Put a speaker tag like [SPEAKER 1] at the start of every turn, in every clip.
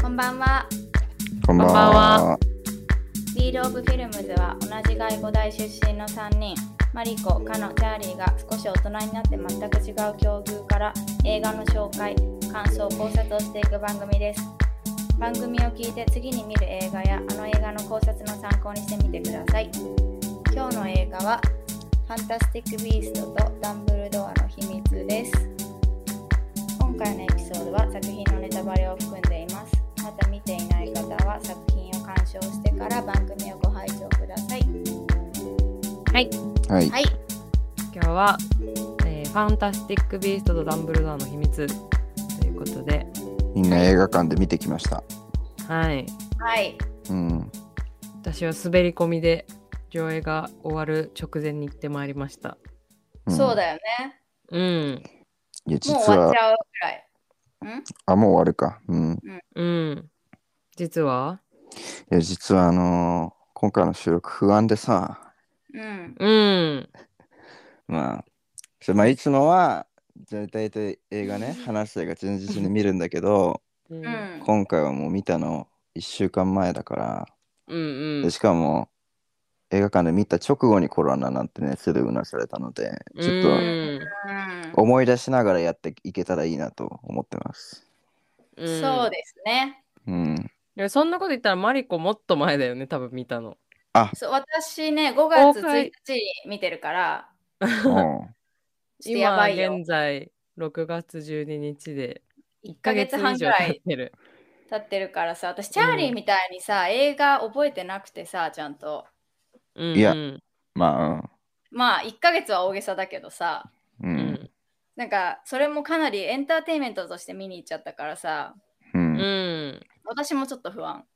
[SPEAKER 1] こんばんは。
[SPEAKER 2] こんばん
[SPEAKER 3] こんばん
[SPEAKER 2] は。
[SPEAKER 1] リードオブフィルムズは同じ外語大出身の3人、マリコ、カノ、チャーリーが少し大人になって全く違う境遇から映画の紹介、感想、考察をしていく番組です。番組を聞いて次に見る映画やあの映画の考察の参考にしてみてください。今日の映画は、ファンタスティック・ビーストとダンブルドアの秘密です。今回のエピソードは作品のネタバレを含んでいます。また見ていない方は作品を鑑賞してから番組をご拝聴ください。
[SPEAKER 2] はい。
[SPEAKER 1] はい、
[SPEAKER 3] 今日は、えーファンタスティック・ビーストとダンブルドアの秘密」ということで
[SPEAKER 2] みんな映画館で見てきました。
[SPEAKER 3] はい
[SPEAKER 1] はい、
[SPEAKER 2] うん。
[SPEAKER 3] 私は滑り込みで上映が終わる直前に行ってまいりました
[SPEAKER 2] うん
[SPEAKER 1] そう。だよね。
[SPEAKER 3] うん
[SPEAKER 2] い
[SPEAKER 1] も
[SPEAKER 2] や、
[SPEAKER 1] う
[SPEAKER 2] 実
[SPEAKER 1] 終わっ
[SPEAKER 2] は
[SPEAKER 1] ち、ゃうくらい。
[SPEAKER 2] あ、もう終わるか。うん。
[SPEAKER 3] うん実はい
[SPEAKER 2] や、実は、あのー今回の収録不安でさ、
[SPEAKER 1] うん、
[SPEAKER 3] うん
[SPEAKER 2] まあ、そうまあ、いつもは、大体映画ね、話す映画前日に見るんだけど、
[SPEAKER 3] う
[SPEAKER 1] うんん、
[SPEAKER 2] 今回はもう見たの1週間前だから、
[SPEAKER 3] うん
[SPEAKER 2] でしかも、映画館で見た直後にコロナなんてね、すぐうなされたので、ちょっと、
[SPEAKER 1] う、
[SPEAKER 2] 思い出しながらやっていけたらいいなと思ってます。
[SPEAKER 3] うんん
[SPEAKER 1] そう
[SPEAKER 3] で
[SPEAKER 1] ですね。
[SPEAKER 2] うん。
[SPEAKER 3] いやそんなこと言ったらマリコもっと前だよね多分見たの
[SPEAKER 1] そう私ね、5月
[SPEAKER 3] 公開
[SPEAKER 1] 1日に見てるから、
[SPEAKER 2] おう
[SPEAKER 1] ちょっとや
[SPEAKER 3] 今
[SPEAKER 1] ばいよ。
[SPEAKER 3] 現在6月12日で
[SPEAKER 1] 1
[SPEAKER 3] 1
[SPEAKER 1] ヶ
[SPEAKER 3] ヶ
[SPEAKER 1] 月
[SPEAKER 3] 月
[SPEAKER 1] 半
[SPEAKER 3] 半
[SPEAKER 1] ぐ
[SPEAKER 3] ぐ
[SPEAKER 1] ら
[SPEAKER 3] ら
[SPEAKER 1] い
[SPEAKER 3] い経ってる
[SPEAKER 1] 経ってるからさ、私、チャーリーみたいにさ、映画覚えてなくてさ、ちゃんと。
[SPEAKER 3] うん
[SPEAKER 2] いや
[SPEAKER 3] うん
[SPEAKER 2] まあ、
[SPEAKER 1] まあ、1ヶ月は大げさだけどさ、
[SPEAKER 2] う。
[SPEAKER 3] うんん
[SPEAKER 1] なんか、それもかなりエンターテインメントとして見に行っちゃったからさ、
[SPEAKER 2] うん。
[SPEAKER 3] うん
[SPEAKER 1] 私もちょっと不安。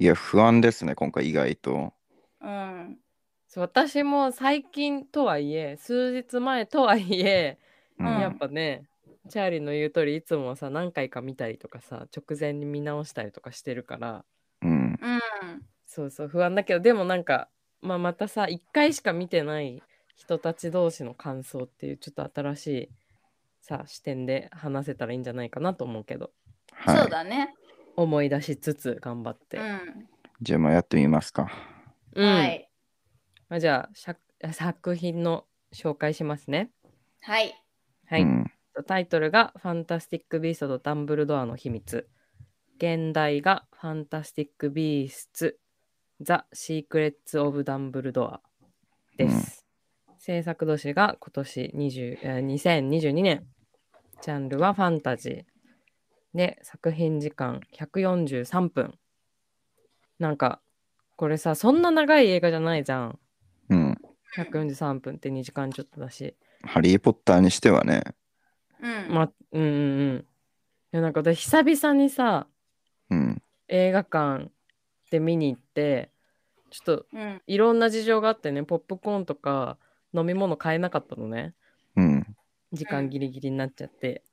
[SPEAKER 2] いや、不安ですね、今回意外と。
[SPEAKER 1] うん。
[SPEAKER 3] そう私も最近とはいえ数日前とはいえ、
[SPEAKER 2] うん
[SPEAKER 1] うん
[SPEAKER 3] やっぱねチャーリーの言う通りいつもさ何回か見たりとかさ直前に見直したりとかしてるから
[SPEAKER 2] うん。
[SPEAKER 1] うん。
[SPEAKER 3] そうそう不安だけどでもなんか、まあ、またさ1回しか見てない人たち同士の感想っていうちょっと新しいさ視点で話せたらいいんじゃないかなと思うけど
[SPEAKER 2] は
[SPEAKER 1] そう
[SPEAKER 2] い。
[SPEAKER 1] だね。
[SPEAKER 3] 思い出しつつ頑張っ
[SPEAKER 1] う
[SPEAKER 3] て、
[SPEAKER 1] ん。
[SPEAKER 2] じゃあ、まあやってみますか。
[SPEAKER 3] うん
[SPEAKER 1] はい。
[SPEAKER 3] まあ、じゃあしゃ作品の紹介しますね
[SPEAKER 1] はい。
[SPEAKER 3] はい、
[SPEAKER 2] うん。
[SPEAKER 3] タイトルが「ファンタスティック・ビーストとダンブルドアの秘密」現代が「ファンタスティック・ビースト・ザ・シークレッツ・オブ・ダンブルドア」です、制作年が今年20えー2022年ジャンルはファンタジーで作品時間143分なんかこれさそんな長い映画じゃないじゃん
[SPEAKER 2] うん。
[SPEAKER 3] 143分って2時間ちょっとだし
[SPEAKER 2] ハリー・ポッターにしてはね。
[SPEAKER 1] うん。
[SPEAKER 3] まあ、うんうんうん。いや、なんか私、久々にさ、
[SPEAKER 2] うん。
[SPEAKER 3] 映画館で見に行って、ちょっと
[SPEAKER 1] うん。
[SPEAKER 3] いろんな事情があってね、ポップコーンとか飲み物買えなかったのね。
[SPEAKER 2] うん。
[SPEAKER 3] 時
[SPEAKER 1] う
[SPEAKER 3] 間
[SPEAKER 1] ん
[SPEAKER 3] ギリギリになっちゃって。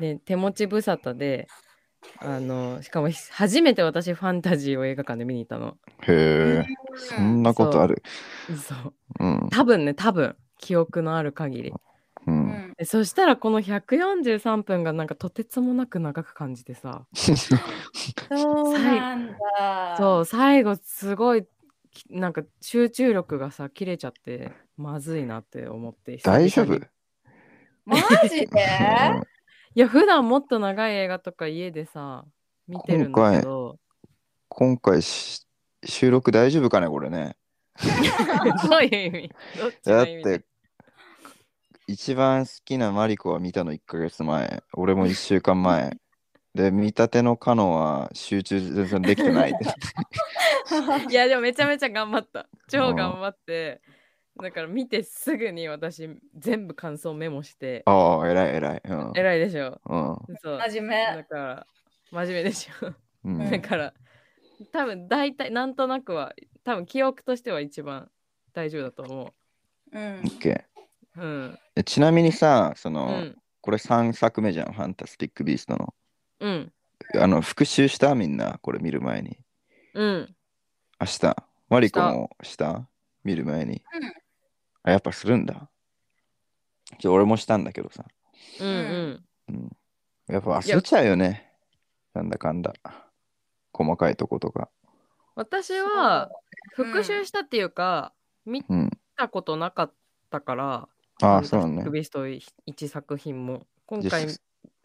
[SPEAKER 3] で、手持ち無沙汰で、あの、しかもひ初めて私、ファンタジーを映画館で見に行ったの。
[SPEAKER 2] へえ。そんなことある。
[SPEAKER 3] そう。
[SPEAKER 2] うん。
[SPEAKER 3] 多分ね、多分、記憶のある限り。
[SPEAKER 2] う。
[SPEAKER 1] うんん。
[SPEAKER 3] でそしたら、この143分がなんかとてつもなく長く感じてさ。
[SPEAKER 1] そうなんだ。。
[SPEAKER 3] そうう最後すごいきなんか集中力がさ切れちゃってまずいなって思って久々
[SPEAKER 2] 大
[SPEAKER 3] に
[SPEAKER 2] 丈夫
[SPEAKER 3] い
[SPEAKER 1] マ ジで
[SPEAKER 3] や普段もっと長い映画とか家でさ見てるんだけど
[SPEAKER 2] 今回し収録大丈夫かね、これね。
[SPEAKER 3] どういう意味どっち
[SPEAKER 2] だ
[SPEAKER 3] の
[SPEAKER 2] っ
[SPEAKER 3] 意味で
[SPEAKER 2] て、一番好きなマリコは見たの1ヶ月前。俺も1週間前。で、見たてのカノは集中全然できてない。
[SPEAKER 3] いやでもめちゃめちゃ頑張った超頑張ってだから見てすぐに私全部感想メモして
[SPEAKER 2] ああ、偉い偉い。うん。
[SPEAKER 3] 偉いでしょ
[SPEAKER 2] うん
[SPEAKER 3] そう
[SPEAKER 1] 真面
[SPEAKER 3] だ
[SPEAKER 1] 目。
[SPEAKER 3] から真面目でしょ
[SPEAKER 2] う
[SPEAKER 1] うん
[SPEAKER 2] ん
[SPEAKER 3] だから多分大体なんとなくは多分記憶としては一番大丈夫だと思
[SPEAKER 1] うん。
[SPEAKER 2] OK
[SPEAKER 3] う。うん。
[SPEAKER 2] えちなみにさ、そうの、
[SPEAKER 3] ん。
[SPEAKER 2] これ3作目じゃん、ファンタスティック・ビーストの。
[SPEAKER 3] うん。
[SPEAKER 2] あの、復習したみんな、これ見る前に。
[SPEAKER 3] うん。
[SPEAKER 2] 明日、マリコもした見る前に。あやっぱするんだ。ちょ俺もしたんだけどさ。
[SPEAKER 3] うんうん。
[SPEAKER 2] やっぱ焦っちゃうよね。なんだかんだ。細かいとことか。
[SPEAKER 3] 私は
[SPEAKER 1] そう
[SPEAKER 3] 復習したっていうか、見
[SPEAKER 2] うん。
[SPEAKER 3] たことなかったから、
[SPEAKER 2] あ
[SPEAKER 3] ファ
[SPEAKER 2] あ、
[SPEAKER 3] ンタス
[SPEAKER 2] そうなの
[SPEAKER 3] ティック
[SPEAKER 2] ね。
[SPEAKER 3] ビースト1作品も。今
[SPEAKER 2] じゃあ
[SPEAKER 3] 回
[SPEAKER 2] さ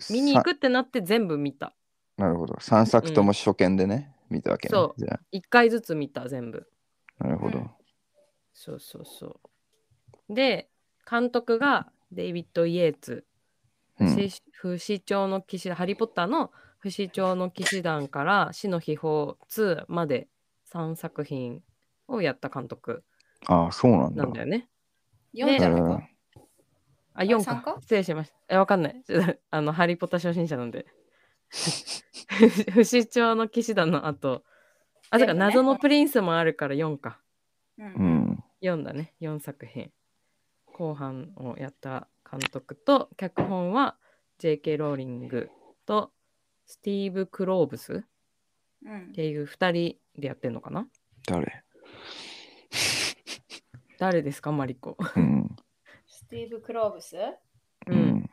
[SPEAKER 3] 見に行くってなって全部見た。
[SPEAKER 2] なるほど。3作とも初見でね、見たわけね。
[SPEAKER 3] そう
[SPEAKER 2] じゃ
[SPEAKER 3] 1回ずつ見た全部。
[SPEAKER 2] あ、なるほど。
[SPEAKER 1] うん
[SPEAKER 3] そうそうそう。で、監督がデイビッド・イエーツ、
[SPEAKER 2] うん
[SPEAKER 3] 不死不死鳥の騎士団、ハリー・ポッターの不死鳥の騎士団から死の秘宝2まで3作品をやった監督
[SPEAKER 2] ああ、そうなんだ。
[SPEAKER 3] なんだよね。
[SPEAKER 1] 4
[SPEAKER 3] ね
[SPEAKER 1] じ
[SPEAKER 2] な
[SPEAKER 1] ゃ
[SPEAKER 2] る
[SPEAKER 1] な
[SPEAKER 2] ほ
[SPEAKER 1] い
[SPEAKER 2] ど
[SPEAKER 1] か。
[SPEAKER 3] あ、4
[SPEAKER 1] 三
[SPEAKER 3] か
[SPEAKER 1] か。
[SPEAKER 3] 失礼しました。え、わかんない。 ちょっとあの、ハリー・ポッター初心者なんで。不死鳥の騎士団の後、あ、だから
[SPEAKER 1] 全部ね
[SPEAKER 3] 謎のプリンスもあるから4か。
[SPEAKER 1] うん
[SPEAKER 2] う。ん。
[SPEAKER 3] 4だね4作品後半をやった監督と脚本は J.K. ローリングとスティーブ・クローブスっ
[SPEAKER 1] うん
[SPEAKER 3] ていう2人でやってんのかな
[SPEAKER 2] 誰
[SPEAKER 3] 誰ですかマリコ
[SPEAKER 2] うん。
[SPEAKER 1] スティーブ・クローブス
[SPEAKER 2] う
[SPEAKER 3] うん
[SPEAKER 2] ん。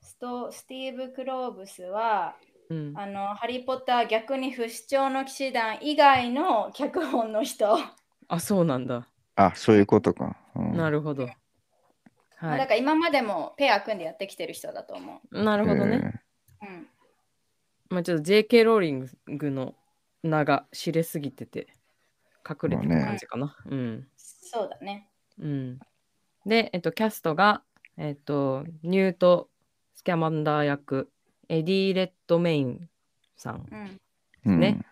[SPEAKER 1] ストスティーブ・クローブスは
[SPEAKER 3] うん
[SPEAKER 1] あのハリー・ポッター逆に不死鳥の騎士団以外の脚本の人、
[SPEAKER 3] あそうなんだ
[SPEAKER 2] あ、そういうことか。うん、
[SPEAKER 3] なるほど
[SPEAKER 1] まあ
[SPEAKER 3] は
[SPEAKER 1] だ
[SPEAKER 3] い
[SPEAKER 1] から今までもペア組んでやってきてる人だと思
[SPEAKER 3] なるほどね、
[SPEAKER 1] う、うん、
[SPEAKER 3] まあちょっと J.K. ローリングの名が知れすぎてて隠れて
[SPEAKER 2] まあ
[SPEAKER 3] る
[SPEAKER 2] ね
[SPEAKER 3] 感じかな、うん
[SPEAKER 1] そうだね
[SPEAKER 3] うん、で、えっと、キャストが、えっと、ニュート・スキャマンダー役エディ・レッドメインさん
[SPEAKER 1] うん
[SPEAKER 2] えうん、
[SPEAKER 3] ね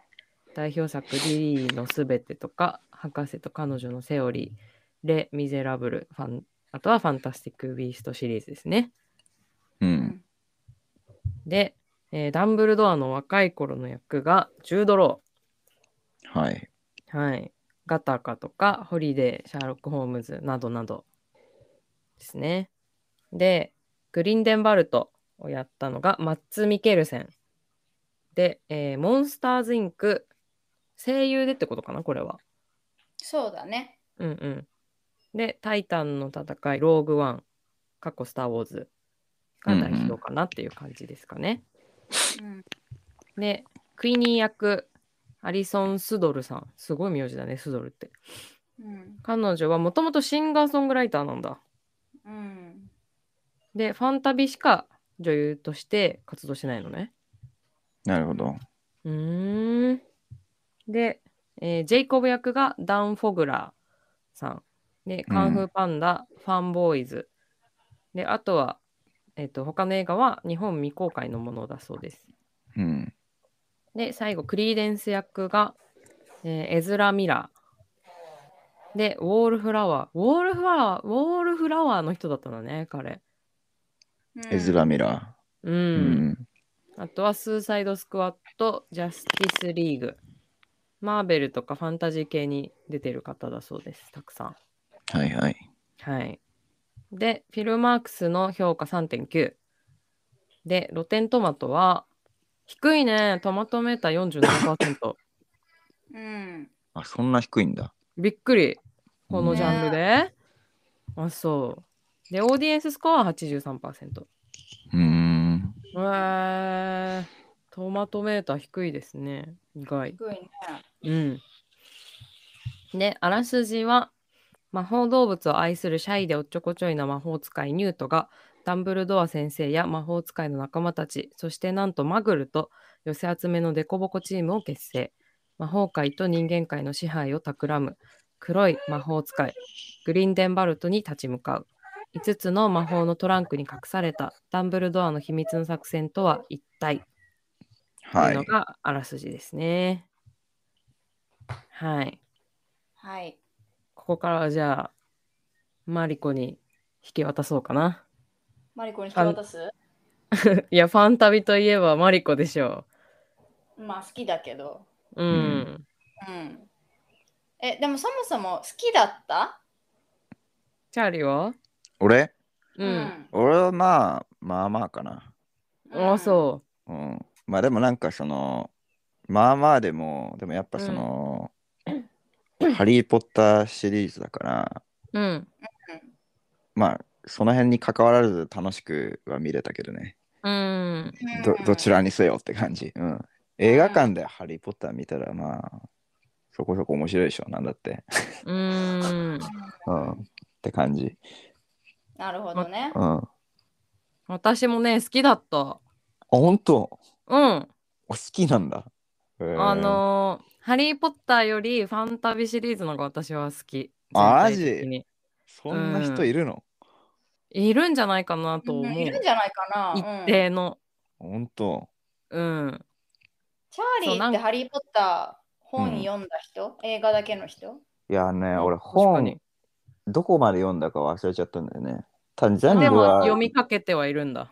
[SPEAKER 3] 代表作「リリーのすべて」とか「博士と彼女のセオリー」「レ・ミゼラブル」ファンあとは「ファンタスティック・ビースト」シリーズですね
[SPEAKER 2] う。
[SPEAKER 1] うんん
[SPEAKER 3] で、えーダンブルドアの若い頃の役がジュード・ロ
[SPEAKER 2] はい。
[SPEAKER 3] ー、はい、ガタカとかホリデーシャーロック・ホームズなどなどですねでグリンデンバルトをやったのがマッツ・ミケルセン。で、えーモンスターズ・インク、声優でってことかな、これは。
[SPEAKER 1] そうだね
[SPEAKER 3] うんうん。で、タイタンの戦い、ローグ・ワン、過去スター・ウォーズが代表かなっていう感じですかね。
[SPEAKER 1] うん
[SPEAKER 3] で、クイニー役、アリソン・スドルさん。すごい名字だね、スドルって。
[SPEAKER 1] うん
[SPEAKER 3] 彼女はもともとシンガーソングライターなんだ。
[SPEAKER 1] うん
[SPEAKER 3] で、ファンタビしか女優として活動してないのね。
[SPEAKER 2] なるほど。
[SPEAKER 3] うーん。で、えージェイコブ役がダン・フォグラーさん。で、カンフーパンダ、ファンボーイズ。で、あとは、えっ、と、他の映画は日本未公開のものだそうです。
[SPEAKER 2] うん。
[SPEAKER 3] で、最後、クリーデンス役が、えーエズラ・ミラー。で、ウォールフラワー。ウォールフラワー、ウォールフラワーの人だったのね、彼。
[SPEAKER 1] うん
[SPEAKER 2] エズラ・ミラ
[SPEAKER 3] うん。
[SPEAKER 2] ー。うん。
[SPEAKER 3] あとは、スーサイド・スクワット、ジャスティス・リーグ。マーベルとかファンタジー系に出てる方だそうです、たくさん。
[SPEAKER 2] はいはい。
[SPEAKER 3] はい。で、フィルマークスの評価3.9。で、ロテントマトは、低いね、トマトメーター47%。
[SPEAKER 1] うん
[SPEAKER 2] あ、そんな低いんだ。
[SPEAKER 3] びっくり、このジャンルで。あ、そう。で、オーディエンススコアは83%。
[SPEAKER 2] うーん。
[SPEAKER 3] うわートマトメーター低いですね。意外。
[SPEAKER 1] 低いね
[SPEAKER 3] うん。で、あらすじは、魔法動物を愛するシャイでおっちょこちょいな魔法使いニュートが、ダンブルドア先生や魔法使いの仲間たち、そしてなんとマグルと寄せ集めのデコボコチームを結成。魔法界と人間界の支配を企む黒い魔法使い、グリンデンバルトに立ち向かう。5つの魔法のトランクに隠されたダンブルドアの秘密の作戦とは一体と
[SPEAKER 2] は
[SPEAKER 3] いう
[SPEAKER 2] い
[SPEAKER 3] の。があらすじですね。はい。
[SPEAKER 1] はい
[SPEAKER 3] ここからはじゃあ、マリコに引き渡そうかな。
[SPEAKER 1] マリコに引き渡す
[SPEAKER 3] いや、ファン旅といえばマリコでしょ
[SPEAKER 1] まあ好きだけど
[SPEAKER 3] う。うん。
[SPEAKER 1] うんえでもそもそも好きだった
[SPEAKER 3] チャーリーは
[SPEAKER 2] 俺
[SPEAKER 3] うん。
[SPEAKER 2] 俺はまあ、まあまあかな。
[SPEAKER 1] うん
[SPEAKER 3] あ、そ
[SPEAKER 2] うん。まあでもなんかその、まあまあでも、でもやっぱその、ハリー・ポッターシリーズだから、
[SPEAKER 3] う。うん。
[SPEAKER 1] うん
[SPEAKER 2] まあ、その辺に関わらず楽しくは見れたけどね。
[SPEAKER 3] うん。
[SPEAKER 2] どどち
[SPEAKER 1] ら
[SPEAKER 2] らにせよって感じ。うん。映画館でハリー・ポッター見たら、まあ、そこそこ面白いでしょ、なんだって。
[SPEAKER 3] うん。
[SPEAKER 2] うん。って感じ。
[SPEAKER 1] なるほどね
[SPEAKER 2] う。ん。あ、
[SPEAKER 3] 私もね、好きだった。
[SPEAKER 2] 本当
[SPEAKER 3] うん。
[SPEAKER 2] お好きなんだ。へー
[SPEAKER 3] あのーハリー・ポッターよりファンタビシリーズの方が私は好き。
[SPEAKER 2] マジ
[SPEAKER 3] 全体的に
[SPEAKER 2] そんな人いるの、
[SPEAKER 3] いるんじゃないかなと
[SPEAKER 1] う
[SPEAKER 3] 思う。
[SPEAKER 1] んいるんじゃないかな。
[SPEAKER 3] 一
[SPEAKER 1] うん
[SPEAKER 3] 定の。
[SPEAKER 2] 本当
[SPEAKER 3] うん。
[SPEAKER 1] チャーリーってハリー・ポッター本読んだ人、映画だけの人
[SPEAKER 2] いやね、俺
[SPEAKER 3] 確か
[SPEAKER 2] 本
[SPEAKER 3] に、
[SPEAKER 2] どこまで読んだか忘れちゃったんだよね。たぶん全
[SPEAKER 3] で
[SPEAKER 2] 部
[SPEAKER 3] も
[SPEAKER 2] は、
[SPEAKER 3] 読みかけてはいるんだ。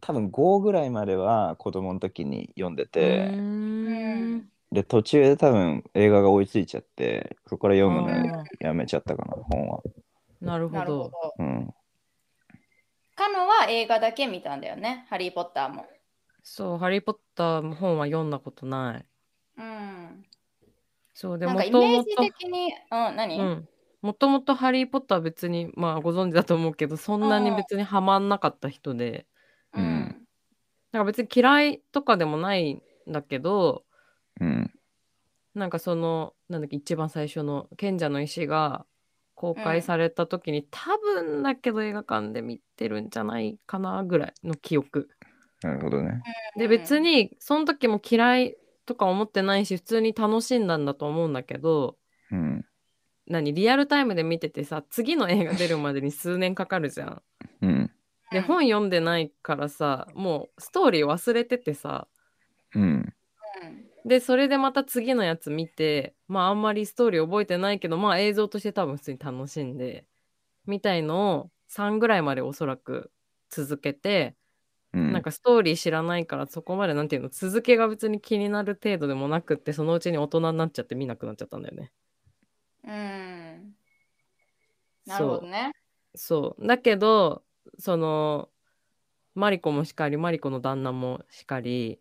[SPEAKER 2] 多分5ぐらいまでは子供の時に読んで
[SPEAKER 3] う
[SPEAKER 2] て、
[SPEAKER 3] ーん
[SPEAKER 2] で、途中で多分映画が追いついちゃって、そこから読むの
[SPEAKER 3] あー
[SPEAKER 2] やめちゃったかな、本は。
[SPEAKER 3] なるほ
[SPEAKER 1] なるほ
[SPEAKER 3] ど
[SPEAKER 1] ど。。
[SPEAKER 2] うん。
[SPEAKER 1] カノは映画だけ見たんだよね、ハリー・ポッターも。
[SPEAKER 3] そう、ハリー・ポッターの本は読んだことない。
[SPEAKER 1] うん。
[SPEAKER 3] そう、で
[SPEAKER 1] なん
[SPEAKER 3] も
[SPEAKER 1] か
[SPEAKER 3] と
[SPEAKER 1] イメ
[SPEAKER 3] も
[SPEAKER 1] ージ
[SPEAKER 3] と、
[SPEAKER 1] 的に、うん、何、
[SPEAKER 3] うん。もともとハリー・ポッターは別に、まあご存知だと思うけど、そんなに別にハマんなかった人で、
[SPEAKER 2] うん
[SPEAKER 1] うん
[SPEAKER 3] なんか別に嫌いとかでもないんだけど、
[SPEAKER 2] うん。
[SPEAKER 3] なんかその、なんだっけ、一番最初の賢者の石が公開された時に、多分だけど映画館で見てるんじゃないかなぐらいの記憶。
[SPEAKER 2] なるほどね。
[SPEAKER 3] で
[SPEAKER 1] うん
[SPEAKER 3] 別にその時も嫌いとか思ってないし普通に楽しんだんだと思うんだけど
[SPEAKER 2] うん。
[SPEAKER 3] 何リアルタイムで見ててさ次の映画出るまでに数年かかるじゃん。
[SPEAKER 2] うん。
[SPEAKER 3] で
[SPEAKER 1] うん
[SPEAKER 3] 本読んでないからさもうストーリー忘れててさ
[SPEAKER 2] うん。
[SPEAKER 1] うん
[SPEAKER 3] でそれでまた次のやつ見てまああんまりストーリー覚えてないけどまあ映像として多分普通に楽しんでみたいのを3ぐらいまでおそらく続けて
[SPEAKER 2] うん。
[SPEAKER 3] なんかストーリー知らないからそこまでなんていうの続けが別に気になる程度でもなくってそのうちに大人になっちゃって見なくなっちゃったんだよね。
[SPEAKER 1] うん。なるほどね。
[SPEAKER 3] そうそうだけどそのマリコもしかりマリコの旦那もしかり、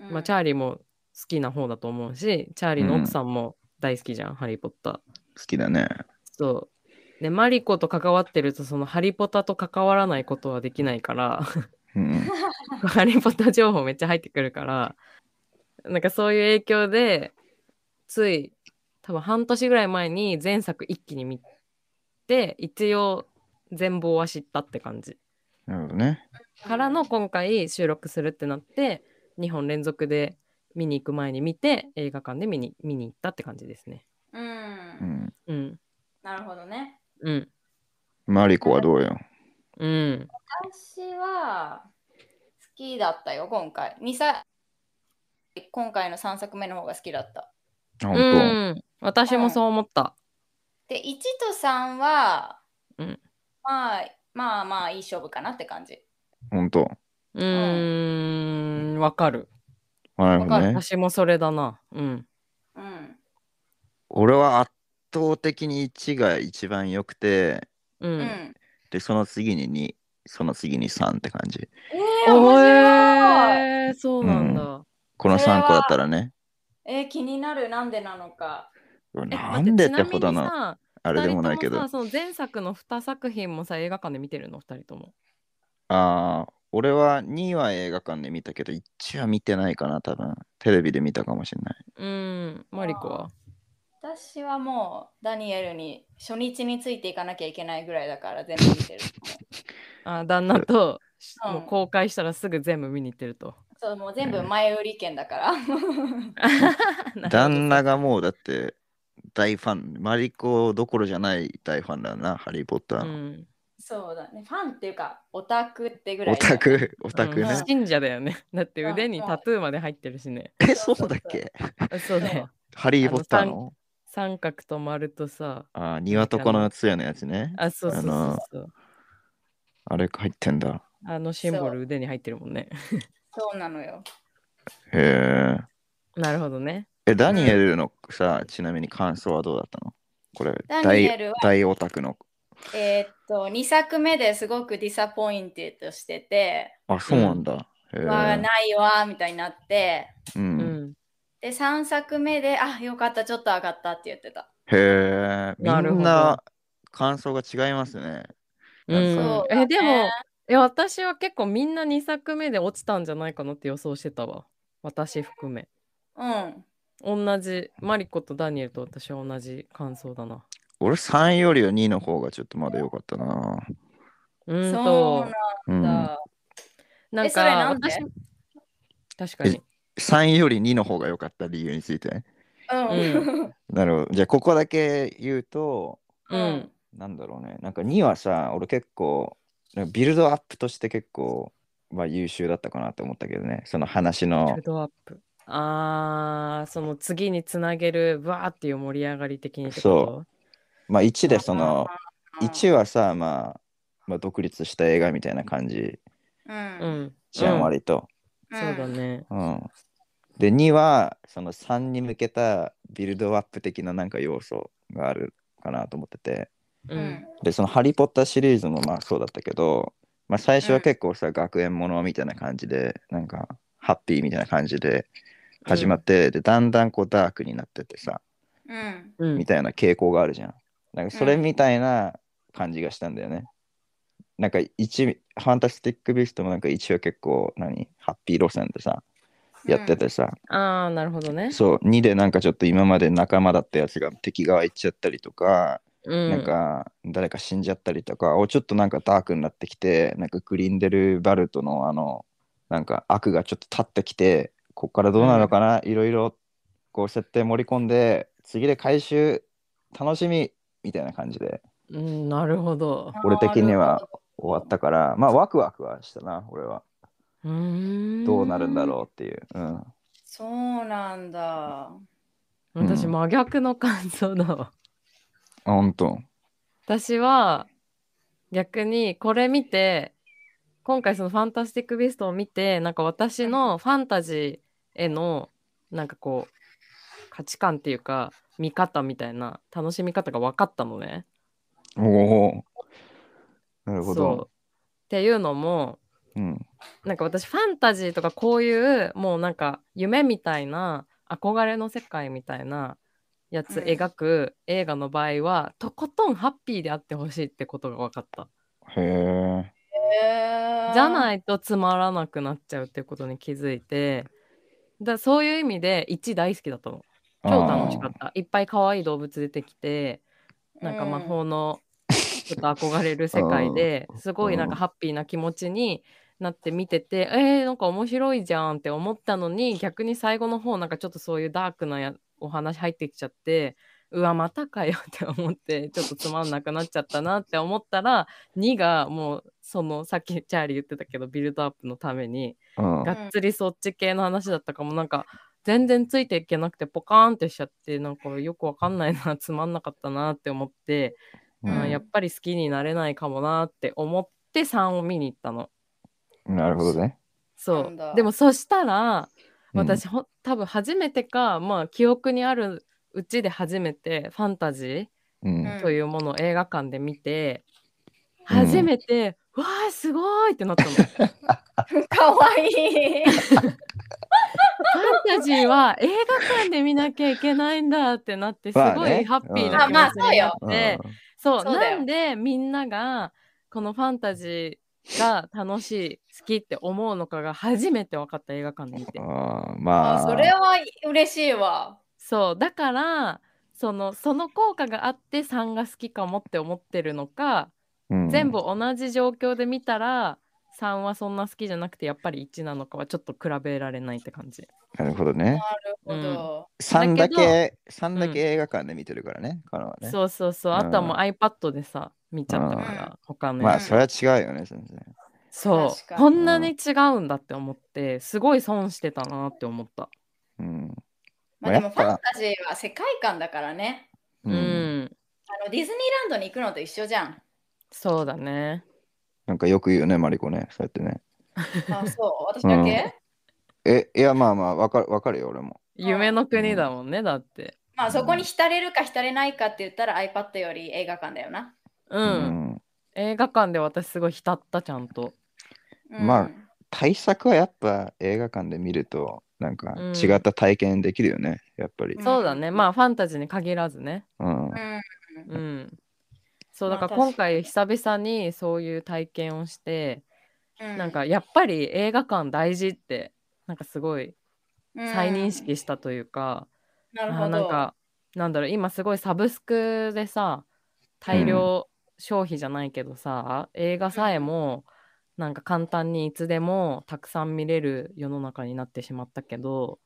[SPEAKER 1] うん
[SPEAKER 3] まあ、チャーリーも好きな方だと思うしチャーリーの奥さんも大好きじゃん、ハリー・ポッター。
[SPEAKER 2] 好きだね。
[SPEAKER 3] そうでマリコと関わってるとそのハリポタと関わらないことはできないから。
[SPEAKER 2] うん。
[SPEAKER 3] ハリー・ポッター情報めっちゃ入ってくるから、なんかそういう影響で、つい多分半年ぐらい前に前作一気に見て、一応全貌は知ったって感じ。
[SPEAKER 2] なるほどね。
[SPEAKER 3] からの今回収録するってなって、2本連続で見に行く前に見て、映画館で見に見に行ったって感じですね。
[SPEAKER 1] う。
[SPEAKER 2] うんん。
[SPEAKER 3] うん。
[SPEAKER 1] なるほどね。
[SPEAKER 3] うん。
[SPEAKER 2] マリコはどうよ。
[SPEAKER 3] うん。
[SPEAKER 1] 私は好きだったよ、今回。二作今回の3作目の方が好きだった。
[SPEAKER 2] あ
[SPEAKER 3] う
[SPEAKER 2] 本
[SPEAKER 3] ん。私もそう思った。
[SPEAKER 1] で、1と3は、
[SPEAKER 3] うん
[SPEAKER 1] まあまあまあいい勝負かなって感じ。
[SPEAKER 2] 当本当
[SPEAKER 3] うーん。わかる。
[SPEAKER 2] なるほどね。
[SPEAKER 3] 私もそれだな。うん。
[SPEAKER 1] うん。
[SPEAKER 2] 俺は圧倒的に1が一番良くて、
[SPEAKER 3] う。
[SPEAKER 1] うんん。
[SPEAKER 2] で、その次に2、その次に3って感じ。
[SPEAKER 1] えー、面白い
[SPEAKER 3] えーそうなんだ。
[SPEAKER 2] この
[SPEAKER 1] それは
[SPEAKER 2] 3個だったらね。
[SPEAKER 1] えー、気になるなんでなのか。
[SPEAKER 3] え
[SPEAKER 2] なんでって
[SPEAKER 3] 待ち
[SPEAKER 2] ほど
[SPEAKER 3] なみに
[SPEAKER 2] の
[SPEAKER 3] さ
[SPEAKER 2] あれでもないけ
[SPEAKER 3] 二
[SPEAKER 2] ど。
[SPEAKER 3] 人ともさその前作の2作品もさ映画館で見てるの2人とも。
[SPEAKER 2] ああ、俺は2は映画館で見たけど、1は見てないかな、多分。テレビで見たかもしれない。
[SPEAKER 3] うん。マリコは。
[SPEAKER 1] 私はもうダニエルに初日についていかなきゃいけないぐらいだから全部見てる。
[SPEAKER 3] あ旦那と、
[SPEAKER 1] うん
[SPEAKER 3] もう公開したらすぐ全部見に行ってると。
[SPEAKER 1] そうもう全部前売り券だから。
[SPEAKER 2] 旦那がもうだって大ファン、マリコどころじゃない大ファンだな、ハリー・ポッター
[SPEAKER 3] う
[SPEAKER 2] の。
[SPEAKER 3] ん
[SPEAKER 1] そうだね。ファンっていうかオタクってぐらい
[SPEAKER 2] オ
[SPEAKER 1] だよね。
[SPEAKER 2] タク、オタク
[SPEAKER 3] う
[SPEAKER 2] ね
[SPEAKER 3] ん。信者だよね。だって腕にタトゥーまで入ってるしね。
[SPEAKER 2] え、そうだっけ
[SPEAKER 3] あそうだよ。
[SPEAKER 2] ハリー・ポッターの
[SPEAKER 3] 三角と丸とさ。
[SPEAKER 2] ああ、ニワトコの通夜のやつね。
[SPEAKER 3] あ、そうそうそうそう。
[SPEAKER 2] あれ入ってんだ。
[SPEAKER 3] あのシンボル腕に入ってるもんね。
[SPEAKER 1] そうなのよ。
[SPEAKER 2] へえ。
[SPEAKER 3] なるほどね。
[SPEAKER 2] え、ダニエルのさ、ちなみに感想はどうだったのこれ、
[SPEAKER 1] ダニエ
[SPEAKER 2] 大
[SPEAKER 1] ルは
[SPEAKER 2] 大オタクの。
[SPEAKER 1] えーっと2作目ですごくディサポインテッドしてて、
[SPEAKER 2] あ、そうなんだ。へえ
[SPEAKER 1] わあないわーみたいになって、
[SPEAKER 2] う。
[SPEAKER 3] うんん。
[SPEAKER 1] で3作目であよかったちょっと上がったって言ってた。
[SPEAKER 2] へえ。み
[SPEAKER 3] なるほ
[SPEAKER 2] ん
[SPEAKER 3] ど
[SPEAKER 2] な感想が違いますね。
[SPEAKER 3] うん
[SPEAKER 1] そうだね
[SPEAKER 3] えでもえ私は結構みんな2作目で落ちたんじゃないかなって予想してたわ私含め
[SPEAKER 1] うん。
[SPEAKER 3] 同じマリコとダニエルと私は同じ感想だな
[SPEAKER 2] 俺3よりは2の方がちょっとまだ良かったな。
[SPEAKER 3] うーん
[SPEAKER 1] そう
[SPEAKER 3] と
[SPEAKER 2] うん、
[SPEAKER 1] なん
[SPEAKER 2] 3
[SPEAKER 1] だ。
[SPEAKER 3] なん
[SPEAKER 1] えそれ
[SPEAKER 3] か
[SPEAKER 1] なんで
[SPEAKER 3] 私確かに
[SPEAKER 2] より2の方が良かった理由について。
[SPEAKER 1] うん。
[SPEAKER 2] なるほど。じゃあここだけ言うと、
[SPEAKER 3] うん
[SPEAKER 2] なんだろうね。なんか2はさ、俺結構、なんかビルドアップとして結構、まあ、優秀だったかなと思ったけどね。その話
[SPEAKER 3] ビ
[SPEAKER 2] の
[SPEAKER 3] ル。ドアップあーその次につなげるわーっていう盛り上がり的にってこ
[SPEAKER 2] まあ1でその、
[SPEAKER 1] うん
[SPEAKER 2] 1はさ、まあ、まあ、独立した映画みたいな感じ
[SPEAKER 1] う。
[SPEAKER 3] とうんん
[SPEAKER 2] じゃ、
[SPEAKER 3] うんん
[SPEAKER 2] 割と。
[SPEAKER 3] そうだね
[SPEAKER 2] うん、で2はその3に向けたビルドアップ的ななんか要素があるかなと思ってて
[SPEAKER 1] う。
[SPEAKER 3] うん
[SPEAKER 1] うんん。
[SPEAKER 2] でその「ハリー・ポッター」シリーズもまあそうだったけど、まあ、最初は結構さ、学園ものみたいな感じでなんかハッピーみたいな感じで始まって、でだんだんこうダークになってってさ
[SPEAKER 1] うん。
[SPEAKER 3] うん
[SPEAKER 2] みたいな傾向があるじゃんなんかそれみたいな感じがしたんだよね、なんか1「ファンタスティック・ビースト」もなんか一応結構何ハッピー路線でさやっててさ、
[SPEAKER 3] ああなるほどね
[SPEAKER 2] そう2でなんかちょっと今まで仲間だったやつが敵側行っちゃったりとか、
[SPEAKER 3] うん
[SPEAKER 2] なんか誰か死んじゃったりとかおちょっとなんかダークになってきてなんかグリンデルバルトのあのなんか悪がちょっと立ってきてこっからどうなのかな、いろいろこう設定盛り込んで次で回収楽しみみたいな感じで
[SPEAKER 3] うんなるほど
[SPEAKER 2] 俺的には終わったからまあワクワクはしたな俺は
[SPEAKER 3] うーん
[SPEAKER 2] どうなるんだろうっていう、うん、
[SPEAKER 1] そうなんだ。
[SPEAKER 3] う私
[SPEAKER 2] うん
[SPEAKER 3] 真逆の感想だ わ
[SPEAKER 2] あ本当
[SPEAKER 3] 私は逆にこれ見て今回その「ファンタスティック・ビースト」を見てなんか私のファンタジーへのなんかこう価値観っていうか見方みたいな楽しみ方が分かったのね。
[SPEAKER 2] おおーなるほ
[SPEAKER 3] そう
[SPEAKER 2] ど
[SPEAKER 3] っていうのも
[SPEAKER 2] うん
[SPEAKER 3] なんか私ファンタジーとかこういうもうなんか夢みたいな憧れの世界みたいなや
[SPEAKER 1] う
[SPEAKER 3] つ
[SPEAKER 1] ん
[SPEAKER 3] 描く映画の場合はとことんハッピーであってほしいってことが分かった。
[SPEAKER 2] へえ。
[SPEAKER 1] へー
[SPEAKER 3] じゃないとつまらなくなっちゃうってことに気づいてだそういう意味で1大好きだと思う超楽しかったいっぱい可愛い動物出てきてなんか魔法のちょっと憧れる世界で すごいなんかハッピーな気持ちになって見ててえー、なんか面白いじゃんって思ったのに逆に最後の方なんかちょっとそういうダークなやお話入ってきちゃってうわまたかよって思ってちょっとつまんなくなっちゃったなって思ったら2がもうそのさっきチャーリー言ってたけどビルドアップのために
[SPEAKER 2] うん。
[SPEAKER 3] がっつりそっち系の話だったかもなんか全然ついていけなくてポカーンってしちゃってなんかよくわかんないなつまんなかったなって思って、
[SPEAKER 2] う
[SPEAKER 3] あー
[SPEAKER 2] ん
[SPEAKER 3] やっぱり好きになれないかもなって思って3を見に行ったの
[SPEAKER 2] なるほどね。
[SPEAKER 3] そ
[SPEAKER 1] なんだ
[SPEAKER 3] うでもそしたら
[SPEAKER 2] うん
[SPEAKER 3] 私、ほん多分初めてかまあ記憶にあるうちで初めてファンタジー
[SPEAKER 2] うん。
[SPEAKER 3] というものを映画館で見て、
[SPEAKER 2] うん
[SPEAKER 3] 初めて、わあすごいってなったの。ファン
[SPEAKER 1] かわいい。
[SPEAKER 3] タジーは映画館で見なきゃいけないんだってなってすご
[SPEAKER 2] まあね
[SPEAKER 3] いハッピー
[SPEAKER 2] うん
[SPEAKER 3] な
[SPEAKER 2] あ
[SPEAKER 3] 気
[SPEAKER 2] まあ
[SPEAKER 3] 持ちにな
[SPEAKER 2] う
[SPEAKER 3] っ
[SPEAKER 2] ん
[SPEAKER 3] て、そう
[SPEAKER 1] そうだよ
[SPEAKER 3] なんでみんながこのファンタジーが楽しい好きって思うのかが初めて分かった映画館で見て。
[SPEAKER 2] あー
[SPEAKER 1] あ
[SPEAKER 2] まあ。
[SPEAKER 1] それは嬉しいわ。
[SPEAKER 3] そうだからそのその効果があって3が好きかもって思ってるのか
[SPEAKER 2] うん
[SPEAKER 3] 全部。同じ状況で見たら3はそんな好きじゃなくてやっぱり1なのかはちょっと比べられないって感じ。
[SPEAKER 2] なるほどね。
[SPEAKER 1] なるほど。
[SPEAKER 2] 三だ
[SPEAKER 3] だけど
[SPEAKER 2] け、三だけ映画館で見てるからね、彼はね。
[SPEAKER 3] そうそうそう
[SPEAKER 2] うん
[SPEAKER 3] あとはもう iPad でさ見ちゃったから、
[SPEAKER 1] う
[SPEAKER 3] 他の
[SPEAKER 2] ま
[SPEAKER 3] や
[SPEAKER 2] あ、
[SPEAKER 3] つ、
[SPEAKER 2] それは違うよね、全然。
[SPEAKER 3] そ
[SPEAKER 1] 確か
[SPEAKER 3] う
[SPEAKER 1] に
[SPEAKER 3] こんなに違うんだって思ってすごい損してたなって思った。
[SPEAKER 2] うん。
[SPEAKER 1] まあ、でも
[SPEAKER 2] やっ
[SPEAKER 1] ファン
[SPEAKER 2] ぱ
[SPEAKER 1] タジーは世界観だからね。
[SPEAKER 3] うん、
[SPEAKER 1] あのディズニーランドに行くのと一緒じゃ ん。
[SPEAKER 3] そうだね。
[SPEAKER 2] なんかよく言うね、マリコね、そうやってね。
[SPEAKER 1] あ、そう、私だけ、
[SPEAKER 2] え、いや、まあまあ、わかる、わかるよ、俺も。
[SPEAKER 3] 夢の国だもんね、だって。
[SPEAKER 1] まあそこに浸れるか浸れないかって言ったら iPad より映画館だよな。
[SPEAKER 3] う、
[SPEAKER 2] うん
[SPEAKER 3] 映画館で私すごい浸ったちゃんと。
[SPEAKER 1] うん
[SPEAKER 2] まあ対策はやっぱ映画館で見ると、なんか
[SPEAKER 3] うん
[SPEAKER 2] 違った体験できるよね、やっぱり
[SPEAKER 1] う。ん
[SPEAKER 3] そうだねまあファンタジーに限らずね。
[SPEAKER 2] うん
[SPEAKER 1] う。ん、
[SPEAKER 3] うん。そうだ
[SPEAKER 1] まあ
[SPEAKER 3] から
[SPEAKER 1] 確かに
[SPEAKER 3] 今回久々にそういう体験をして、
[SPEAKER 1] うん
[SPEAKER 3] なんかやっぱり映画館大事ってなんかすごい再認識したというか、
[SPEAKER 1] うんなるほ
[SPEAKER 3] あ
[SPEAKER 1] ど
[SPEAKER 3] なんかなんだろう今すごいサブスクでさ大量消費じゃないけどさ、映画さえもなんか簡単にいつでもたくさん見れる世の中になってしまったけど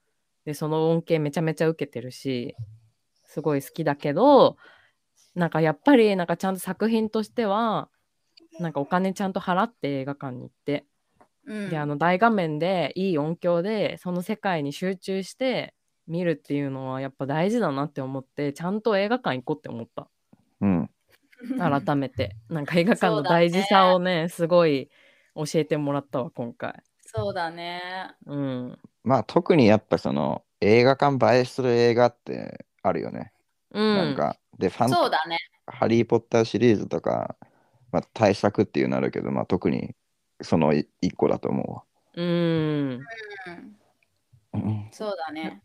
[SPEAKER 3] でその恩恵めちゃめちゃ受けてるしすごい好きだけどなんかやっぱりなんかちゃんと作品としてはなんかお金ちゃんと払って映画館に行って
[SPEAKER 1] うん
[SPEAKER 3] であの大画面でいい音響でその世界に集中して見るっていうのはやっぱ大事だなって思ってちゃんと映画館行こうって思った
[SPEAKER 2] うん。
[SPEAKER 3] 改めてなんか映画館
[SPEAKER 1] そ
[SPEAKER 3] の
[SPEAKER 1] うだね
[SPEAKER 3] 大事さをねすごい教えてもらったわ今回
[SPEAKER 1] そうだね
[SPEAKER 3] うん
[SPEAKER 2] まあ特にやっぱその映画館映えする映画ってあるよね。
[SPEAKER 3] うん
[SPEAKER 2] なんか、で、ファン
[SPEAKER 1] そうだね
[SPEAKER 2] ハリー・ポッターシリーズとか、まあ、大作っていうのあるけど、まあ、特にそのい一個だと思
[SPEAKER 3] うん
[SPEAKER 1] うん
[SPEAKER 2] うわ。うん
[SPEAKER 1] そうだね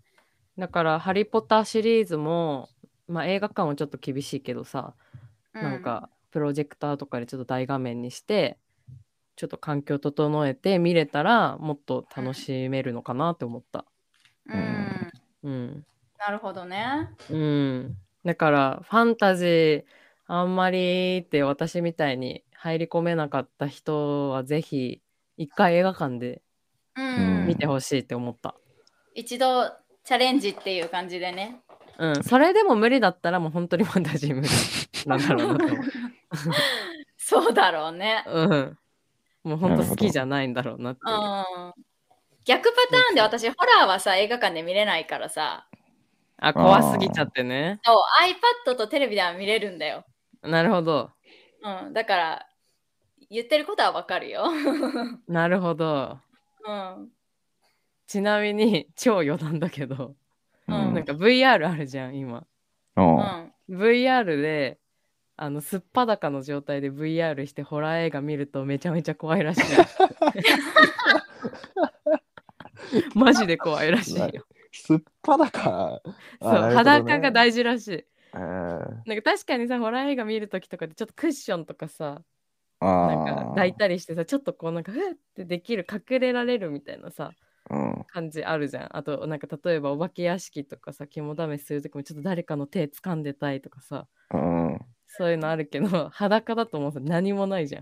[SPEAKER 3] だから「ハリー・ポッター」シリーズも、まあ、映画館はちょっと厳しいけどさ、
[SPEAKER 1] う
[SPEAKER 3] なんかプロジェクターとかでちょっと大画面にしてちょっと環境整えて見れたらもっと楽しめるのかなって思った。
[SPEAKER 1] うん
[SPEAKER 2] うん
[SPEAKER 3] うん、
[SPEAKER 1] なるほどね
[SPEAKER 3] うん、だからファンタジーあんまりって私みたいに入り込めなかった人はぜひ一回映画館で
[SPEAKER 1] うん
[SPEAKER 3] 見てほしいって思った。
[SPEAKER 1] 一度チャレンジっていう感じでね
[SPEAKER 3] うん、それでも無理だったらもう本当にファンタジー無理なんだろうなと思う。
[SPEAKER 1] そうだろうね
[SPEAKER 3] うん。もう本
[SPEAKER 2] なるほど
[SPEAKER 3] 当好きじゃないんだろうなっていう。あ
[SPEAKER 1] うん逆パターンで私ホラーはさ映画館で見れないからさ
[SPEAKER 3] 怖すぎちゃってね。
[SPEAKER 1] そう iPad とテレビでは見れるんだよ、
[SPEAKER 3] なるほど。
[SPEAKER 1] うん、だから言ってることはわかるよ、うん、
[SPEAKER 3] なるほど。
[SPEAKER 1] あ
[SPEAKER 3] ちなみに超余談だけど、
[SPEAKER 1] う
[SPEAKER 2] う
[SPEAKER 1] ん
[SPEAKER 2] ん
[SPEAKER 3] なんか VR あるじゃん今。
[SPEAKER 2] おう
[SPEAKER 3] VR であのすっぱだかの状態で VR してホラー映画見るとめちゃめちゃ怖い らしい。マジで怖いらしいよ。
[SPEAKER 2] すっぱだか。
[SPEAKER 3] そう
[SPEAKER 2] あ
[SPEAKER 3] 裸
[SPEAKER 2] な
[SPEAKER 3] が。
[SPEAKER 2] る
[SPEAKER 3] 大事らしい。
[SPEAKER 2] ほどね
[SPEAKER 3] なんか確かにさホラー映画見るときとかでちょっとクッションとかさ
[SPEAKER 2] えー
[SPEAKER 3] なん
[SPEAKER 2] あ
[SPEAKER 3] か
[SPEAKER 2] ー
[SPEAKER 3] 抱いたりしてさちょっとこうなんかふってできる隠れられるみたいなさ
[SPEAKER 2] うん
[SPEAKER 3] 感じあるじゃん。あとなんか例えばお化け屋敷とかさ肝試しするときもちょっと誰かの手掴んでたいとかさ
[SPEAKER 2] うん。
[SPEAKER 3] そういうのあるけど裸だともうさ何もないじゃん。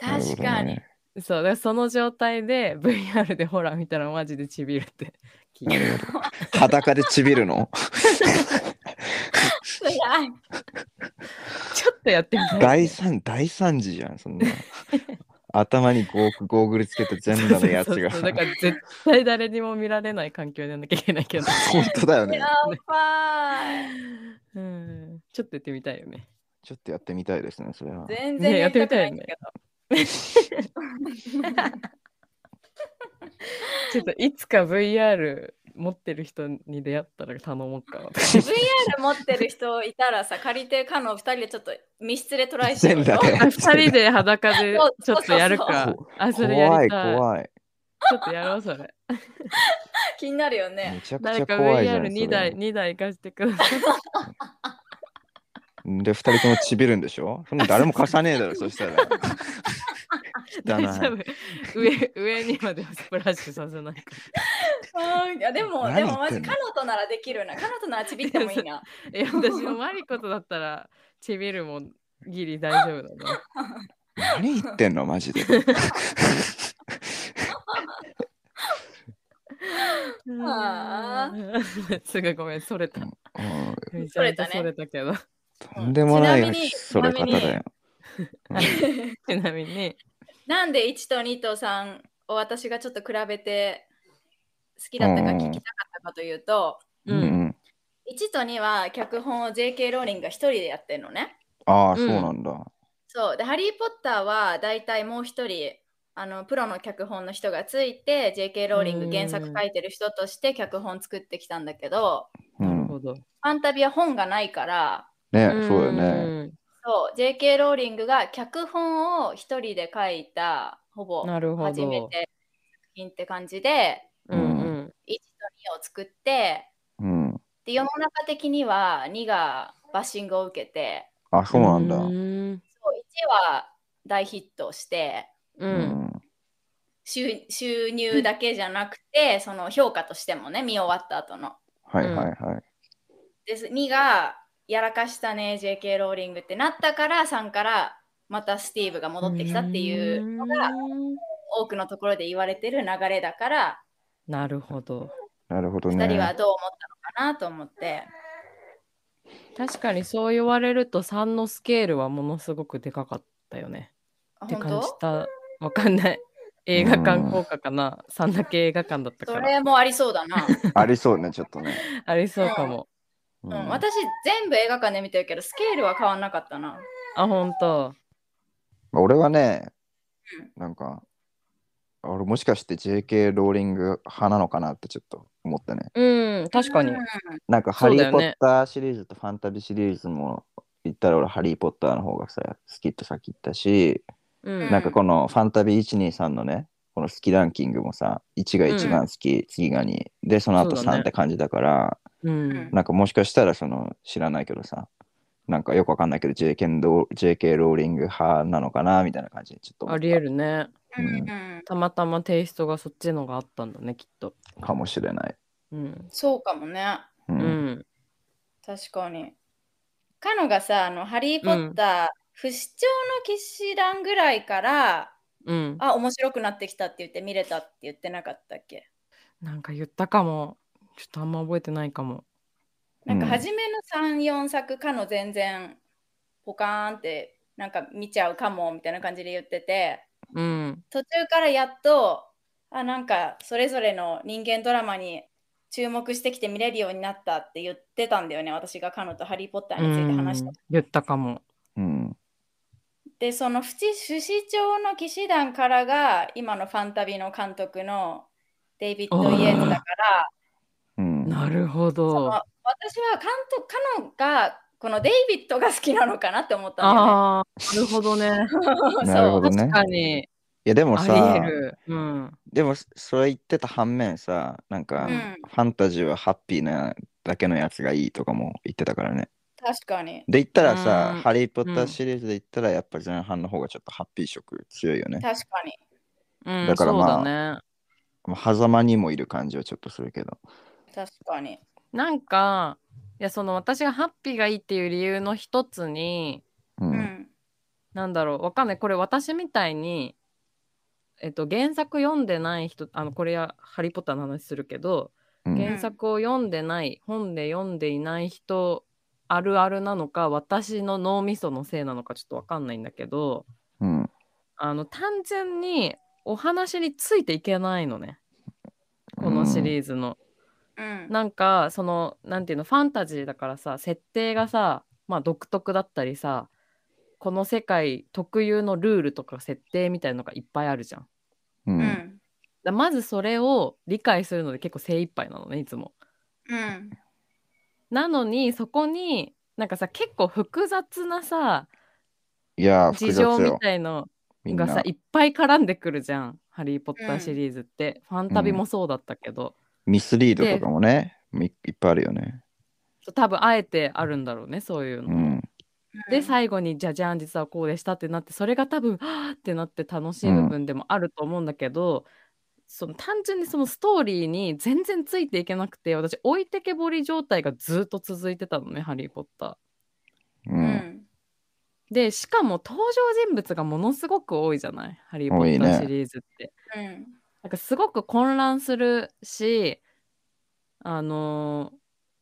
[SPEAKER 2] なるほ
[SPEAKER 1] 確
[SPEAKER 2] ど
[SPEAKER 1] かに、
[SPEAKER 2] ね。
[SPEAKER 3] そうだからその状態で VR でホラー見たらマジでちびる って聞いた
[SPEAKER 2] 裸でちびるの
[SPEAKER 1] 辛い
[SPEAKER 3] ちょっとやってみたい
[SPEAKER 2] 大惨大惨事じゃん、そんな。頭にゴーゴーグルつけて全裸のやつが。
[SPEAKER 3] そうそうそうだから絶対誰にも見られない環境でやんなきゃいけないけど、
[SPEAKER 2] 本当だよね
[SPEAKER 1] や。ばい
[SPEAKER 3] うん、ちょっとやってみたいよね
[SPEAKER 2] ちょっとやってみたいですね、それは。
[SPEAKER 1] 全
[SPEAKER 3] ね
[SPEAKER 1] 然
[SPEAKER 3] や
[SPEAKER 1] や
[SPEAKER 3] っ
[SPEAKER 1] ってて
[SPEAKER 3] み
[SPEAKER 1] み
[SPEAKER 3] た
[SPEAKER 1] たい
[SPEAKER 3] いよね
[SPEAKER 1] け
[SPEAKER 3] ちょっといつか VR 持ってる人に出会ったら頼も うか私
[SPEAKER 1] ど VR 持ってる人いたらさ借りてかの2人でちょっと密室でトライしよう
[SPEAKER 2] 全
[SPEAKER 1] よ
[SPEAKER 2] 裸で。
[SPEAKER 3] あ二人で裸でちょっとやる
[SPEAKER 2] そう
[SPEAKER 3] か
[SPEAKER 2] そう
[SPEAKER 3] あそれや
[SPEAKER 2] 怖
[SPEAKER 3] り
[SPEAKER 2] い
[SPEAKER 3] たい
[SPEAKER 2] 怖い。
[SPEAKER 3] ちょっとやろうそれ
[SPEAKER 1] 気になるよ
[SPEAKER 2] め
[SPEAKER 1] ね
[SPEAKER 2] ちゃくち
[SPEAKER 3] 誰
[SPEAKER 2] ゃ
[SPEAKER 3] か
[SPEAKER 2] 怖いじゃん。そ
[SPEAKER 3] VR2
[SPEAKER 2] れ
[SPEAKER 3] 台2台貸してください
[SPEAKER 2] で、二人ともちびるんでしょそんな誰も貸さねえだろ、そしたら。汚
[SPEAKER 3] 大
[SPEAKER 2] い
[SPEAKER 3] 丈夫上上にまではスプラッシュさせないか
[SPEAKER 1] うんいやでも
[SPEAKER 2] 何
[SPEAKER 1] で
[SPEAKER 2] 言ってん
[SPEAKER 1] も
[SPEAKER 2] の
[SPEAKER 1] マジカノとならできるなカノとならちびってもいいな
[SPEAKER 3] らいや私もマリコとだったらちびるもギリ大丈夫だな
[SPEAKER 2] 何言ってんの、マジで。
[SPEAKER 1] あ
[SPEAKER 3] すぐごめんそれた
[SPEAKER 2] うん
[SPEAKER 3] めちゃめちゃそれたけど
[SPEAKER 2] とんでもな
[SPEAKER 1] ちないみに
[SPEAKER 2] それ方だよ。
[SPEAKER 3] ちなみに
[SPEAKER 1] なんで1と2と3を私がちょっと比べて好きだったか聞きたかったかというと、
[SPEAKER 2] う
[SPEAKER 3] うん
[SPEAKER 2] うんん。
[SPEAKER 1] 1と2は脚本を JK ローリングが1人でやってるのね。
[SPEAKER 2] ああ、そうなんだ。
[SPEAKER 1] そうで「ハリー・ポッター」はだいたいもう1人あのプロの脚本の人がついて JK ローリン
[SPEAKER 3] う
[SPEAKER 1] グ
[SPEAKER 3] ん
[SPEAKER 1] 原作書いてる人として脚本作ってきたんだけど
[SPEAKER 2] う
[SPEAKER 3] なる
[SPEAKER 2] ん。
[SPEAKER 3] ほど
[SPEAKER 1] ファンタビは本がないから
[SPEAKER 2] ね、そうだよね。
[SPEAKER 1] そう JK ローリングが脚本を1人で書いたほぼ
[SPEAKER 3] なるほど
[SPEAKER 1] 初めて作品って感じで
[SPEAKER 3] うんうん
[SPEAKER 1] 1と2を作って
[SPEAKER 2] うん。
[SPEAKER 1] で世の中的には2がバッシングを受けて
[SPEAKER 2] あ、そうなんだ。
[SPEAKER 3] う
[SPEAKER 2] うん
[SPEAKER 3] ーん。
[SPEAKER 1] そう1は大ヒットして
[SPEAKER 3] うん。
[SPEAKER 1] 収収入だけじゃなくて、その評価としてもね見終わった後の。
[SPEAKER 2] はいはいはい。
[SPEAKER 1] です2がやらかしたね JK ローリングってなったから3からまたスティーブが戻ってきたっていうのが
[SPEAKER 3] うん
[SPEAKER 1] 多くのところで言われてる流れだから
[SPEAKER 3] なるほど。
[SPEAKER 2] なるほど
[SPEAKER 1] 2人は
[SPEAKER 2] ね。
[SPEAKER 1] どう思ったのかなと思って。
[SPEAKER 3] 確かにそう言われると3のスケールはものすごくでかかったよね。
[SPEAKER 1] あ
[SPEAKER 3] って
[SPEAKER 1] 本
[SPEAKER 3] 感じ
[SPEAKER 1] 当
[SPEAKER 3] た。わかんない。映画館効果かな ?3 だけ映画館だった
[SPEAKER 1] そ
[SPEAKER 3] から。
[SPEAKER 1] れもありそうだ な。
[SPEAKER 2] ありそうね、ちょっとね。
[SPEAKER 3] ありそうかも。
[SPEAKER 2] う
[SPEAKER 1] うん、私全部映画館で見てるけどスケールは変わんなかったな。
[SPEAKER 3] あ、ほんと。
[SPEAKER 2] まあ俺はね、なんか、あ俺もしかして JK ローリング派なのかなってちょっと思ったね。
[SPEAKER 3] うん、確かに
[SPEAKER 1] うん。
[SPEAKER 2] なんか、
[SPEAKER 3] そ
[SPEAKER 2] ハ
[SPEAKER 3] う
[SPEAKER 2] リ
[SPEAKER 3] だよ
[SPEAKER 2] ー・
[SPEAKER 3] ね
[SPEAKER 2] ポッターシリーズとファンタビーシリーズも言ったら俺、ハリー・ポッターの方がさ、好きってさっき言ったし、
[SPEAKER 3] うん。
[SPEAKER 2] なんかこのファンタビー123のね、この好きランキングもさ、1が一番好き、次が2、で、その後
[SPEAKER 3] そうだね
[SPEAKER 2] 3って感じだから、
[SPEAKER 3] うん
[SPEAKER 2] なんかもしかしたらその知らないけどさ、なんかよくわかんないけど JK ロー JK ローリング派なのかなみたいな感じでちょっと思
[SPEAKER 3] あ
[SPEAKER 2] っ
[SPEAKER 3] り
[SPEAKER 2] た
[SPEAKER 3] えるね。
[SPEAKER 1] うんうん、
[SPEAKER 3] たまたまテイストがそっちのがあったんだね、きっと。
[SPEAKER 2] かもしれない。
[SPEAKER 3] うん。
[SPEAKER 1] そうかもね。
[SPEAKER 2] う
[SPEAKER 3] うんん。
[SPEAKER 1] 確かに。かのがさ、あの、ハリー・ポッター、不死鳥の騎士団ぐらいから、
[SPEAKER 3] うん。
[SPEAKER 1] あ、面白くなってきたって言って見れたって言ってなかったっけ
[SPEAKER 3] なんか言ったかも。ちょっとあんま覚えてないかも。
[SPEAKER 1] なんか
[SPEAKER 2] うん
[SPEAKER 1] 初めの3、4作かの全然ポカーンってなんか見ちゃうかもみたいな感じで言ってて
[SPEAKER 3] うん。
[SPEAKER 1] 途中からやっとあなんかそれぞれの人間ドラマに注目してきて見れるようになったって言ってたんだよね私がカノとハリー・ポッターについて話した
[SPEAKER 3] うん言ったかも。
[SPEAKER 2] うん
[SPEAKER 1] でその不知不死鳥の騎士団からが今のファンタビの監督のデイビッド・イエーズだから
[SPEAKER 2] うん
[SPEAKER 3] なるほ
[SPEAKER 1] その私
[SPEAKER 3] ど。
[SPEAKER 1] は監督カノンがこのデイビッドが好きなのかなって思ったんだよね。
[SPEAKER 3] ああ、なるほどね。
[SPEAKER 2] なるほどね
[SPEAKER 3] 確かに。
[SPEAKER 2] いやでも
[SPEAKER 3] ありえ
[SPEAKER 2] さ、
[SPEAKER 3] る。うん。
[SPEAKER 2] でもそれ言ってた反面さ、なんか
[SPEAKER 1] う
[SPEAKER 2] フ
[SPEAKER 1] ん
[SPEAKER 2] ァンタジーはハッピーなだけのやつがいいとかも言ってたからね。
[SPEAKER 1] 確かに
[SPEAKER 2] で言ったらさ
[SPEAKER 3] うん、
[SPEAKER 2] ハリー・ポッター
[SPEAKER 3] うん
[SPEAKER 2] シリーズで言ったらやっぱ前半の方がちょっとハッピー色強いよね。
[SPEAKER 1] 確かに
[SPEAKER 3] うん、
[SPEAKER 2] だからまあ
[SPEAKER 3] そうだね。
[SPEAKER 2] まあ狭間にもいる感じはちょっとするけど。
[SPEAKER 1] 確かに。
[SPEAKER 3] なんか、いや、その私がハッピーがいいっていう理由の一つに、
[SPEAKER 2] う。
[SPEAKER 1] うんん
[SPEAKER 3] なんだろう、わかんない。これ私みたいに、えっと、原作読んでない人、あの、これはハリー・ポッターの話するけど、
[SPEAKER 2] うん
[SPEAKER 3] 原作を読んでない、本で読んでいない人あるあるなのか私の脳みそのせいなのかちょっとわかんないんだけど
[SPEAKER 2] うん。
[SPEAKER 3] あの単純にお話についていけないのねこのシリーズの。
[SPEAKER 1] うん
[SPEAKER 3] なんかそのなんていうのファンタジーだからさ設定がさまあ独特だったりさこの世界特有のルールとか設定みたいのがいっぱいあるじゃん。
[SPEAKER 2] う
[SPEAKER 1] う
[SPEAKER 2] ん。うん
[SPEAKER 1] ん
[SPEAKER 3] だまずそれを理解するので結構精一杯なのねいつも。
[SPEAKER 1] うん
[SPEAKER 3] なのにそこになんかさ結構複雑なさ
[SPEAKER 2] いやー、複
[SPEAKER 3] 事
[SPEAKER 2] 雑
[SPEAKER 3] 情み
[SPEAKER 2] よ。
[SPEAKER 3] たいの
[SPEAKER 2] みん
[SPEAKER 3] が
[SPEAKER 2] な。
[SPEAKER 3] さいっぱい絡んでくるじゃん「ハリー・ポッター」シリーズって、ファンタビもそうだったけど、
[SPEAKER 2] ミスリードとかもね、いいっぱいあるよね。
[SPEAKER 3] そう多分あえてあるんだろうねそういうの。
[SPEAKER 2] うん。
[SPEAKER 3] で最後に「じゃじゃん実はこうでした」ってなってそれが多分「はぁってなって楽しい部分でもあると思うんだけど、その単純にそのストーリーに全然ついていけなくて私置いてけぼり状態がずっと続いてたのね「ハリー・ポッター」
[SPEAKER 2] う。
[SPEAKER 1] うんん
[SPEAKER 3] でしかも登場人物がものすごく多いじゃない「ハリー・ポ
[SPEAKER 2] 多いね
[SPEAKER 3] ッター」シリーズって。
[SPEAKER 1] うん
[SPEAKER 3] なんかすごく混乱するしあの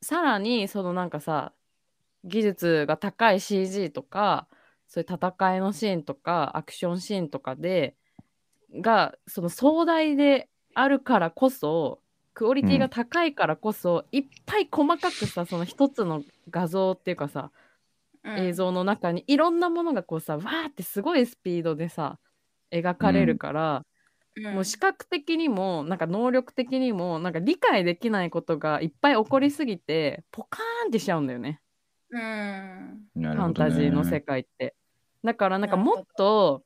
[SPEAKER 3] ーさらにそのなんかさ技術が高い CG とかそういう戦いのシーンとかアクションシーンとかでがその壮大であるからこそクオリティが高いからこそ、いっぱい細かくさその一つの画像っていうかさ
[SPEAKER 1] うん
[SPEAKER 3] 映像の中にいろんなものがこうさわーってすごいスピードでさ描かれるから、
[SPEAKER 1] うん
[SPEAKER 3] もう視覚的にもなんか能力的にもなんか理解できないことがいっぱい起こりすぎてポカーンってしちゃうんだよね
[SPEAKER 1] うん
[SPEAKER 2] な
[SPEAKER 3] ファンタジーの世界って。だからなんかもっと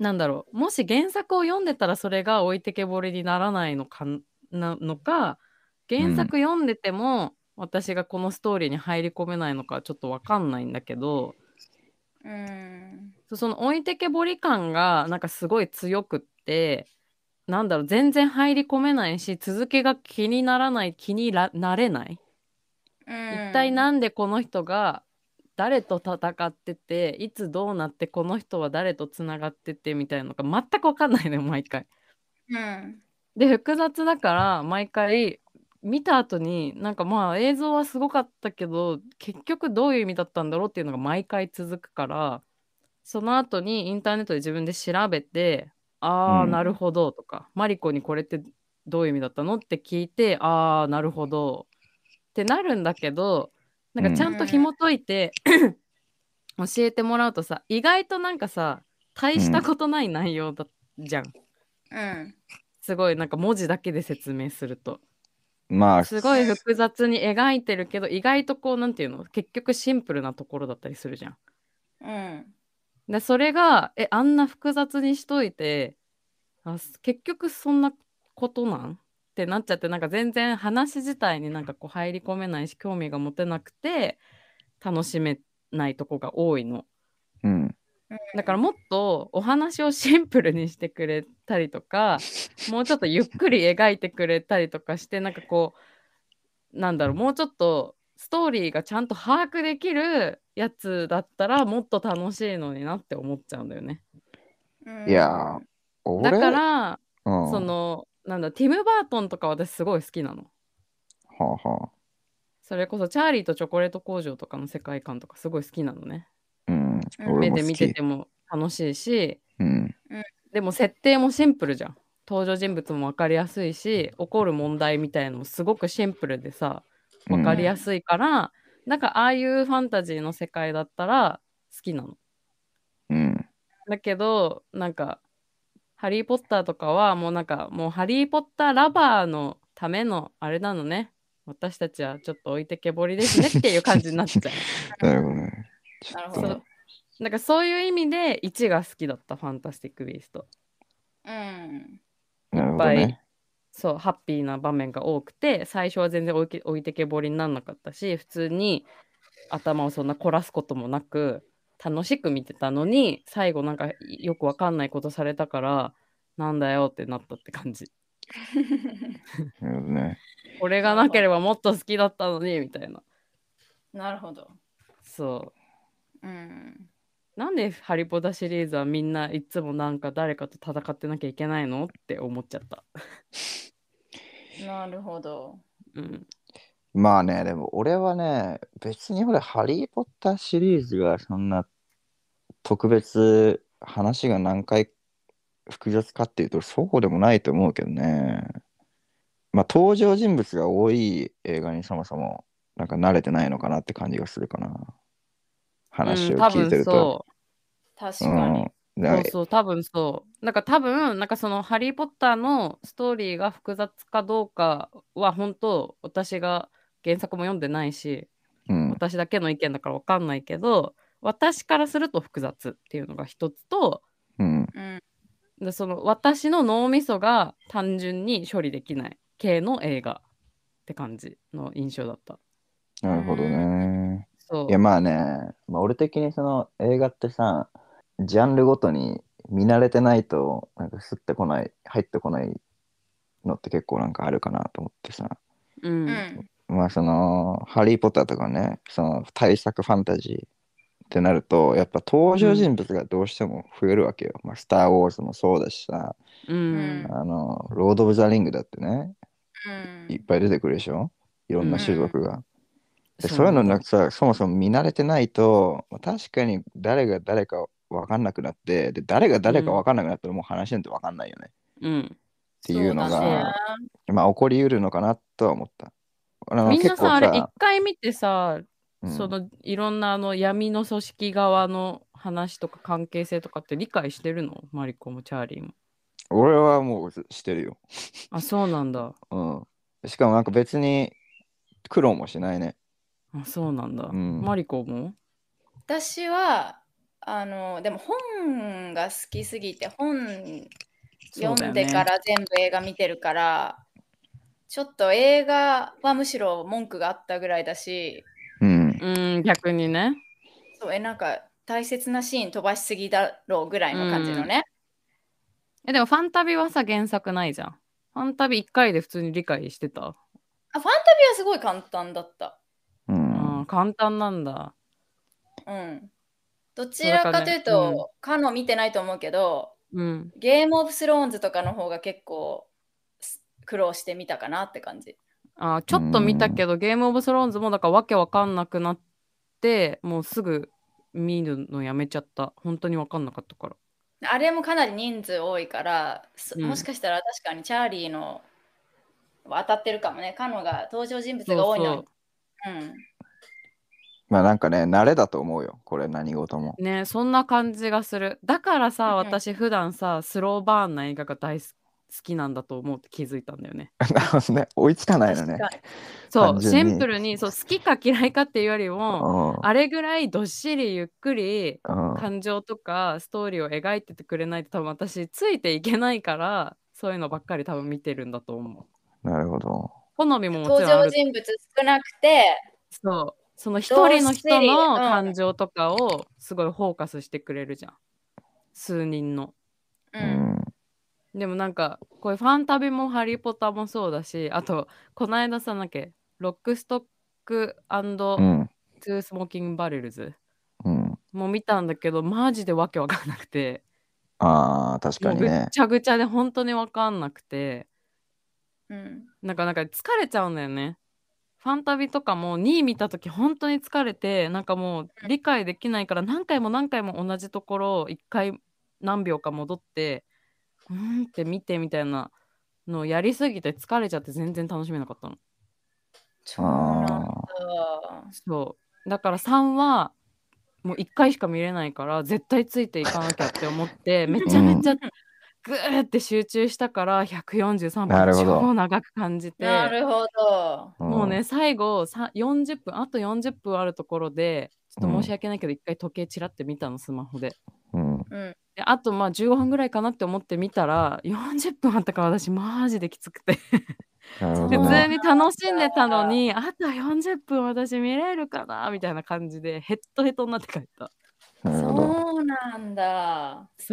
[SPEAKER 3] なんだろうもし原作を読んでたらそれが置いてけぼりにならないのかなのか原作読んでても私がこのストーリーに入り込めないのかちょっとわかんないんだけど。
[SPEAKER 1] うん。
[SPEAKER 3] そうその置いてけぼり感がなんかすごい強くってなんだろう全然入り込めないし続きが気にならない気にらなれない、
[SPEAKER 1] 一
[SPEAKER 3] 一体なんでこの人が誰と戦ってていつどうなってこの人は誰とつながっててみたいなのが全く分かんないね毎回。
[SPEAKER 1] うん。
[SPEAKER 3] で複雑だから毎回見た後になんかまあ映像はすごかったけど結局どういう意味だったんだろうっていうのが毎回続くからその後にインターネットで自分で調べてああ、
[SPEAKER 2] うん
[SPEAKER 3] なるほどとかマリコにこれってどういう意味だったのって聞いてああなるほどってなるんだけどなんかちゃんと紐解いて、教えてもらうとさ意外となんかさ大したことない内容だ、じゃん。
[SPEAKER 1] うん。
[SPEAKER 3] すごいなんか文字だけで説明すると
[SPEAKER 2] まあ、
[SPEAKER 3] すごい複雑に描いてるけど意外とこうなんていうの結局シンプルなところだったりするじゃん。
[SPEAKER 1] うん。
[SPEAKER 3] でそれがえあんな複雑にしといてあす結局そんなことなんってなっちゃってなんか全然話自体になんかこう入り込めないし興味が持てなくて楽しめないとこが多いの。
[SPEAKER 2] うん。
[SPEAKER 3] だからもっとお話をシンプルにしてくれたりと かもうちょっとゆっくり描いてくれたりとかしてなんかこうなんだろうもうちょっとストーリーがちゃんと把握できるやつだったらもっと楽しいのになって思っちゃうんだよね。
[SPEAKER 1] うん
[SPEAKER 2] いやー、俺
[SPEAKER 3] だから
[SPEAKER 2] うん、
[SPEAKER 3] そ、のなんだティム・バートンとか私すごい好きなの。
[SPEAKER 2] はあ、はあ、
[SPEAKER 3] それこそチャーリーとチョコレート工場とかの世界観とかすごい好きなのね。
[SPEAKER 2] うん、
[SPEAKER 3] 目
[SPEAKER 2] 俺も
[SPEAKER 3] で
[SPEAKER 2] 好
[SPEAKER 3] 見
[SPEAKER 2] き
[SPEAKER 3] て。ても楽しいし
[SPEAKER 2] うん、
[SPEAKER 3] でも設定もシンプルじゃん登場人物も分かりやすいし起こる問題みたいなのもすごくシンプルでさ分かりやすいから、なんかああいうファンタジーの世界だったら好きなの。
[SPEAKER 2] うん、
[SPEAKER 3] だけどなんか「ハリー・ポッター」とかはもうなんかもう「ハリー・ポッター」ラバーのためのあれなのね私たちはちょっと置いてけぼりです ねっていう感じになっちゃう。
[SPEAKER 2] なるほどね。ちょっと
[SPEAKER 1] な
[SPEAKER 3] そ
[SPEAKER 1] る
[SPEAKER 3] うなんかそういう意味で1が好きだった「ファンタスティック・ビースト」。
[SPEAKER 1] うん。
[SPEAKER 2] なるほどね。
[SPEAKER 3] そうハッピーな場面が多くて最初は全然置いけ置いてけぼりにならなかったし普通に頭をそんな凝らすこともなく楽しく見てたのに最後なんかよくわかんないことされたからなんだよってなったって感じ
[SPEAKER 2] なるほどね。
[SPEAKER 3] これがなければもっと好きだったのにみたいな
[SPEAKER 1] なるほど。
[SPEAKER 3] そ
[SPEAKER 1] うん。
[SPEAKER 3] うなんで「ハリポタ」シリーズはみんないつもなんか誰かと戦ってなきゃいけないのって思っちゃった
[SPEAKER 1] なるほど。
[SPEAKER 3] うん
[SPEAKER 2] まあね、でも俺はね、別に俺、ハリー・ポッターシリーズがそんな特別話が何回複雑かっていうと、そうでもないと思うけどね。まあ、登場人物が多い映画にそもそも、なんか慣れてないのかなって感じがするかな。話を
[SPEAKER 3] うん多
[SPEAKER 2] 聞い
[SPEAKER 3] 分
[SPEAKER 2] てると。
[SPEAKER 3] そう
[SPEAKER 1] 確
[SPEAKER 2] う
[SPEAKER 1] かに。
[SPEAKER 2] ん。
[SPEAKER 3] そ
[SPEAKER 2] だ
[SPEAKER 3] うそう、多分そう。なんか多分、なんかそのハリー・ポッターのストーリーが複雑かどうかは、本当私が原作も読んでないし、
[SPEAKER 2] うん。
[SPEAKER 3] 私だけの意見だからわかんないけど、私からすると複雑っていうのが一つと、
[SPEAKER 2] うん。
[SPEAKER 1] うん。
[SPEAKER 3] でその私の脳みそが単純に処理できない系の映画って感じの印象だった。
[SPEAKER 2] なるほどね。
[SPEAKER 3] そう
[SPEAKER 2] いや。まあね、まあ、俺的にその映画ってさジャンルごとに見慣れてないとなんかすってこない入ってこないのって結構なんかあるかなと思ってさ
[SPEAKER 3] う。
[SPEAKER 1] うんん。
[SPEAKER 2] まあその「ハリー・ポッター」とかねその大作ファンタジーってなるとやっぱ登場人物がどうしても増えるわけよ、まあ、スター・ウォーズもそうだしさ
[SPEAKER 3] うん。
[SPEAKER 2] あのロード・オブ・ザ・リングだってね
[SPEAKER 1] うん
[SPEAKER 2] いっぱい出てくるでしょいろんな種族が、で
[SPEAKER 3] そう
[SPEAKER 2] そういうの
[SPEAKER 3] な
[SPEAKER 2] なんんかさそもそも見慣れてないとまあ確かに誰が誰か分かんなくなってで誰が誰か分かんなくなったらもう話なんて分かんないよね、
[SPEAKER 3] うん。
[SPEAKER 2] っていうの
[SPEAKER 1] そだね
[SPEAKER 2] がまあ起こりうるのかなとは思った。あの
[SPEAKER 3] みんな
[SPEAKER 2] 結構
[SPEAKER 3] さ、あれ、一回見てさ、
[SPEAKER 2] うん
[SPEAKER 3] そのいろんなあの闇の組織側の話とか関係性とかって理解してるのマリコもチャーリーも。
[SPEAKER 2] 俺はもうしてるよ、
[SPEAKER 3] あそうなんだ。
[SPEAKER 2] うん。しかもなんか別に苦労もしないね。
[SPEAKER 3] あそうなんだ。
[SPEAKER 2] うん
[SPEAKER 3] マリコも
[SPEAKER 1] 私は、あの、でも本が好きすぎて、本読んでか。
[SPEAKER 3] そうだよね
[SPEAKER 1] ら全部映画見てるから、ちょっと映画はむしろ文句があったぐらいだし、
[SPEAKER 2] うん、
[SPEAKER 3] うん逆にね。
[SPEAKER 1] そうえなんか大切なシーン飛ばしすぎだろうぐらいの感じのね。
[SPEAKER 3] えでもファンタビはさ原作ないじゃん。ファンタビ1回で普通に理解してた。
[SPEAKER 1] あファンタビはすごい簡単だった。
[SPEAKER 2] うん
[SPEAKER 3] うん、簡単なんだ。
[SPEAKER 1] うん。どちらかという
[SPEAKER 3] そうだ
[SPEAKER 1] と、
[SPEAKER 3] ね
[SPEAKER 1] カノ見てないと思うけど、
[SPEAKER 3] うん。
[SPEAKER 1] ゲームオブスローンズとかの方が結構す苦労してみたかなって感じ。
[SPEAKER 3] あーちょっと見たけど、ゲームオブスローンズもだからわけわかんなくなって、もうすぐ見るのやめちゃった。本当にわかんなかったから。
[SPEAKER 1] あれもかなり人数多いから、そ
[SPEAKER 3] うん
[SPEAKER 1] もしかしたら確かにチャーリーのは当たってるかもね。カノが登場人物が多いのに。
[SPEAKER 3] そううん
[SPEAKER 2] まあなんかね、慣れだと思うよ。これ何事も。
[SPEAKER 3] ねそんな感じがする。だから
[SPEAKER 1] うんう
[SPEAKER 3] さ、
[SPEAKER 1] ん
[SPEAKER 3] 私普段さ、スローバーンな映画が大好きなんだと思うって気づいたんだよね。
[SPEAKER 2] なるほどね。追いつかないの
[SPEAKER 1] ん
[SPEAKER 2] ね。
[SPEAKER 1] 確かに
[SPEAKER 3] そう、
[SPEAKER 2] 単純
[SPEAKER 3] シ
[SPEAKER 2] に
[SPEAKER 3] ンプルにそう好きか嫌いかっていうより
[SPEAKER 2] う
[SPEAKER 3] も、
[SPEAKER 2] ん。
[SPEAKER 3] あれぐらいどっしりゆっくり
[SPEAKER 2] うん
[SPEAKER 3] 感情とかストーリーを描いててくれないと多分私ついていけないから、そういうのばっかり多分見てるんだと思う。
[SPEAKER 2] なるほど。
[SPEAKER 3] 好みももち
[SPEAKER 1] 登
[SPEAKER 3] ろんあ
[SPEAKER 1] 場
[SPEAKER 3] る。
[SPEAKER 1] 人物少なくて、
[SPEAKER 3] そう。その一
[SPEAKER 1] どう
[SPEAKER 3] 人の人
[SPEAKER 1] しりうん
[SPEAKER 3] の感情とかをすごいフォーカスしてくれるじゃん。数人の。
[SPEAKER 1] う。
[SPEAKER 2] うんん。
[SPEAKER 3] でもなんかこういうファンタビも「ハリー・ポタ」もそうだしあとこの間さなんだっけロックストック
[SPEAKER 2] う
[SPEAKER 3] ト
[SPEAKER 2] ん。
[SPEAKER 3] ゥースモーキング・バレルズ
[SPEAKER 2] うん。
[SPEAKER 3] も見たんだけどマジでわけわかんなくて
[SPEAKER 2] ああ、確かに
[SPEAKER 3] もうぐっ
[SPEAKER 2] ね。
[SPEAKER 3] ちゃぐちゃで本当にわかんなくて
[SPEAKER 1] うん。
[SPEAKER 3] なんかなんか疲れちゃうんだよね。ファンタビとかも2位見た時本当に疲れてなんかもう理解できないから何回も何回も同じところを1回何秒か戻ってうーんって見てみたいなのをやりすぎて疲れちゃって全然楽しめなかったの。
[SPEAKER 1] そうなんだ。
[SPEAKER 3] そうだから3はもう1回しか見れないから絶対ついていかなきゃって思ってめちゃめちゃグーって集中したから143
[SPEAKER 2] なるほ
[SPEAKER 3] 分
[SPEAKER 2] ど
[SPEAKER 3] 超長く感じて。
[SPEAKER 1] なるほど。
[SPEAKER 2] ん
[SPEAKER 3] もうね、。最後さ40分あと40分あるところでちょっと申し訳ないけど一回時計ちらって見たのスマホで
[SPEAKER 2] うん。
[SPEAKER 1] うん。
[SPEAKER 3] であとまあ15分ぐらいかなって思って見たら40分あったから私マジできつくて
[SPEAKER 2] なるほ
[SPEAKER 3] 普
[SPEAKER 2] ど
[SPEAKER 3] 通
[SPEAKER 2] ね。
[SPEAKER 3] に楽しんでたのにあと40分私見れるかなみたいな感じでヘッドヘッドになって帰った
[SPEAKER 2] なるほど。
[SPEAKER 1] そうなんだ。
[SPEAKER 3] そ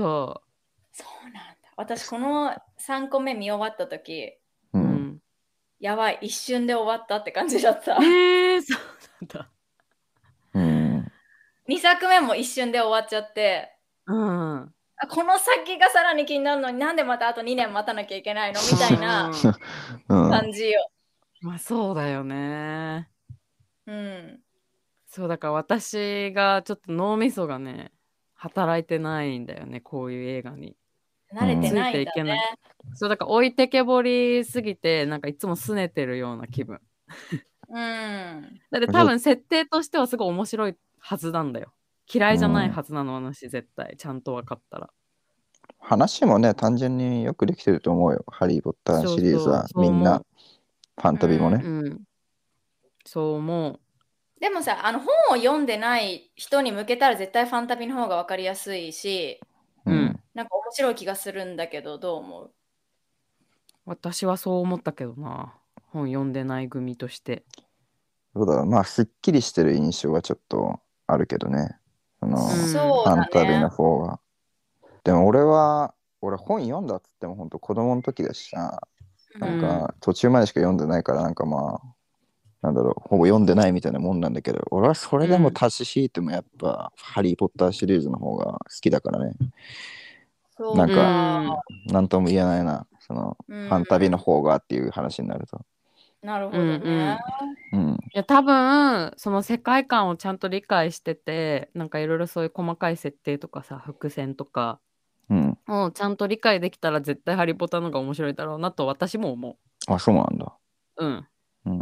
[SPEAKER 1] そうなんだ。私、この3個目見終わったとき、
[SPEAKER 2] う。
[SPEAKER 3] う、うんん、
[SPEAKER 1] やばい、一瞬で終わったって感じだ った。
[SPEAKER 3] えー、そうなんだ
[SPEAKER 2] うん。
[SPEAKER 1] 2作目も一瞬で終わっちゃって、
[SPEAKER 3] うん
[SPEAKER 1] あこの先がさらに気になるのになんでまたあと2年待たなきゃいけないのみたいな
[SPEAKER 3] うん
[SPEAKER 2] うん。
[SPEAKER 1] 感じよ。
[SPEAKER 3] まあそうだよね
[SPEAKER 1] うん。
[SPEAKER 3] そうだから私がちょっと脳みそがね働いてないんだよねこういう映画に
[SPEAKER 1] 慣れ
[SPEAKER 3] つ
[SPEAKER 1] て
[SPEAKER 3] い
[SPEAKER 1] ない
[SPEAKER 3] て
[SPEAKER 1] ん
[SPEAKER 3] い
[SPEAKER 1] だ
[SPEAKER 3] けない
[SPEAKER 1] ね。
[SPEAKER 3] そうだから置いてけぼりすぎてなんかいつも拗ねてるような気分
[SPEAKER 1] うん。
[SPEAKER 3] だって多分設定としてはすごい面白いはずなんだよ嫌いじゃないはずなの話絶対ちゃんと分かったら
[SPEAKER 2] 話もね、単純によくできてると思うよ。ハリー・ポッターシリーズは
[SPEAKER 3] そうそうそう
[SPEAKER 2] み
[SPEAKER 3] 思うん
[SPEAKER 2] な、ファンタビも
[SPEAKER 1] う
[SPEAKER 2] ね。
[SPEAKER 3] うんそう思
[SPEAKER 1] でもさ、あの本を読んでない人に向けたら絶対ファンタビの方が分かりやすいし、
[SPEAKER 3] う
[SPEAKER 2] うんん。
[SPEAKER 1] なんか面白い気がするんだけど、どう思う
[SPEAKER 3] う私はそう思ったけどな本読んでない組として
[SPEAKER 2] そうだ、まあ、すっきりしてる印象はちょっとあるけどね。その、
[SPEAKER 3] うん
[SPEAKER 1] そう
[SPEAKER 2] ファ
[SPEAKER 1] だ
[SPEAKER 2] ンタビーの
[SPEAKER 1] ね。
[SPEAKER 2] 方が。でも俺は、俺本読んだっつっても本当子供の時だしさ、なんか途中までしか読んでないから、なんかまあ、なんだろう、ほぼ読んでないみたいなもんなんだけど、俺はそれでも足し引いてもやっぱ、ハリー・ポッターシリーズの方が好きだからね。
[SPEAKER 1] そう
[SPEAKER 2] なん
[SPEAKER 3] か
[SPEAKER 2] なんとも言えないな、その、
[SPEAKER 1] うん
[SPEAKER 2] ファンタビーの方がっていう話になると。
[SPEAKER 1] なるほどね。
[SPEAKER 3] うんうん
[SPEAKER 2] うん。
[SPEAKER 3] いや多分その世界観をちゃんと理解しててなんかいろいろそういう細かい設定とかさ伏線とか
[SPEAKER 2] うん。
[SPEAKER 3] をちゃんと理解できたら絶対「ハリポタ」の方が面白いだろうなと私も思
[SPEAKER 2] あ、そうなんだ。
[SPEAKER 3] う。うん、
[SPEAKER 2] うん。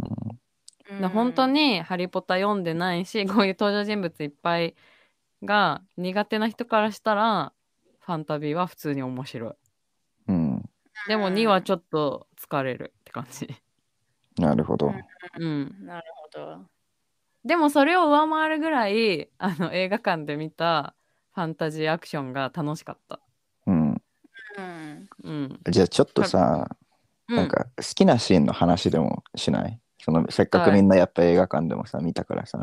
[SPEAKER 1] うん
[SPEAKER 3] で本当に「ハリポタ」読んでないし こういう登場人物いっぱいが苦手な人からしたらファンタビーは普通に面白い。
[SPEAKER 2] うん。
[SPEAKER 3] でも2はちょっと疲れるって感じ。
[SPEAKER 2] なるほど。
[SPEAKER 3] うん、
[SPEAKER 1] なるほど。
[SPEAKER 3] でもそれを上回るぐらいあの映画館で見たファンタジーアクションが楽しかった。
[SPEAKER 2] うん。
[SPEAKER 1] うん。
[SPEAKER 3] うん。
[SPEAKER 2] じゃあちょっとさ、
[SPEAKER 3] うん
[SPEAKER 2] なんか好きなシーンの話でもしないそのせっかくみんなやっぱ映画館でもさ見たからさ、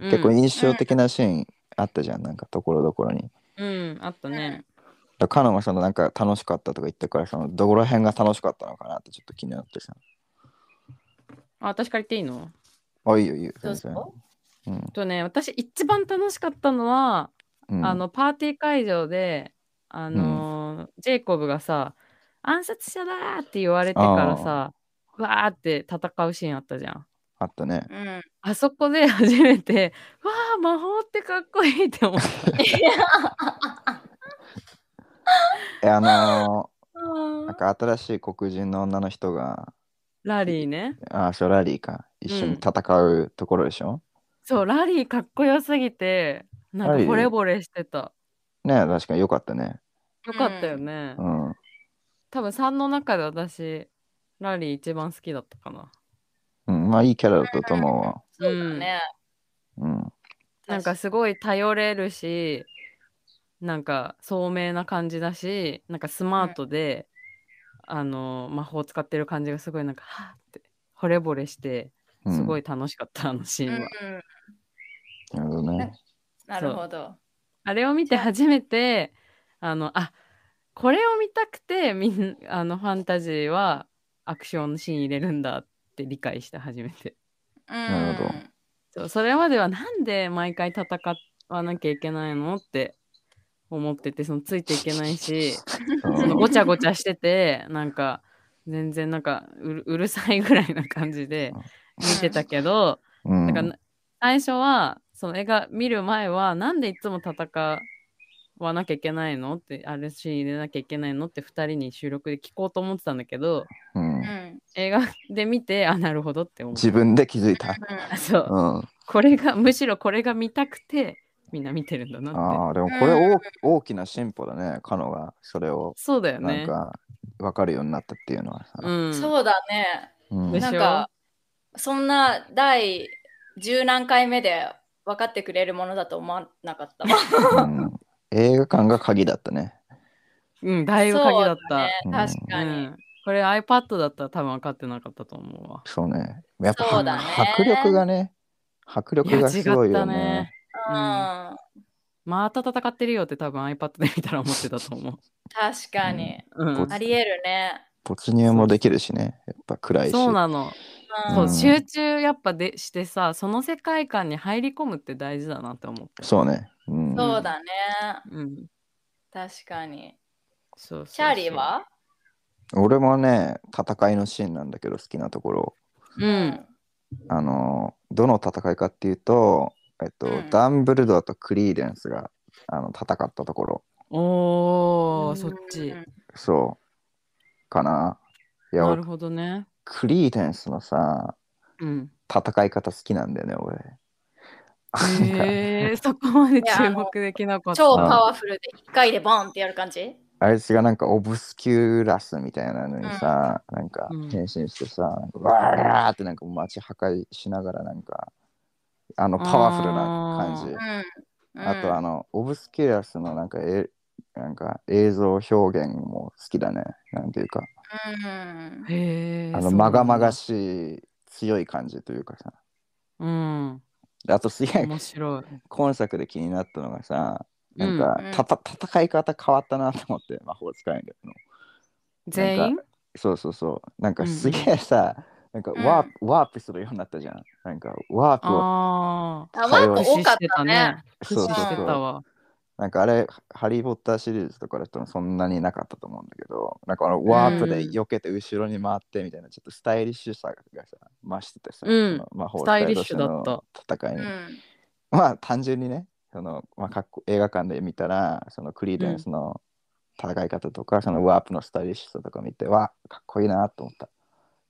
[SPEAKER 3] うん
[SPEAKER 2] 結構印象的なシーンあったじゃん、なんかところどころに。
[SPEAKER 3] うん、あったね。
[SPEAKER 2] だからカノがそのなんか楽しかったとか言ったから、そのどこら辺が楽しかったのかなってちょっと気になってさ。
[SPEAKER 3] あ、私借りていいの
[SPEAKER 2] あ、いいよいいよ、
[SPEAKER 1] ど
[SPEAKER 2] 全
[SPEAKER 1] うぞ
[SPEAKER 2] 然。。うん
[SPEAKER 3] とね、私一番楽しかったのは、
[SPEAKER 2] うん、
[SPEAKER 3] あのパーティー会場で、あのージェイコブがさ暗殺者だーって言われてからさわーって戦うシーンあったじゃん
[SPEAKER 2] あったね。
[SPEAKER 1] うん。い
[SPEAKER 3] あそこで初めてわー魔法ってかっこいいって思っ
[SPEAKER 2] え、あのー、な
[SPEAKER 3] た
[SPEAKER 2] んか新しい黒人の女の人が、
[SPEAKER 3] ラリーね
[SPEAKER 2] あ、そうラリーか、一緒に戦うところでしょ、
[SPEAKER 3] そうラリーかっこよすぎてな
[SPEAKER 2] ラ
[SPEAKER 3] ん
[SPEAKER 2] リ
[SPEAKER 3] か
[SPEAKER 2] ー
[SPEAKER 3] 惚れ惚れしてた
[SPEAKER 2] ね確かによかったね。
[SPEAKER 3] よかったよね、
[SPEAKER 2] うん。う
[SPEAKER 3] 多分3の中で私ラリー一番好きだったかな、
[SPEAKER 2] ん、まあいいキャラだったと思うわ。
[SPEAKER 1] そうだ ね。
[SPEAKER 2] うん。
[SPEAKER 3] なんかすごい頼れるし、なんか聡明な感じだし、なんかスマートで、あの魔法使ってる感じがすごいなんかはあって惚れ惚れして、
[SPEAKER 2] うん、
[SPEAKER 3] すごい楽しかった、あのシー
[SPEAKER 1] う
[SPEAKER 3] ンは。
[SPEAKER 1] ん。
[SPEAKER 2] なるほど ね。
[SPEAKER 1] なるほど。
[SPEAKER 3] あれを見て初めてあのあこれを見たくてみんあのファンタジーはアクションシーン入れるんだって理解して初めて。
[SPEAKER 1] うん。
[SPEAKER 2] なるほど
[SPEAKER 3] そうそれまではなんで毎回戦わなきゃいけないのって思っててそのついていけないし
[SPEAKER 2] うん
[SPEAKER 3] そのごちゃごちゃしてて、なんか、全然なんかうる、うるさいぐらいな感じで見てたけど、
[SPEAKER 2] うん
[SPEAKER 3] なんかな、最初は、その映画見る前は、なんでいつも戦わなきゃいけないのって、あるシーン入れなきゃいけないのって、2人に収録で聞こうと思ってたんだけど、
[SPEAKER 2] うん
[SPEAKER 1] うん。
[SPEAKER 3] 映画で見て、あ、なるほどって思った
[SPEAKER 2] 自分で気づいた。
[SPEAKER 3] あ そう、
[SPEAKER 2] うん。
[SPEAKER 3] これが、むしろこれが見たくて、みんな見てるんだなって。
[SPEAKER 2] ああ、でもこれ大き大きな進歩だね、カノがそれを
[SPEAKER 3] そうだよ
[SPEAKER 2] なん
[SPEAKER 3] ね。
[SPEAKER 2] か分かるようになったっていうのは
[SPEAKER 3] う
[SPEAKER 2] さ。
[SPEAKER 1] うん
[SPEAKER 3] ん。
[SPEAKER 1] そうだね。
[SPEAKER 2] うん
[SPEAKER 3] でしょ
[SPEAKER 1] なんか、そんな第十何回目で分かってくれるものだと思わなかったわ。
[SPEAKER 2] うん映画館が鍵だったね。
[SPEAKER 3] うん、だいぶ鍵だっ
[SPEAKER 1] そう
[SPEAKER 3] た。
[SPEAKER 1] だね確か
[SPEAKER 3] う
[SPEAKER 1] に。
[SPEAKER 3] ん、これ iPad だったら多分分かってなかったと思うわ。
[SPEAKER 2] そうね。やっぱ
[SPEAKER 1] そうだね
[SPEAKER 2] 迫力がね、迫力がすごい
[SPEAKER 3] い
[SPEAKER 2] よ
[SPEAKER 3] や違った
[SPEAKER 2] ね
[SPEAKER 3] ね。
[SPEAKER 1] うんん。
[SPEAKER 3] また戦ってるよって多分 iPad で見たら思ってたと思う。
[SPEAKER 1] 確かに。
[SPEAKER 3] うん
[SPEAKER 2] こっ
[SPEAKER 1] ありえるね。
[SPEAKER 2] 没入もできるしね、やっぱ暗いし。
[SPEAKER 3] そうな
[SPEAKER 1] う
[SPEAKER 3] の、
[SPEAKER 1] ん
[SPEAKER 3] そううん集中やっぱでしてさその世界観に入り込むって大事だなって思った
[SPEAKER 2] そうね。うん。
[SPEAKER 1] そうだね。
[SPEAKER 3] うん
[SPEAKER 1] 確かに。
[SPEAKER 3] そうそうそう
[SPEAKER 1] シャーリーは
[SPEAKER 2] 俺もね、戦いのシーンなんだけど、好きなところ。
[SPEAKER 1] う
[SPEAKER 3] う。
[SPEAKER 1] ん
[SPEAKER 2] あのー、どの戦いかっていうと、えっと、
[SPEAKER 1] うん
[SPEAKER 2] ダンブルドアとクリーデンスがあの戦ったところ。
[SPEAKER 3] おーそっち
[SPEAKER 1] うん
[SPEAKER 2] そう。かな。いや、
[SPEAKER 3] な
[SPEAKER 2] 俺
[SPEAKER 3] るほどね
[SPEAKER 2] クリーデンスのさ、
[SPEAKER 3] うん
[SPEAKER 2] 戦い方好きなんだよね、俺。なんか
[SPEAKER 3] へえー、そこまで注目できなかった
[SPEAKER 1] 超パワフルで一回でボンってやる感じ
[SPEAKER 2] あいつがなんかオブスキュラスみたいなのにさ、なんか
[SPEAKER 3] うん
[SPEAKER 2] 変身してさ、なんかわーってなんか街破壊しながらなんか、あのパワフルな感じ
[SPEAKER 1] う。ん。うん
[SPEAKER 2] あとあの、オブスキュラスのなんかえなんか映像表現も好きだね。なんていうか、
[SPEAKER 1] うん。
[SPEAKER 3] へえ
[SPEAKER 2] あの、まがまがしい強い感じというかさ。
[SPEAKER 3] うん
[SPEAKER 2] あとすげえ
[SPEAKER 3] 面白い
[SPEAKER 2] 今作で気になったのがさ、なん
[SPEAKER 1] う
[SPEAKER 2] か
[SPEAKER 1] ん
[SPEAKER 2] たた戦い方変わったなと思って魔法使いの。
[SPEAKER 3] 全員
[SPEAKER 2] そうそうそう。なんか
[SPEAKER 3] うんうん
[SPEAKER 2] すげえさ、なんか
[SPEAKER 1] うん
[SPEAKER 2] ワープ、ワープするようになったじゃん。なんかワープを。
[SPEAKER 3] ああ
[SPEAKER 1] あ、ワープ
[SPEAKER 2] 会
[SPEAKER 1] 多
[SPEAKER 3] 駆使
[SPEAKER 1] かっ
[SPEAKER 3] して
[SPEAKER 1] た
[SPEAKER 3] た
[SPEAKER 1] ね。
[SPEAKER 3] ね
[SPEAKER 2] そ
[SPEAKER 3] 駆
[SPEAKER 2] う
[SPEAKER 3] 使
[SPEAKER 2] そ
[SPEAKER 3] し
[SPEAKER 2] う
[SPEAKER 3] て
[SPEAKER 2] そ
[SPEAKER 3] た
[SPEAKER 2] う。
[SPEAKER 3] わ
[SPEAKER 2] なんかあれ、ハリー・ポッターシリーズとかだとそんなになかったと思うんだけど、なんかあのワープで避けて後ろに回ってみたいな、ちょっとスタイリッシュさがさ、増しててさ、
[SPEAKER 3] うん
[SPEAKER 2] その魔法
[SPEAKER 3] スタイリッシュだった
[SPEAKER 2] 使いとしての戦いに。
[SPEAKER 1] うん。
[SPEAKER 2] まあ単純にねその、まあ、かっこ映画館で見たらそのクリーデンスの戦い方とか、そのワープのスタイリッシュさとか見てわかっこいいなと思った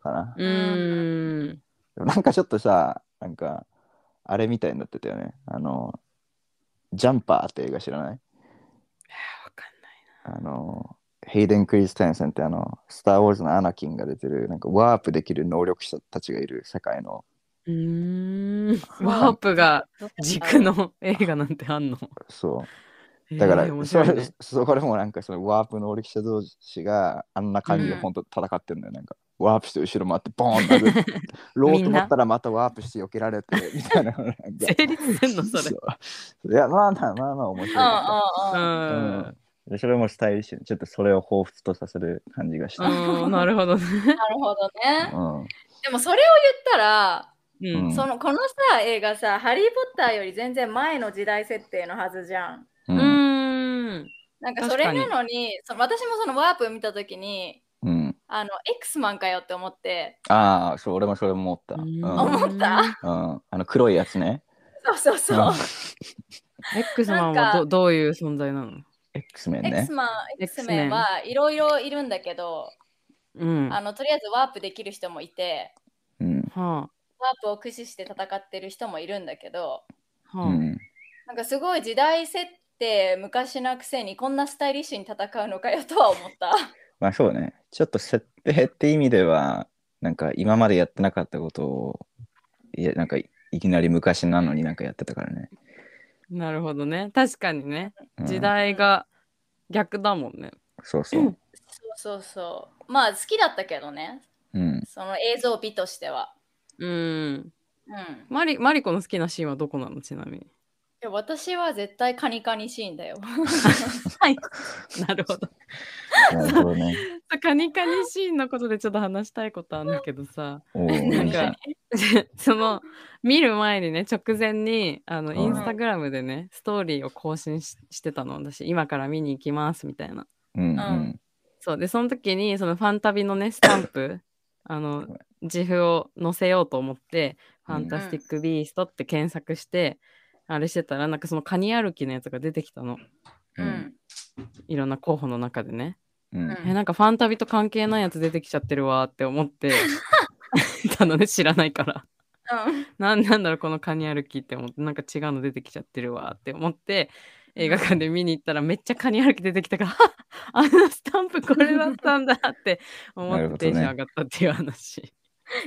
[SPEAKER 2] かな、
[SPEAKER 3] うーん
[SPEAKER 2] でもなんかちょっとさなんかあれみたいになってたよねあのジャンパーって映画知らない
[SPEAKER 3] わかんない。
[SPEAKER 2] あのヘイデン・クリステンセンってあのスター・ウォーズのアナキンが出てるなんかワープできる能力者たちがいる世界の
[SPEAKER 3] う ーん。
[SPEAKER 2] はい
[SPEAKER 3] ワープが軸の映画なんてあんの。
[SPEAKER 2] そう
[SPEAKER 3] えー
[SPEAKER 2] だから、
[SPEAKER 3] 面
[SPEAKER 2] そ
[SPEAKER 3] 白い
[SPEAKER 2] れ
[SPEAKER 3] ね。
[SPEAKER 2] そこでもなんかそのワープ能力者同士があんな感じで
[SPEAKER 1] うん
[SPEAKER 2] 本当戦ってんだよ、なんかワープして後ろ回ってボーン殴 ってろうと思ったらまたワープして避けられてみたいななんか
[SPEAKER 3] 成立すんのそれ
[SPEAKER 2] そういやまあまあまあまあ面白い
[SPEAKER 1] う
[SPEAKER 2] か
[SPEAKER 3] う
[SPEAKER 1] ん
[SPEAKER 2] った、
[SPEAKER 3] ん、うん
[SPEAKER 2] でそれもスタイリッシュにちょっとそれを彷彿とさせる感じがした、うん
[SPEAKER 3] なるほどね。
[SPEAKER 1] なるほどね。
[SPEAKER 2] うん
[SPEAKER 1] でもそれを言ったら、
[SPEAKER 3] うん
[SPEAKER 2] うん
[SPEAKER 1] そのこのさ映画さ「ハリー・ポッター」より全然前の時代設定のはずじゃん。
[SPEAKER 2] う
[SPEAKER 3] うんーん。
[SPEAKER 1] なんかそ
[SPEAKER 3] 確
[SPEAKER 1] れ
[SPEAKER 3] か
[SPEAKER 1] な
[SPEAKER 3] に
[SPEAKER 1] のにその私もそのワープ見た時に
[SPEAKER 2] うん、
[SPEAKER 1] あの X マンかよって思って
[SPEAKER 2] ああそう俺もそれも思った、うん
[SPEAKER 3] うん
[SPEAKER 2] うん
[SPEAKER 1] 思った
[SPEAKER 2] あの黒いやつね
[SPEAKER 1] そうそうそう、
[SPEAKER 2] うん
[SPEAKER 3] X マンは
[SPEAKER 1] なん
[SPEAKER 3] どどういう存在なの
[SPEAKER 2] X メンね
[SPEAKER 1] X マン X
[SPEAKER 3] X-Men
[SPEAKER 1] メンはいろいろいるんだけど、
[SPEAKER 3] うん。
[SPEAKER 1] あ
[SPEAKER 3] は
[SPEAKER 1] のとりあえずワープできる人もいて
[SPEAKER 2] うん
[SPEAKER 3] あ。
[SPEAKER 1] ワープを駆使して戦ってる人もいるんだけど
[SPEAKER 3] はあ。
[SPEAKER 2] うん
[SPEAKER 1] なんかすごい時代設定昔なくせにこんなスタイリッシュに戦うのかよとは思った。
[SPEAKER 2] まあそうねちょっと設定って意味ではなんか今までやってなかったことをいやなんかいきなり昔なのになんかやってたからね、
[SPEAKER 3] なるほどね。確かにね。
[SPEAKER 2] うん
[SPEAKER 3] 時代が逆だもんね。
[SPEAKER 2] そうそう
[SPEAKER 1] そうそうそう。まあ好きだったけどね、
[SPEAKER 2] うん
[SPEAKER 1] その映像美としては。
[SPEAKER 3] うん。
[SPEAKER 1] うん。い
[SPEAKER 3] マリマリコの好きなシーンはどこなのちなみに。
[SPEAKER 1] や私は絶対カニカニシーンだよ。
[SPEAKER 3] はい。 なるほど。
[SPEAKER 2] なるほどね
[SPEAKER 3] カニカニシーンのことでちょっと話したいことあるんだけどさ。
[SPEAKER 2] おお
[SPEAKER 3] な ん
[SPEAKER 2] い
[SPEAKER 3] かその見る前にね直前にあの
[SPEAKER 2] うん
[SPEAKER 3] インスタグラムでねストーリーを更新ししてたの私今から見に行きますみたいな
[SPEAKER 2] うんう
[SPEAKER 1] うんん
[SPEAKER 3] そうでその時にそのファンタビのねスタンプあの自負を載せようと思って「
[SPEAKER 2] う
[SPEAKER 3] フ
[SPEAKER 2] ん
[SPEAKER 3] ァンタスティック・ビースト」って検索して、あれしてたらなんかそのカニ歩きのやつが出てきたの
[SPEAKER 2] う
[SPEAKER 1] うんん。
[SPEAKER 3] いろんな候補の中でね、
[SPEAKER 2] うん
[SPEAKER 1] うん
[SPEAKER 3] えなんかファンタビと関係ないやつ出てきちゃってるわーって思ってたのね知らないから
[SPEAKER 1] うん。
[SPEAKER 3] なんなんだろうこのカニ歩きって思ってなんか違うの出てきちゃってるわって思って映画館で見に行ったらめっちゃカニ歩き出てきたから あのスタンプこれだったんだって思
[SPEAKER 2] なる
[SPEAKER 3] っ
[SPEAKER 2] ほ
[SPEAKER 3] て
[SPEAKER 2] ど
[SPEAKER 3] テ
[SPEAKER 2] ね
[SPEAKER 3] ンション上がったっていう話、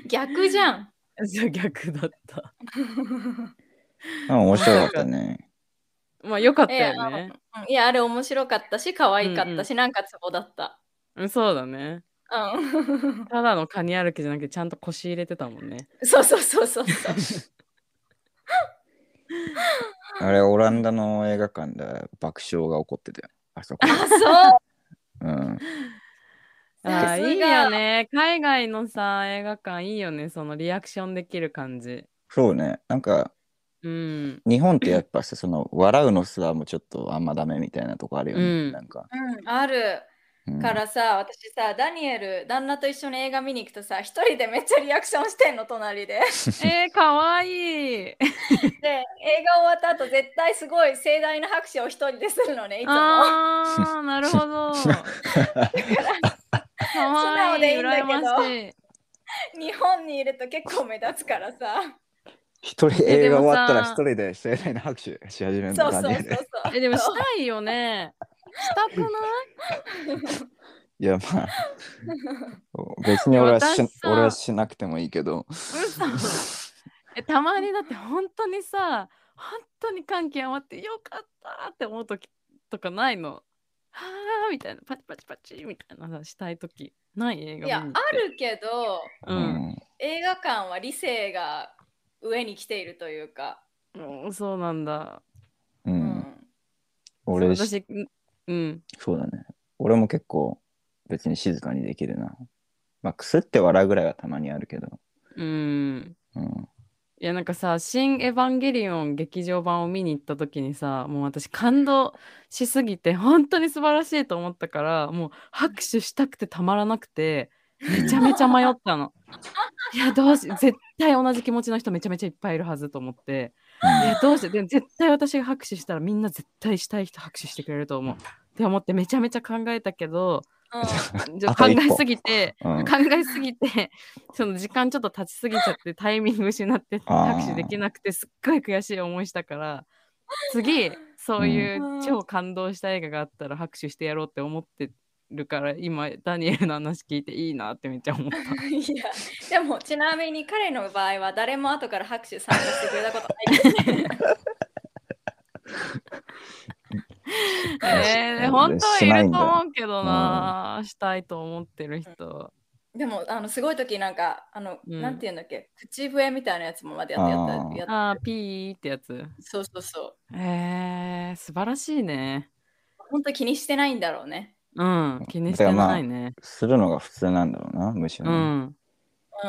[SPEAKER 1] 逆じゃん。
[SPEAKER 3] そう逆だった
[SPEAKER 2] まあ面白かったね
[SPEAKER 3] まあよかった
[SPEAKER 1] え
[SPEAKER 3] よね、
[SPEAKER 1] うんいやあれ面白かったし可愛かったし、なんかツボだった。
[SPEAKER 3] うんそうだね
[SPEAKER 1] うん。
[SPEAKER 3] ただのカニ歩きじゃなくてちゃんと腰入れてたもんね
[SPEAKER 1] そうそうそうそうそう。
[SPEAKER 2] あれオランダの映画館で爆笑が起こってたよあそ こ、
[SPEAKER 1] あそう。
[SPEAKER 2] うん、
[SPEAKER 3] あ
[SPEAKER 1] さす
[SPEAKER 3] ー
[SPEAKER 1] が
[SPEAKER 3] いいよね海外のさ映画館いいよねそのリアクションできる感じ
[SPEAKER 2] そうねなんか
[SPEAKER 3] うん
[SPEAKER 2] 日本ってやっぱさその笑うのすらもちょっとあんまダメみたいなとこあるよね、
[SPEAKER 3] うん
[SPEAKER 2] なんか、
[SPEAKER 1] うん、ある
[SPEAKER 2] うん
[SPEAKER 1] からさ、私さダニエル旦那と一緒に映画見に行くとさ一人でめっちゃリアクションしてんの隣で。
[SPEAKER 3] えー、かわいい
[SPEAKER 1] で映画終わった後絶対すごい盛大な拍手を一人でするのねいつも。
[SPEAKER 3] ああ、なるほど。か
[SPEAKER 1] 素直
[SPEAKER 3] わ
[SPEAKER 1] で
[SPEAKER 3] い
[SPEAKER 1] いい
[SPEAKER 3] い、
[SPEAKER 1] んだけど
[SPEAKER 3] 羨ましい。
[SPEAKER 1] 日本にいると結構目立つからさ。
[SPEAKER 2] 一人
[SPEAKER 3] え
[SPEAKER 2] 映
[SPEAKER 3] でも
[SPEAKER 2] 画
[SPEAKER 3] さ
[SPEAKER 2] 終わったら一人で盛大な拍手し始めるん
[SPEAKER 1] そ
[SPEAKER 2] だ
[SPEAKER 1] うそう
[SPEAKER 2] 感じ
[SPEAKER 1] そう
[SPEAKER 2] で、ね、
[SPEAKER 1] そう。
[SPEAKER 3] え、でもしたいよね。したくない
[SPEAKER 2] いや まあ別に俺はし
[SPEAKER 3] 私さ
[SPEAKER 2] 俺はしなくてもいいけど
[SPEAKER 3] 嘘え、たまにだって本当にさ、本当に感極まってよかったって思う時とかないの。はあみたいな、パチパチパチみたいなさしたい時ない映画
[SPEAKER 1] いや
[SPEAKER 3] 見に行って
[SPEAKER 1] あるけど
[SPEAKER 3] うん、
[SPEAKER 1] 映画館は理性が上に来ているというか。
[SPEAKER 3] うん、そうなんだ。
[SPEAKER 2] うん、
[SPEAKER 1] う
[SPEAKER 2] うん、俺し
[SPEAKER 3] 私、うん、
[SPEAKER 2] そうだね俺も結構別に静かにできるなまあくすって笑うぐらいはたまにあるけど、
[SPEAKER 3] うん。
[SPEAKER 2] うん、
[SPEAKER 3] いやなんかさ「新エヴァンゲリオン」劇場版を見に行った時にさもう私感動しすぎて本当に素晴らしいと思ったからもう拍手したくてたまらなくて めちゃめちゃ迷ったの。いやどうし絶対同じ気持ちの人めちゃめちゃいっぱいいるはずと思っていやどうしてでも絶対私が拍手したらみんな絶対したい人拍手してくれると思うって思ってめちゃめちゃ考えた け
[SPEAKER 1] ん
[SPEAKER 3] どちょ
[SPEAKER 2] あと
[SPEAKER 3] 考
[SPEAKER 2] 一歩
[SPEAKER 3] えすぎて。
[SPEAKER 2] うんうん
[SPEAKER 3] 考えすぎて その時間ちょっと経ちすぎちゃってタイミング失って
[SPEAKER 2] あー
[SPEAKER 3] 拍手できなくてすっごい悔しい思いしたから次そういう超感動した映画があったら拍手してやろうって思ってるから今ダニエルの話聞いていいなってめっち ゃ思った
[SPEAKER 1] いやでもちなみに彼の場合は誰も後から拍手参加してくれたことないですね。
[SPEAKER 3] えー、
[SPEAKER 2] うん
[SPEAKER 3] 本当は
[SPEAKER 2] し
[SPEAKER 3] い
[SPEAKER 2] ない
[SPEAKER 3] る
[SPEAKER 2] んだ
[SPEAKER 3] と思うけどな、したいと思ってる人
[SPEAKER 1] でもあのすごい時なんかあの、
[SPEAKER 3] うん
[SPEAKER 1] なんていうんだっけ口笛みたいなやつもまでやってや
[SPEAKER 2] あ
[SPEAKER 1] った
[SPEAKER 2] ー
[SPEAKER 1] やっ
[SPEAKER 3] ああ、ピーってやつ。
[SPEAKER 1] そうそうそう
[SPEAKER 3] えー、素晴らしいね。
[SPEAKER 1] 本当気にしてないんだろうね、
[SPEAKER 3] うん、気にしてないね。
[SPEAKER 2] するのが普通なんだろうな、むしろ
[SPEAKER 3] う
[SPEAKER 2] ね。
[SPEAKER 3] ん、
[SPEAKER 1] うん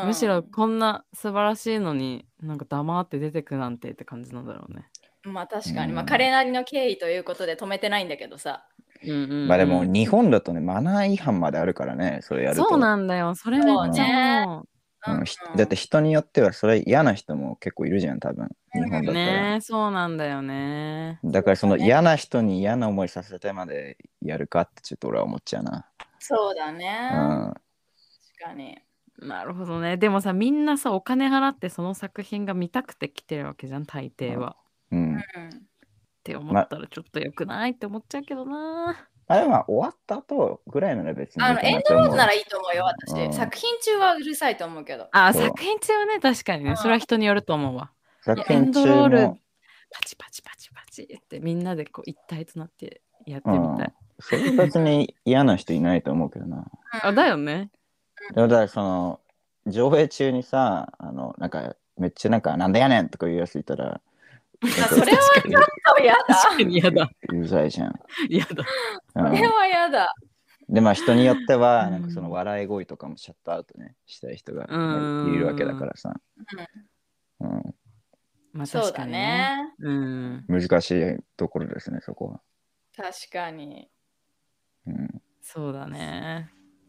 [SPEAKER 3] むしろこんな素晴らしいのになんか黙って出てくなんてって感じなんだろうね。
[SPEAKER 1] まあ確かに、
[SPEAKER 2] うん
[SPEAKER 1] まあ彼なりの経緯ということで止めてないんだけどさ
[SPEAKER 3] うんうんうん
[SPEAKER 2] まあでも、日本だとね、マナー違反まであるからね、それやると。
[SPEAKER 3] そうなんだよ。それめっちゃも
[SPEAKER 2] うんひだって人によってはそれ嫌な人も結構いるじゃん、多分。日本だっ
[SPEAKER 3] う
[SPEAKER 2] たら。
[SPEAKER 3] ねそうなんだよね。
[SPEAKER 2] だからその
[SPEAKER 1] そうだね
[SPEAKER 2] 嫌な人に嫌な思いさせてまでやるかってちょっと俺は思っちゃうな。
[SPEAKER 1] そうだね、
[SPEAKER 2] うん。
[SPEAKER 1] 確かに
[SPEAKER 3] なるほどね。でもさ、みんなさ、お金払ってその作品が見たくて来てるわけじゃん、大抵は。っ
[SPEAKER 2] う
[SPEAKER 1] う
[SPEAKER 2] ん。
[SPEAKER 1] ん
[SPEAKER 3] て思ったらちょっと良くないって思っちゃうけどな。
[SPEAKER 2] あれは終わった後ぐらいなら別にい
[SPEAKER 1] あ
[SPEAKER 2] い
[SPEAKER 1] の
[SPEAKER 2] か
[SPEAKER 1] エン
[SPEAKER 2] なと
[SPEAKER 1] ド
[SPEAKER 2] 思う。
[SPEAKER 1] ロールならいいと思うよ私、
[SPEAKER 2] うん
[SPEAKER 1] 作品中はうるさいと思うけど
[SPEAKER 3] あ、
[SPEAKER 2] そう
[SPEAKER 3] 作品中はね、確かにね。それは人によると思うわ。
[SPEAKER 2] 作
[SPEAKER 3] エン
[SPEAKER 2] 品
[SPEAKER 3] ドロー
[SPEAKER 2] 中
[SPEAKER 3] ル
[SPEAKER 2] も。、
[SPEAKER 3] パチパチパチパチってみんなでこう一体となってやってみたい。
[SPEAKER 2] それは別に嫌な人いないと思うけどな。
[SPEAKER 3] あ、だよね。
[SPEAKER 2] でもだからその上映中にさあのなんかめっちゃなんかなんでやねんとか言うやついた
[SPEAKER 1] あ
[SPEAKER 2] ら
[SPEAKER 1] それは
[SPEAKER 3] 確かに
[SPEAKER 1] そうや
[SPEAKER 3] 確
[SPEAKER 1] だ
[SPEAKER 3] かに嫌だ。
[SPEAKER 2] うるさいじゃん、
[SPEAKER 3] 嫌だ。
[SPEAKER 2] う
[SPEAKER 1] それ
[SPEAKER 2] ん、
[SPEAKER 1] はやだ
[SPEAKER 2] でまあ人によって
[SPEAKER 3] う
[SPEAKER 2] は
[SPEAKER 3] ん
[SPEAKER 2] なんかその笑い声とかもシャットアウトねしたい人が
[SPEAKER 3] うん
[SPEAKER 2] いるわけだからさ、うん
[SPEAKER 3] まあ、
[SPEAKER 1] そう
[SPEAKER 3] 確か
[SPEAKER 1] だ
[SPEAKER 3] にね。
[SPEAKER 1] ね
[SPEAKER 3] うん。
[SPEAKER 2] 難しいところですねそこは、
[SPEAKER 1] 確かに
[SPEAKER 2] うん、
[SPEAKER 3] そうだね。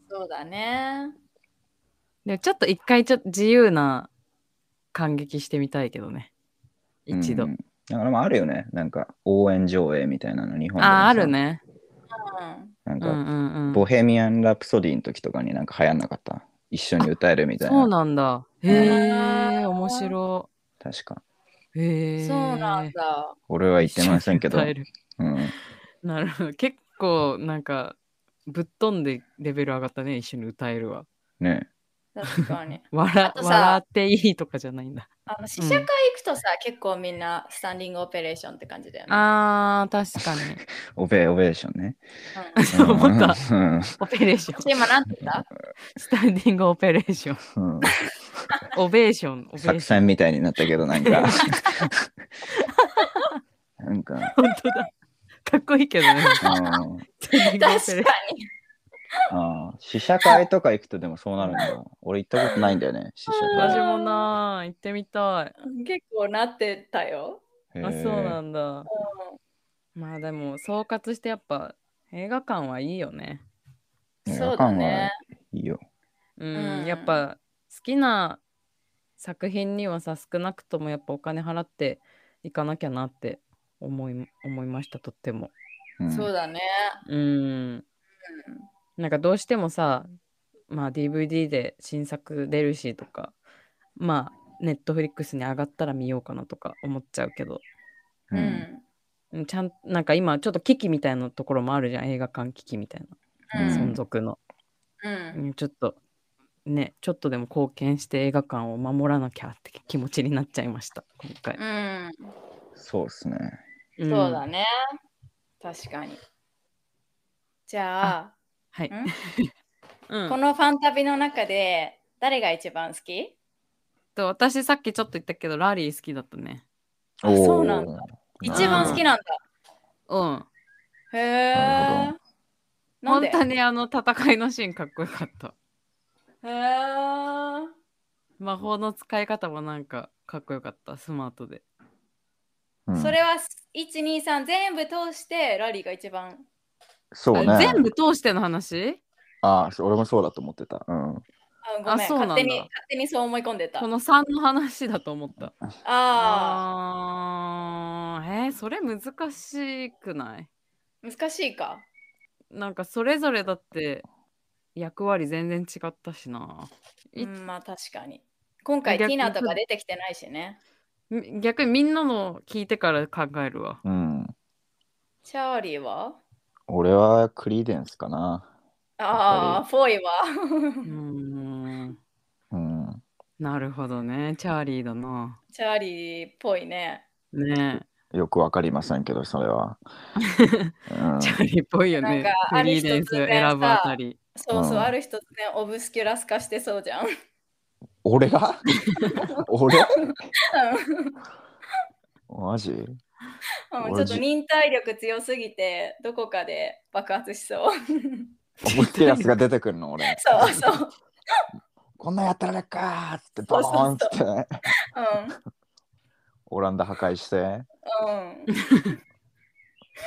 [SPEAKER 1] そうだね
[SPEAKER 3] でもちょっと一回ちょっと自由な感激してみたいけどね。一度。
[SPEAKER 2] うんだからまああるよねなんか応援上映みたいなの日本でも
[SPEAKER 3] あ
[SPEAKER 2] さ
[SPEAKER 3] あ、あるね。
[SPEAKER 1] うん
[SPEAKER 2] なん
[SPEAKER 3] うん
[SPEAKER 2] か、
[SPEAKER 3] うんう
[SPEAKER 2] ボ
[SPEAKER 3] ん。
[SPEAKER 2] ヘミアン・ラプソディの時とかになんか流行んなかった一緒に歌えるみたいな
[SPEAKER 3] そうなんだ。へえ、面白
[SPEAKER 2] 確か
[SPEAKER 3] い。へえ。
[SPEAKER 1] そうなんだ。
[SPEAKER 2] 俺は言ってませんけ ど
[SPEAKER 3] 一緒に歌える
[SPEAKER 2] うん
[SPEAKER 3] なるほど。結構なんかぶっ飛んでレベル上がったね。一緒に歌えるわ。
[SPEAKER 2] ね
[SPEAKER 1] 確かに。
[SPEAKER 3] 笑
[SPEAKER 1] あとさ
[SPEAKER 3] 笑っていいとかじゃないんだ。
[SPEAKER 1] あの試写会行くとさ、結構みんなスタンディングオペレーションって感じだよね。
[SPEAKER 3] あー、確かに。
[SPEAKER 2] オベオベーションね。
[SPEAKER 1] うん
[SPEAKER 3] そう 思った。
[SPEAKER 2] うん
[SPEAKER 3] オペレーション。
[SPEAKER 1] 私今なんて言った
[SPEAKER 3] スタンディングオペレーション。
[SPEAKER 2] うんうん
[SPEAKER 3] オベーション。オ
[SPEAKER 2] 作
[SPEAKER 3] ベーション。
[SPEAKER 2] 戦みたいになったけど、なん か。なんか、
[SPEAKER 3] 本当だ。かっこいいけどね。
[SPEAKER 2] うん
[SPEAKER 3] スタンディングオペレーショ
[SPEAKER 1] 確
[SPEAKER 3] ン
[SPEAKER 1] か
[SPEAKER 2] あー試写会とか行くとでもそうなるんだ。俺行ったことないんだよね、試写
[SPEAKER 3] 私
[SPEAKER 2] 会。
[SPEAKER 3] もなあ行ってみたい。
[SPEAKER 1] に。結構なってたよ。
[SPEAKER 2] へ
[SPEAKER 3] あ
[SPEAKER 2] ー
[SPEAKER 3] そうなんだ。まあでも総括してやっぱ映画館はいいよね。
[SPEAKER 2] いや
[SPEAKER 1] そうだね。
[SPEAKER 2] いいよ。
[SPEAKER 3] うん、
[SPEAKER 1] うん
[SPEAKER 3] やっぱ好きな作品にはさ少なくともやっぱお金払っていかなきゃなって思い思いましたとっても。
[SPEAKER 2] うん
[SPEAKER 1] そうだね。
[SPEAKER 3] うん。なんかどうしてもさまあ DVD で新作出るしとかまあネットフリックスに上がったら見ようかなとか思っちゃうけど
[SPEAKER 1] う。
[SPEAKER 2] うん
[SPEAKER 1] うんん。
[SPEAKER 3] うんちゃんなんか今ちょっと危機みたいなところもあるじゃん映画館危機みたいな、
[SPEAKER 2] うん
[SPEAKER 3] 存続の、
[SPEAKER 1] うん。
[SPEAKER 3] うんちょっとねちょっとでも貢献して映画館を守らなきゃって気持ちになっちゃいました今回、
[SPEAKER 1] うん。
[SPEAKER 2] そうっすね。
[SPEAKER 1] そうだ
[SPEAKER 3] ね
[SPEAKER 1] ね。確かに。じゃ
[SPEAKER 3] はい
[SPEAKER 1] あ、、ん
[SPEAKER 3] うん
[SPEAKER 1] このファン旅の中で誰が一番好き
[SPEAKER 3] と私さっきちょっと言ったけどラリー好きだったね
[SPEAKER 1] あそうなんだ
[SPEAKER 2] おー
[SPEAKER 1] 一番好きなんだ。
[SPEAKER 3] うん
[SPEAKER 1] へ
[SPEAKER 2] な
[SPEAKER 1] え
[SPEAKER 2] る。
[SPEAKER 1] なん
[SPEAKER 3] 本
[SPEAKER 1] で
[SPEAKER 3] 当にあの戦いのシーンかっこよかった
[SPEAKER 1] へえ。
[SPEAKER 3] 魔法の使い方もなんかかっこよかったスマートで
[SPEAKER 2] うん
[SPEAKER 1] それは123全部通してラリーが一番
[SPEAKER 2] そうね
[SPEAKER 3] あ。全部通しての話
[SPEAKER 2] ああ、俺もそうだと思ってた。うん。
[SPEAKER 1] あごめ
[SPEAKER 3] あ
[SPEAKER 1] ん
[SPEAKER 3] そうなんだ
[SPEAKER 1] 勝手に勝手にそう思い込んでた
[SPEAKER 3] この3の話だと思った
[SPEAKER 1] あ
[SPEAKER 3] あーえー、それ難しくない
[SPEAKER 1] あ難しいか
[SPEAKER 3] なんかそれぞれだって役割全然違ったしないうつ
[SPEAKER 1] んまあ確かに今回テ
[SPEAKER 3] 逆
[SPEAKER 1] ィ
[SPEAKER 3] に
[SPEAKER 1] ナとか出てきてないしね
[SPEAKER 3] み逆にみんなの聞いてから考えるわ
[SPEAKER 2] うん。
[SPEAKER 1] チャーリーは
[SPEAKER 2] 俺はクリーデンスかな。
[SPEAKER 1] ああフォイは
[SPEAKER 3] うーん
[SPEAKER 2] うん。
[SPEAKER 3] なるほどねチャーリーだな
[SPEAKER 1] チャーリーっぽいね
[SPEAKER 3] ね
[SPEAKER 2] よくわかりませんけ ど、それは。うん
[SPEAKER 3] えチャーリーっぽいよね
[SPEAKER 1] なんか
[SPEAKER 3] フリーレンス選ぶあたり
[SPEAKER 1] そうそう、
[SPEAKER 2] うん
[SPEAKER 1] ある人ね、オブスキュラス化してそうじゃん。うん
[SPEAKER 2] 俺 が俺マジ
[SPEAKER 1] うんちょ
[SPEAKER 2] 俺
[SPEAKER 1] っ
[SPEAKER 2] じ
[SPEAKER 1] と忍耐力強すぎて、どこかで爆発し そう。
[SPEAKER 2] オブスキュラスが出てくるの俺。
[SPEAKER 1] そうそう。
[SPEAKER 2] こんなんやったらなっかーっつってバーンっつってオランダ破壊して。
[SPEAKER 1] うん。うん。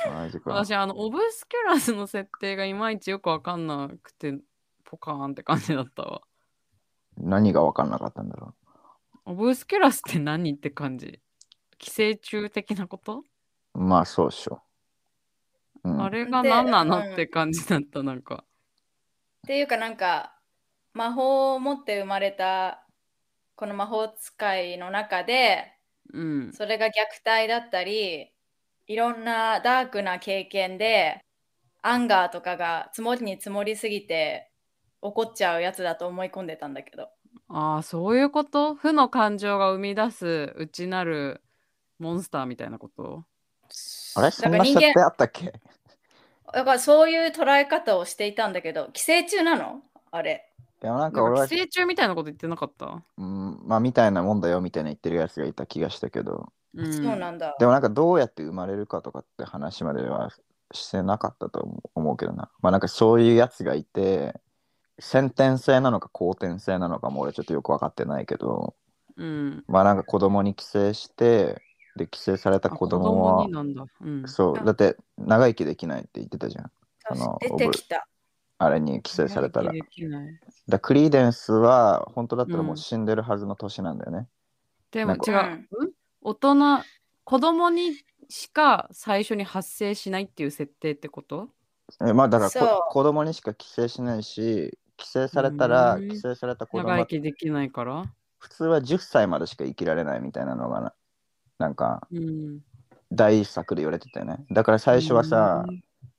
[SPEAKER 2] マジか。
[SPEAKER 3] 私あのオブスキュラスの設定がいまいちよくわかんなくてポカーンって感じだったわ
[SPEAKER 2] 何が分かんなかったんだろ
[SPEAKER 3] オブスキュラスって何って感じ寄生虫的なこと、
[SPEAKER 2] う。まあそうっしょ。うん、
[SPEAKER 3] あれが何な
[SPEAKER 1] でうん
[SPEAKER 3] のって感じだったなんか
[SPEAKER 1] っていうかなんか魔法を持って生まれたこの魔法使いの中で
[SPEAKER 3] うん
[SPEAKER 1] それが虐待だったりいろんなダークな経験でアンガーとかが積もりに積もりすぎて怒っちゃうやつだと思い込んでたんだけど
[SPEAKER 3] ああそういうこと負の感情が生み出す内なるモンスターみたいなこと
[SPEAKER 2] あれ
[SPEAKER 1] だか
[SPEAKER 2] そん
[SPEAKER 1] ら
[SPEAKER 2] な
[SPEAKER 1] 人
[SPEAKER 2] 設定
[SPEAKER 1] 間
[SPEAKER 2] あったっけ
[SPEAKER 1] だからそういう捉え方をしていたんだけど寄生虫なのあれ
[SPEAKER 2] いやなんか
[SPEAKER 3] なん
[SPEAKER 2] 俺
[SPEAKER 3] か
[SPEAKER 2] は
[SPEAKER 3] 寄生虫みたいなこと言ってなかった、
[SPEAKER 2] うん、まあみたいなもんだよみたいな言ってるやつがいた気がしたけど、
[SPEAKER 3] うん、
[SPEAKER 1] そうなんだ
[SPEAKER 2] でもなんかどうやって生まれるかとかって話まではしてなかったと思う思うけどな。まあなんかそういうやつがいて、先天性なのか後天性なのかも俺ちょっとよく分かってないけど、
[SPEAKER 3] うん
[SPEAKER 2] まあなんか子供に寄生して、で寄生された
[SPEAKER 3] あ
[SPEAKER 2] 子供は
[SPEAKER 3] に、なんだ、うん、
[SPEAKER 2] そう、だって長生きできないって言ってたじゃん。あの
[SPEAKER 1] 出てきた
[SPEAKER 2] あれに寄生されたら。だ
[SPEAKER 3] できない
[SPEAKER 2] からクリーデンスは本当だったらもううん死んでるはずの年なんだよね。
[SPEAKER 3] で
[SPEAKER 2] なん
[SPEAKER 3] も違
[SPEAKER 1] か
[SPEAKER 3] う、うん大人子供にしか最初に発生しないっていう設定ってこと
[SPEAKER 2] えまあだから
[SPEAKER 1] そう
[SPEAKER 2] こ子供にしか寄生しないし、寄生されたら、
[SPEAKER 3] うん
[SPEAKER 2] 寄生された子供
[SPEAKER 3] 長
[SPEAKER 2] は
[SPEAKER 3] 生きできないから、
[SPEAKER 2] 普通は10歳までしか生きられないみたいなのがな、なんか
[SPEAKER 3] うん、
[SPEAKER 2] 大作で言われてたよね。だから最初はさ、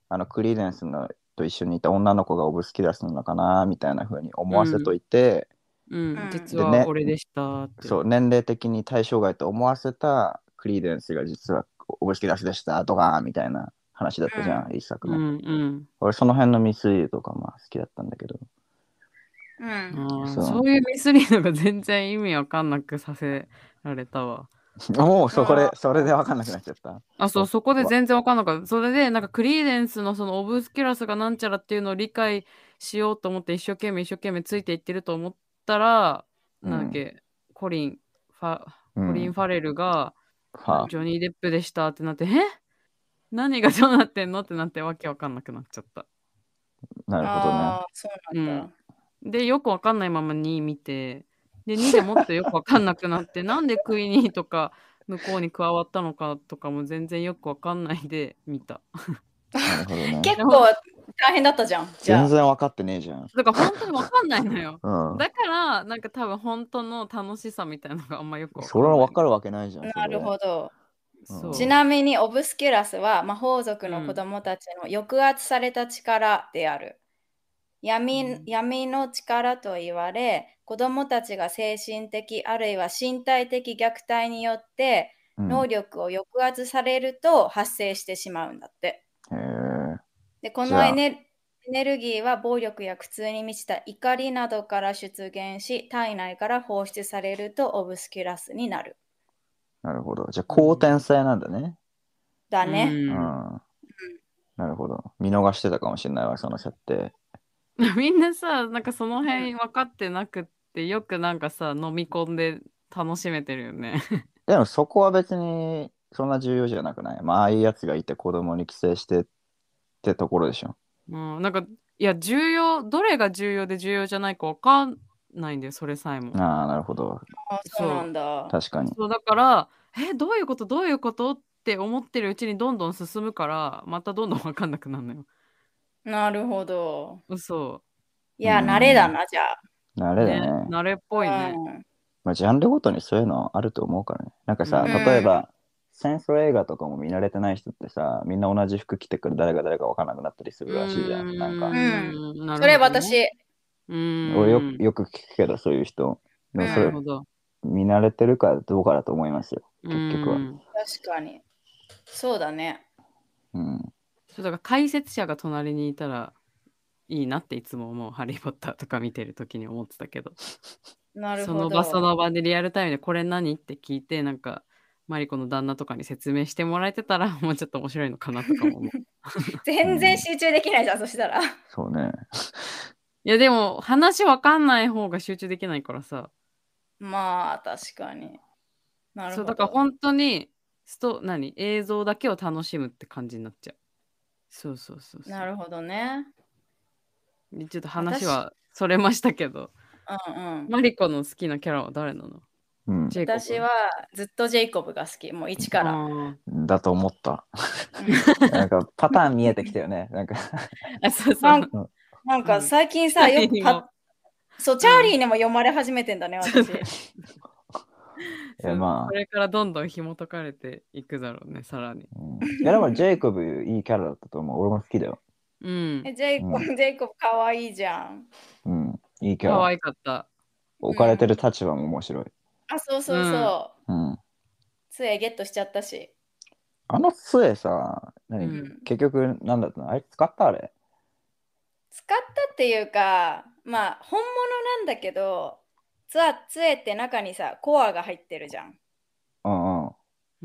[SPEAKER 2] あのクリーデンスのと一緒にいた女の子がオブスキュラスなのかなみたいな風に思わせといて、
[SPEAKER 3] うん、
[SPEAKER 1] うん
[SPEAKER 3] 実
[SPEAKER 2] でね
[SPEAKER 3] は俺でしたって、
[SPEAKER 2] そう年齢的に対象外と思わせたクリーデンスが実はオブスキュラスでしたとかみたいな話だったじゃん、一作
[SPEAKER 3] う
[SPEAKER 2] 目。
[SPEAKER 3] んうん
[SPEAKER 2] 俺その辺のミスリードとかまあ好きだったんだけど。
[SPEAKER 1] うん、
[SPEAKER 3] あー
[SPEAKER 2] そう
[SPEAKER 3] そういうミスリードが全然意味わかんなくさせられたわ
[SPEAKER 2] もうそこ
[SPEAKER 1] あ
[SPEAKER 2] で
[SPEAKER 1] ー
[SPEAKER 2] それで分かんなくなっちゃった。
[SPEAKER 3] あそう
[SPEAKER 2] あ
[SPEAKER 3] そこで全然わかんなかったそれでなんかクリーデンスのそのオブスキュラスがなんちゃらっていうのを理解しようと思って一生懸命一生懸命ついていってると思ったら、なんだっけコリンファ
[SPEAKER 2] うん
[SPEAKER 3] コリン・ファレルが、
[SPEAKER 2] は
[SPEAKER 3] ジョニー・デップでしたってなって、え何がどうなってんのってなってわけわかんなくなっちゃった。
[SPEAKER 2] あ、なるほどね
[SPEAKER 1] ああそうなんだ、
[SPEAKER 3] うんで、よくわかんないまま2見て、で、2でもっとよくわかんなくなって、なんでクイニーとか向こうに加わったのかとかも全然よくわかんないで見た。。
[SPEAKER 2] なるほどね。
[SPEAKER 1] 結構大変だったじゃん。じゃ
[SPEAKER 2] 全
[SPEAKER 1] あ
[SPEAKER 2] 然分かってねえじゃん。。
[SPEAKER 3] だから本当にわかんないのよ
[SPEAKER 2] うん。
[SPEAKER 3] だから、なんか多分本当の楽しさみたいなのがあんまよくわか
[SPEAKER 2] そ
[SPEAKER 3] ん
[SPEAKER 2] れ
[SPEAKER 3] ない。
[SPEAKER 2] は分かるわけないじゃん。
[SPEAKER 1] なるほ
[SPEAKER 2] ど。
[SPEAKER 1] ど。
[SPEAKER 3] そ
[SPEAKER 2] うん
[SPEAKER 3] う
[SPEAKER 1] ちなみにオブスキュラスは魔法族の子供たちの抑圧された力である。闇
[SPEAKER 3] うん
[SPEAKER 1] 闇の力と言われ、子供たちが精神的あるいは身体的虐待によって
[SPEAKER 2] うん
[SPEAKER 1] 能力を抑圧されると発生してしまうんだって。
[SPEAKER 2] へえ
[SPEAKER 1] でこ
[SPEAKER 2] じ
[SPEAKER 1] の
[SPEAKER 2] ゃあ
[SPEAKER 1] エネエネルギーは暴力や苦痛に満ちた怒りなどから出現し体内から放出されるとオブスキュラスになる
[SPEAKER 2] なるほど。じゃあ、後天性なんだね。
[SPEAKER 1] だね、
[SPEAKER 2] うん。
[SPEAKER 3] うん
[SPEAKER 2] なるほど。見逃してたかもしれないわ、その設定。
[SPEAKER 3] みんなさ、なんかその辺分かってなくって、よくなんかさ、飲み込んで楽しめてるよね。
[SPEAKER 2] でも、そこは別にそんな重要じゃなくない。まあ、ああいうやつがいて子供に寄生してってところでしょ。
[SPEAKER 3] うん、なんか、いや、重要、どれが重要で重要じゃないか分かんないんだよ、それさえも。
[SPEAKER 2] ああ、なるほど。
[SPEAKER 1] あそうなんだ
[SPEAKER 2] 確かに。
[SPEAKER 3] そうだから、え、どういうこと、どういうことって思ってるうちにどんどん進むから、またどんどん分かんなくなるのよ。
[SPEAKER 1] なるほど
[SPEAKER 3] 嘘。
[SPEAKER 1] いや
[SPEAKER 2] うん
[SPEAKER 1] 慣れだなじゃあ、
[SPEAKER 2] 慣れだ
[SPEAKER 3] ね
[SPEAKER 2] ね。、
[SPEAKER 3] 慣れっぽいね。
[SPEAKER 1] うん
[SPEAKER 2] まあ、ジャンルごとにそういうのあると思うからね。なんかさ、
[SPEAKER 3] うん
[SPEAKER 2] 例えば、戦争映画とかも見慣れてない人ってさ、みんな同じ服着てくる誰が誰か分からなくなったりするらしいじゃん。なんか、
[SPEAKER 3] うん
[SPEAKER 1] それ私
[SPEAKER 3] うん。
[SPEAKER 2] 俺よくよく聞くけど、そういう人。でもそ
[SPEAKER 3] な
[SPEAKER 2] れ
[SPEAKER 3] る、ほど。
[SPEAKER 2] 見慣れてるかどうかだと思いますよ。結局は
[SPEAKER 3] うん
[SPEAKER 1] 確かにそうだね
[SPEAKER 2] うん。
[SPEAKER 3] そうだから解説者が隣にいたらいいなっていつも思う、ハリー・ポッターとか見てる時に思ってたけど、
[SPEAKER 1] なる
[SPEAKER 3] そ
[SPEAKER 1] ほど。
[SPEAKER 3] の場その場でリアルタイムでこれ何って聞いて、なんか、マリコの旦那とかに説明してもらえてたら、もうちょっと面白いのかなとか も思う。
[SPEAKER 1] 全然集中できないじゃん、そしたら。
[SPEAKER 2] そうね。
[SPEAKER 3] いや、でも、話わかんない方が集中できないからさ、
[SPEAKER 1] まあ、確かに。なるほど。
[SPEAKER 3] そう、だから本当に、スト、何、映像だけを楽しむって感じになっちゃう。そうそうそうそう。
[SPEAKER 1] なるほどね。
[SPEAKER 3] でちょっと話はそれましたけど、
[SPEAKER 1] うんうん。
[SPEAKER 3] マリコの好きなキャラは誰なの
[SPEAKER 2] うん。
[SPEAKER 3] ジェイコブ
[SPEAKER 1] 私はずっとジェイコブが好き。もう1か
[SPEAKER 3] あ
[SPEAKER 1] ら。
[SPEAKER 3] ー
[SPEAKER 2] だと思 った。
[SPEAKER 1] うん
[SPEAKER 2] なんかパターン見えてきたよね。なんか
[SPEAKER 3] あ、 そうそ
[SPEAKER 1] な。
[SPEAKER 3] うん
[SPEAKER 1] なんか最近さ、
[SPEAKER 3] うん
[SPEAKER 1] よく
[SPEAKER 3] チャーリーに
[SPEAKER 1] た
[SPEAKER 3] も
[SPEAKER 1] そう、チャーリーにも読まれ始めてんだね、私。
[SPEAKER 2] いやまあ
[SPEAKER 3] これからどんどん紐解かれていくだろうね、さらに。
[SPEAKER 2] うんいやでもジェイコブいいキャラだったと思う。俺も好きだよ。
[SPEAKER 3] うん
[SPEAKER 1] え。ジェイコブ、ジェイコブかわいいじゃん。
[SPEAKER 2] うん。いいキャ
[SPEAKER 3] 可
[SPEAKER 2] ラ。
[SPEAKER 3] 愛かった。
[SPEAKER 2] 置かれてる立場も面白い。
[SPEAKER 1] あ、そうそう
[SPEAKER 3] う
[SPEAKER 1] そう。
[SPEAKER 2] うん。
[SPEAKER 1] 杖ゲットしちゃったし。
[SPEAKER 2] あの杖さ、何、
[SPEAKER 3] うん
[SPEAKER 2] 結局なんだったのあれ使ったあれ。
[SPEAKER 1] 使ったっていうか、まあ、本物なんだけど、つわ杖って中にさ、コアが入ってるじゃん。
[SPEAKER 2] うんう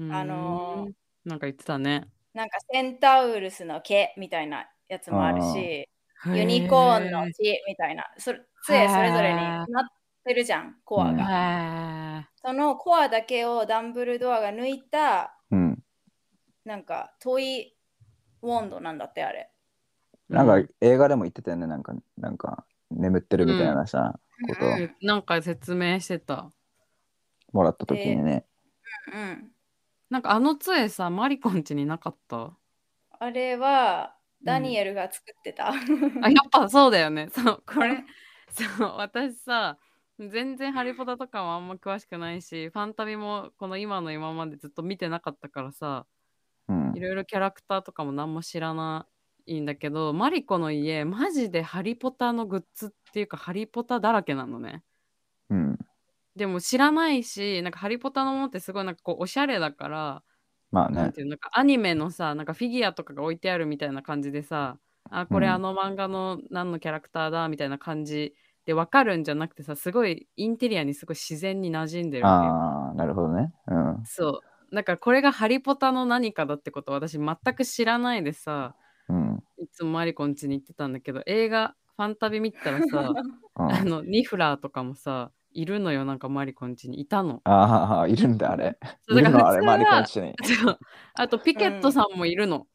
[SPEAKER 2] ん。
[SPEAKER 1] あのー
[SPEAKER 3] うんなんか言ってたね。
[SPEAKER 1] なんかセンタウルスの毛みたいなやつもあるし、ユニコーンの
[SPEAKER 3] へ
[SPEAKER 1] 血みたいな、それ杖それぞれに
[SPEAKER 3] へ
[SPEAKER 1] な
[SPEAKER 3] ー
[SPEAKER 1] ってるじゃん、コア
[SPEAKER 2] うん
[SPEAKER 3] ー。
[SPEAKER 1] が。
[SPEAKER 3] へー
[SPEAKER 1] そのコアだけをダンブルドアが抜いた、
[SPEAKER 2] うん。
[SPEAKER 1] なんか遠いウォンドなんだって、あれ。
[SPEAKER 2] なんか映画でも言ってたよね。なんか、なんか眠ってるみたいなさ、ことを
[SPEAKER 3] うんなんか説明してた。
[SPEAKER 2] もらった時にね。
[SPEAKER 1] うん。
[SPEAKER 3] なんかあの杖さ、マリコんちになかった。
[SPEAKER 1] あれは、ダニエルが作ってた。
[SPEAKER 3] あやっぱそうだよね。 そうこれそう私さ全然ハリポタとかもあんま詳しくないしファンタビもこの今の今までずっと見てなかったからさ
[SPEAKER 2] うん
[SPEAKER 3] い。ろいろキャラクターとかも何も知らないんだけどマリコの家マジでハリポタのグッズっていうかハリポタだらけなのね。
[SPEAKER 2] うん。
[SPEAKER 3] でも知らないしなんかハリポタのものってすごいなんかこうおしゃれだから
[SPEAKER 2] まあ
[SPEAKER 3] なん
[SPEAKER 2] ね。
[SPEAKER 3] ていうのなんかアニメのさなんかフィギュアとかが置いてあるみたいな感じでさあこれ
[SPEAKER 2] うん
[SPEAKER 3] あの漫画の何のキャラクターだみたいな感じで分かるんじゃなくてさすごいインテリアにすごい自然に馴染んでるわけよ
[SPEAKER 2] ああ、なるほどね。うん。
[SPEAKER 3] そうだからこれがハリポタの何かだってことを私全く知らないでさ
[SPEAKER 2] うん。
[SPEAKER 3] いつもマリコん家に行ってたんだけど映画ファンタビ見てたら さ
[SPEAKER 2] うん
[SPEAKER 3] あのニフラーとかもさいるのよなんかマリコん家にいたの
[SPEAKER 2] ああ、いるんだ、あれ。い
[SPEAKER 3] そうだ
[SPEAKER 2] る
[SPEAKER 3] から
[SPEAKER 2] の、あ
[SPEAKER 3] 普
[SPEAKER 2] れ、
[SPEAKER 3] 通
[SPEAKER 2] マリコ
[SPEAKER 3] は
[SPEAKER 2] ンチに。
[SPEAKER 3] そうあとピケットさんもいるの、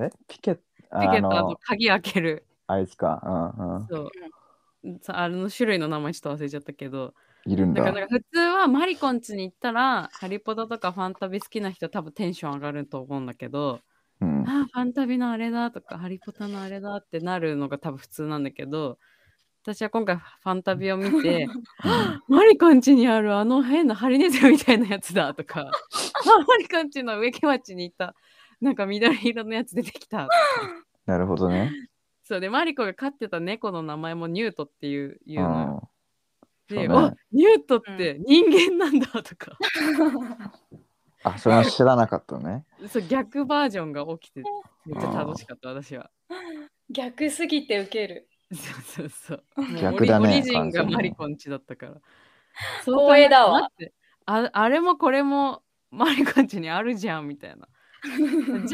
[SPEAKER 2] えピケット、
[SPEAKER 3] ピケ
[SPEAKER 2] あ
[SPEAKER 3] ットあの
[SPEAKER 2] の、
[SPEAKER 3] 鍵開ける
[SPEAKER 2] あいつか。うんうん。
[SPEAKER 3] そう。さあれの種類の名前ちょっと忘れちゃったけど、
[SPEAKER 2] いるん
[SPEAKER 3] だから
[SPEAKER 2] だ。
[SPEAKER 3] なんか普通はマリコン家に行ったら、ハリポタとかファンタビ好きな人多分テンション上がると思うんだけど、
[SPEAKER 2] うん。
[SPEAKER 3] ああ、ファンタビのあれだとか、ハリポタのあれだってなるのが多分普通なんだけど、私は今回ファンタビを見て、マリコン家にあるあの変なハリネズミみたいなやつだ とか、あマリコン家の植木鉢にいた、なんか緑色のやつ出てきたとか
[SPEAKER 2] なるほどね。
[SPEAKER 3] そうで、マリコが飼ってた猫の名前もニュートっていういううのよ
[SPEAKER 2] ん。
[SPEAKER 3] で、
[SPEAKER 2] そうね
[SPEAKER 3] あニュートって人間なんだとか、
[SPEAKER 2] あ、それは知らなかったね。
[SPEAKER 3] そう逆バージョンが起きてめっちゃ楽しかった私は。
[SPEAKER 1] 逆すぎてウケる。
[SPEAKER 3] そうそうそう。もう
[SPEAKER 2] 逆だね
[SPEAKER 3] オリオリジン
[SPEAKER 2] 完全
[SPEAKER 3] が
[SPEAKER 2] に
[SPEAKER 3] マリコンチ だったから。
[SPEAKER 1] 光栄だわ
[SPEAKER 3] そう考えたら。待ってああれもこれもマリコンチにあるじゃんみ たいな。ジ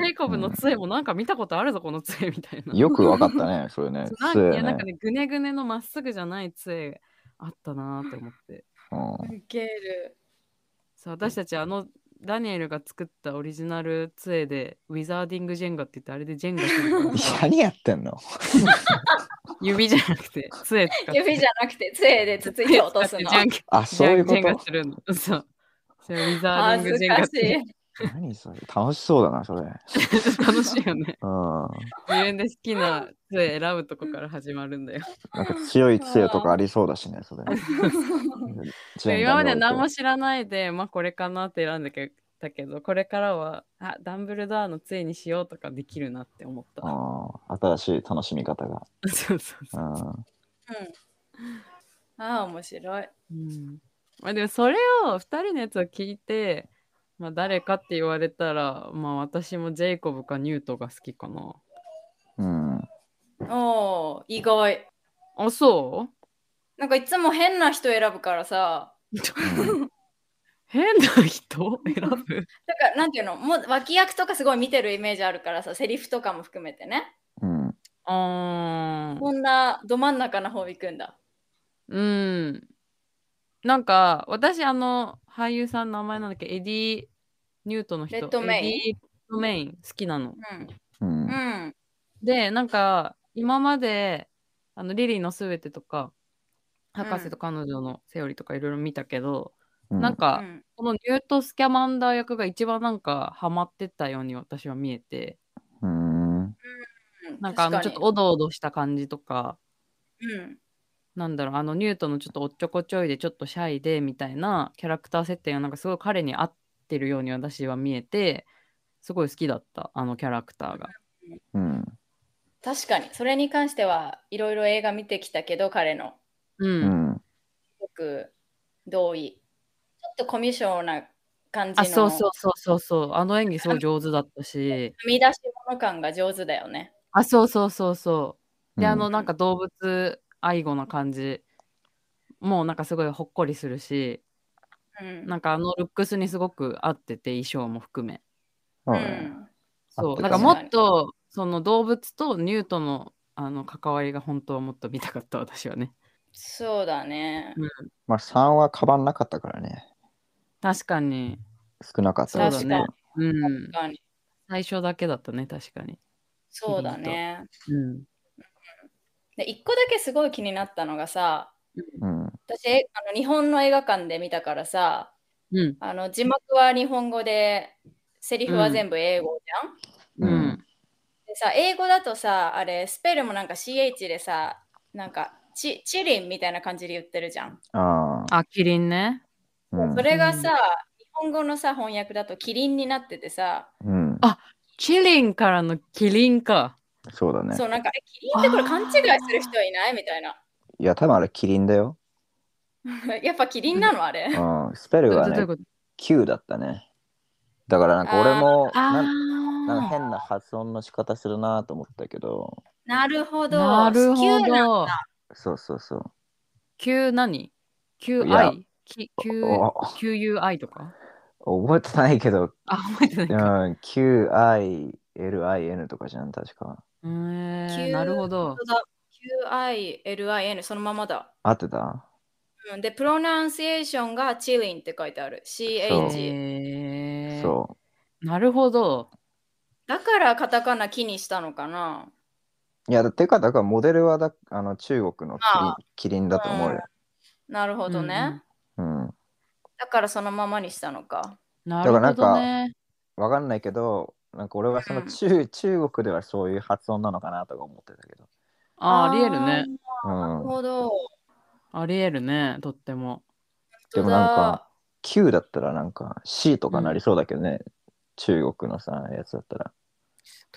[SPEAKER 3] ェイコブの杖もなんか見たことあるぞこの杖みたいな。
[SPEAKER 2] よくわかったね、それね。
[SPEAKER 3] なん
[SPEAKER 2] す
[SPEAKER 3] いや
[SPEAKER 2] ね
[SPEAKER 3] なんかねぐねぐねのまっすぐじゃない杖あったなと思って。
[SPEAKER 2] うん
[SPEAKER 1] ウケる。
[SPEAKER 3] そう私たちあのダニエルが作ったオリジナル杖でウィザーディングジェンガって言ってあれでジェンガするからさ
[SPEAKER 2] 何やってんの
[SPEAKER 3] 指じゃなくて杖使って
[SPEAKER 1] 指じゃなくて杖でつついて落とす
[SPEAKER 3] 杖
[SPEAKER 1] の
[SPEAKER 3] 使。って
[SPEAKER 2] あ、
[SPEAKER 3] ジ
[SPEAKER 2] そうい
[SPEAKER 3] ャ
[SPEAKER 2] う
[SPEAKER 3] ンケンジ
[SPEAKER 2] こ
[SPEAKER 3] ャンジェンガ
[SPEAKER 2] と
[SPEAKER 3] するのそうそれウィザーディ
[SPEAKER 1] 恥
[SPEAKER 3] ングジ
[SPEAKER 1] ず
[SPEAKER 3] ェンガ
[SPEAKER 1] か
[SPEAKER 3] っ
[SPEAKER 1] しい
[SPEAKER 3] て。
[SPEAKER 2] 何それ楽しそうだな、それ。
[SPEAKER 3] 楽しいよね
[SPEAKER 2] うん。な
[SPEAKER 3] 自分で好きな杖選ぶとこから始まるんだよ
[SPEAKER 2] んか強い杖とかありそうだしね、それ。ジェン
[SPEAKER 3] 今
[SPEAKER 2] ガ
[SPEAKER 3] ま
[SPEAKER 2] に
[SPEAKER 3] で
[SPEAKER 2] 置いて
[SPEAKER 3] 何も知らないでまあこれかなって選んだけだけどこれからはあダンブルドアの杖にしようとかできるなって思った
[SPEAKER 2] うん新しい楽しみ方が。
[SPEAKER 3] そうそうそ
[SPEAKER 2] う
[SPEAKER 3] う
[SPEAKER 2] ん
[SPEAKER 1] ああ、面白い。
[SPEAKER 3] まあでもそれを2人のやつを聞いて、まあ、誰かって言われたらまあ私もジェイコブかニュートが好きかな。
[SPEAKER 2] うん。
[SPEAKER 1] うんおお意外
[SPEAKER 3] あ、そう
[SPEAKER 1] なんかいつも変な人選ぶからさ
[SPEAKER 3] 変な 人選ぶ
[SPEAKER 1] だからなんていうのもう脇役とかすごい見てるイメージあるからさセリフとかも含めてね
[SPEAKER 2] うんうん
[SPEAKER 3] あー
[SPEAKER 1] こんなど真ん中の方行くんだ
[SPEAKER 3] うん。なんか、私、あの、俳優さんの名前なんだっけ、エディ・ニュートンの人。
[SPEAKER 1] レッドメイン
[SPEAKER 3] ン。レッドメイン、好きなの。
[SPEAKER 2] う
[SPEAKER 1] うんん
[SPEAKER 3] で、なんか、今まで、あの、リリーのすべてとか、
[SPEAKER 1] うん
[SPEAKER 3] 博士と彼女のセオリーとかいろいろ見たけど、
[SPEAKER 2] うん
[SPEAKER 3] なん
[SPEAKER 1] う
[SPEAKER 3] か、
[SPEAKER 1] ん
[SPEAKER 3] このニュート・スキャマンダー役が一番なんか、ハマってたように私は見えて、
[SPEAKER 2] う
[SPEAKER 1] う
[SPEAKER 2] ん
[SPEAKER 1] ん
[SPEAKER 3] なんか、あの、ち
[SPEAKER 1] 確
[SPEAKER 3] ょっ
[SPEAKER 1] か
[SPEAKER 3] と
[SPEAKER 1] に
[SPEAKER 3] おどおどした感じとか、
[SPEAKER 1] うん
[SPEAKER 3] なんだろうあのニュートンのちょっとおっちょこちょいでちょっとシャイでみたいなキャラクター設定がなんかすごい彼に合ってるように私は見えてすごい好きだったあのキャラクターが。
[SPEAKER 2] うん
[SPEAKER 1] 確かにそれに関してはいろいろ映画見てきたけど彼の
[SPEAKER 3] う、
[SPEAKER 2] うんん
[SPEAKER 1] よく同意ちょっとコミュ障な感じ
[SPEAKER 3] あ
[SPEAKER 1] の
[SPEAKER 3] そうそうそうそうそうあの演技すごい上手だったし
[SPEAKER 1] はみ出し物感が上手だよね
[SPEAKER 3] あそうそうそうそうであ
[SPEAKER 2] う
[SPEAKER 3] の
[SPEAKER 1] ん
[SPEAKER 3] なんか動物愛護な感じもうなんかすごいほっこりするし
[SPEAKER 1] うん
[SPEAKER 3] なんかあのルックスにすごく合ってて衣装も含め
[SPEAKER 2] そう
[SPEAKER 1] う
[SPEAKER 2] ね
[SPEAKER 1] ん
[SPEAKER 2] 合って
[SPEAKER 3] そう
[SPEAKER 2] た
[SPEAKER 3] なんかもっとその動物とニュートのあの関わりが本当はもっと見たかった私はね
[SPEAKER 1] そうだね
[SPEAKER 2] まあ3はかばんなかったからね
[SPEAKER 3] 確かに
[SPEAKER 2] 少なかったです
[SPEAKER 1] そうだね
[SPEAKER 3] うん
[SPEAKER 1] 確かに
[SPEAKER 3] 最初だけだったね確かに
[SPEAKER 1] そうだね
[SPEAKER 3] うん
[SPEAKER 1] で一個だけすごい気になったのがさ
[SPEAKER 2] うん
[SPEAKER 1] 私えあの日本の映画館で見たからさ
[SPEAKER 3] うん
[SPEAKER 1] あの字幕は日本語でセリフは全部英語じゃん、
[SPEAKER 3] う
[SPEAKER 2] うん
[SPEAKER 1] でさ英語だとさあれスペルもなんか CH でさなんかチチリンみたいな感じで言ってるじゃん、
[SPEAKER 2] ああ
[SPEAKER 3] あキリンね
[SPEAKER 2] うん
[SPEAKER 1] それがさ、日本語のさ翻訳だとキリンになっててさ、
[SPEAKER 2] うん
[SPEAKER 3] キリンからのキリンか
[SPEAKER 2] そうだね
[SPEAKER 1] そうなんかえキリンってこれ勘違いする人はいないみたいな
[SPEAKER 2] いや多分あれキリンだよ
[SPEAKER 1] やっぱキリンなのあれ、
[SPEAKER 2] うんスペル
[SPEAKER 3] ど
[SPEAKER 2] が
[SPEAKER 3] どうい
[SPEAKER 2] ね
[SPEAKER 3] うこと
[SPEAKER 2] 9だったねだからなんか俺も
[SPEAKER 3] あ
[SPEAKER 2] なんなんか
[SPEAKER 3] あ
[SPEAKER 2] 変な発音の仕方するなと思ったけど
[SPEAKER 1] なるほど
[SPEAKER 3] なる
[SPEAKER 1] 地
[SPEAKER 3] ほ
[SPEAKER 1] 球な
[SPEAKER 3] ど
[SPEAKER 2] そうそうそう
[SPEAKER 3] 急何急
[SPEAKER 2] いや
[SPEAKER 3] 愛き急
[SPEAKER 2] お
[SPEAKER 3] 急友愛とか
[SPEAKER 2] 覚えてないけど、
[SPEAKER 3] あ覚えてない
[SPEAKER 2] うん、
[SPEAKER 3] か
[SPEAKER 2] QILIN とかじゃん確か
[SPEAKER 3] えーなるほど
[SPEAKER 1] 本当だ QILIN そのままだ、
[SPEAKER 2] 合ってた
[SPEAKER 1] うん、でプロナンシエーションがチリンって書いてある CH
[SPEAKER 3] へー
[SPEAKER 2] そ
[SPEAKER 3] なるほど。
[SPEAKER 1] だからカタカナキにしたのかな
[SPEAKER 2] ういやてかだからモデルはだあの中国のキリン
[SPEAKER 1] あ
[SPEAKER 2] キリンだと思うよ、
[SPEAKER 1] なるほどね、
[SPEAKER 3] うんうん
[SPEAKER 2] うん、
[SPEAKER 1] だからそのままにしたのか
[SPEAKER 3] な
[SPEAKER 2] だ
[SPEAKER 3] る
[SPEAKER 2] からな
[SPEAKER 3] ほ
[SPEAKER 2] んか
[SPEAKER 3] どね。
[SPEAKER 2] わかんないけどなんか俺はその
[SPEAKER 1] うん
[SPEAKER 2] 中,、中国ではそういう発音なのかなとか思ってたけど、
[SPEAKER 3] あーありえるね。
[SPEAKER 2] う
[SPEAKER 1] なんる、ほど
[SPEAKER 3] ありえるね。とっても。
[SPEAKER 2] でもなんか Q だったらなんか C とかなりそうだけどね、中国のさやつだったら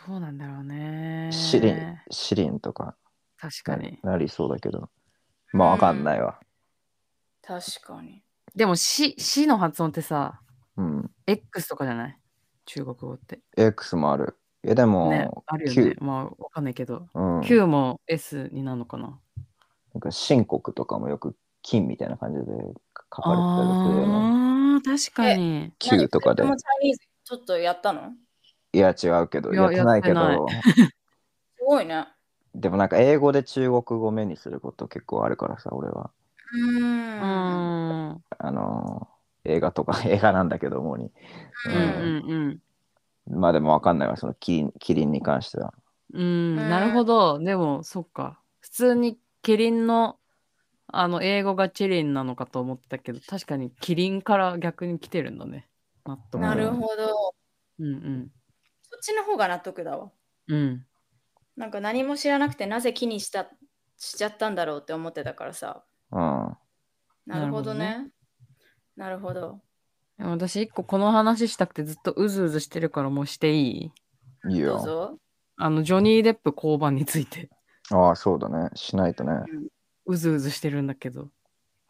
[SPEAKER 3] どうなんだろうね。
[SPEAKER 2] シリン、シリンとか
[SPEAKER 3] 確か
[SPEAKER 2] な
[SPEAKER 3] に。
[SPEAKER 2] なりそうだけどまあわかんないわ
[SPEAKER 1] 本当だ確かに
[SPEAKER 3] でも、し、しの発音ってさ、
[SPEAKER 2] うん、
[SPEAKER 3] X とかじゃない中国語って。
[SPEAKER 2] X もあるいやでも、
[SPEAKER 3] ね。あるよね
[SPEAKER 2] Q。
[SPEAKER 3] まあ、わかんないけど。
[SPEAKER 2] うん、な
[SPEAKER 3] Q も S になるのかな。
[SPEAKER 2] んか新国とかもよく金みたいな感じで書かれてたりするよね。
[SPEAKER 3] ああ、確かに。
[SPEAKER 2] Q とかで
[SPEAKER 1] 何それもチャイニーズちょっとやったの
[SPEAKER 2] いや違うけど
[SPEAKER 3] いや
[SPEAKER 2] やってないけ
[SPEAKER 3] や
[SPEAKER 2] ど
[SPEAKER 1] すごいね。
[SPEAKER 2] でもなんか英語で中国語目にすること結構あるからさ俺は
[SPEAKER 1] う
[SPEAKER 3] う
[SPEAKER 1] ん。
[SPEAKER 3] ーん。うん
[SPEAKER 2] あのー映画とか 映画なんだけど主に、
[SPEAKER 3] うんうん。
[SPEAKER 2] まあでもわかんないわそのキリンキリンに関しては
[SPEAKER 3] うん、なるほど。でも、そっか。普通にキリンの、あの、英語がチリンなのかと思ってたけど、確かにキリンから逆に来てるんだね。納得。
[SPEAKER 1] なるほど。
[SPEAKER 3] うん
[SPEAKER 1] そっちの方が納得だわ。
[SPEAKER 3] うん。うん。
[SPEAKER 1] なんか何も知らなくてなぜ木にしたしちゃったんだろうって思ってたからさ。
[SPEAKER 2] うん
[SPEAKER 1] なるほどね。なるほど。
[SPEAKER 3] でも私、一個この話したくてずっとうずうずしてるからもうしていい
[SPEAKER 2] いい
[SPEAKER 1] どう
[SPEAKER 2] よ
[SPEAKER 1] ぞ。
[SPEAKER 3] あの、ジョニー・デップ交番について、
[SPEAKER 2] ああそうだねしないとね
[SPEAKER 3] うずうずしてるんだけど。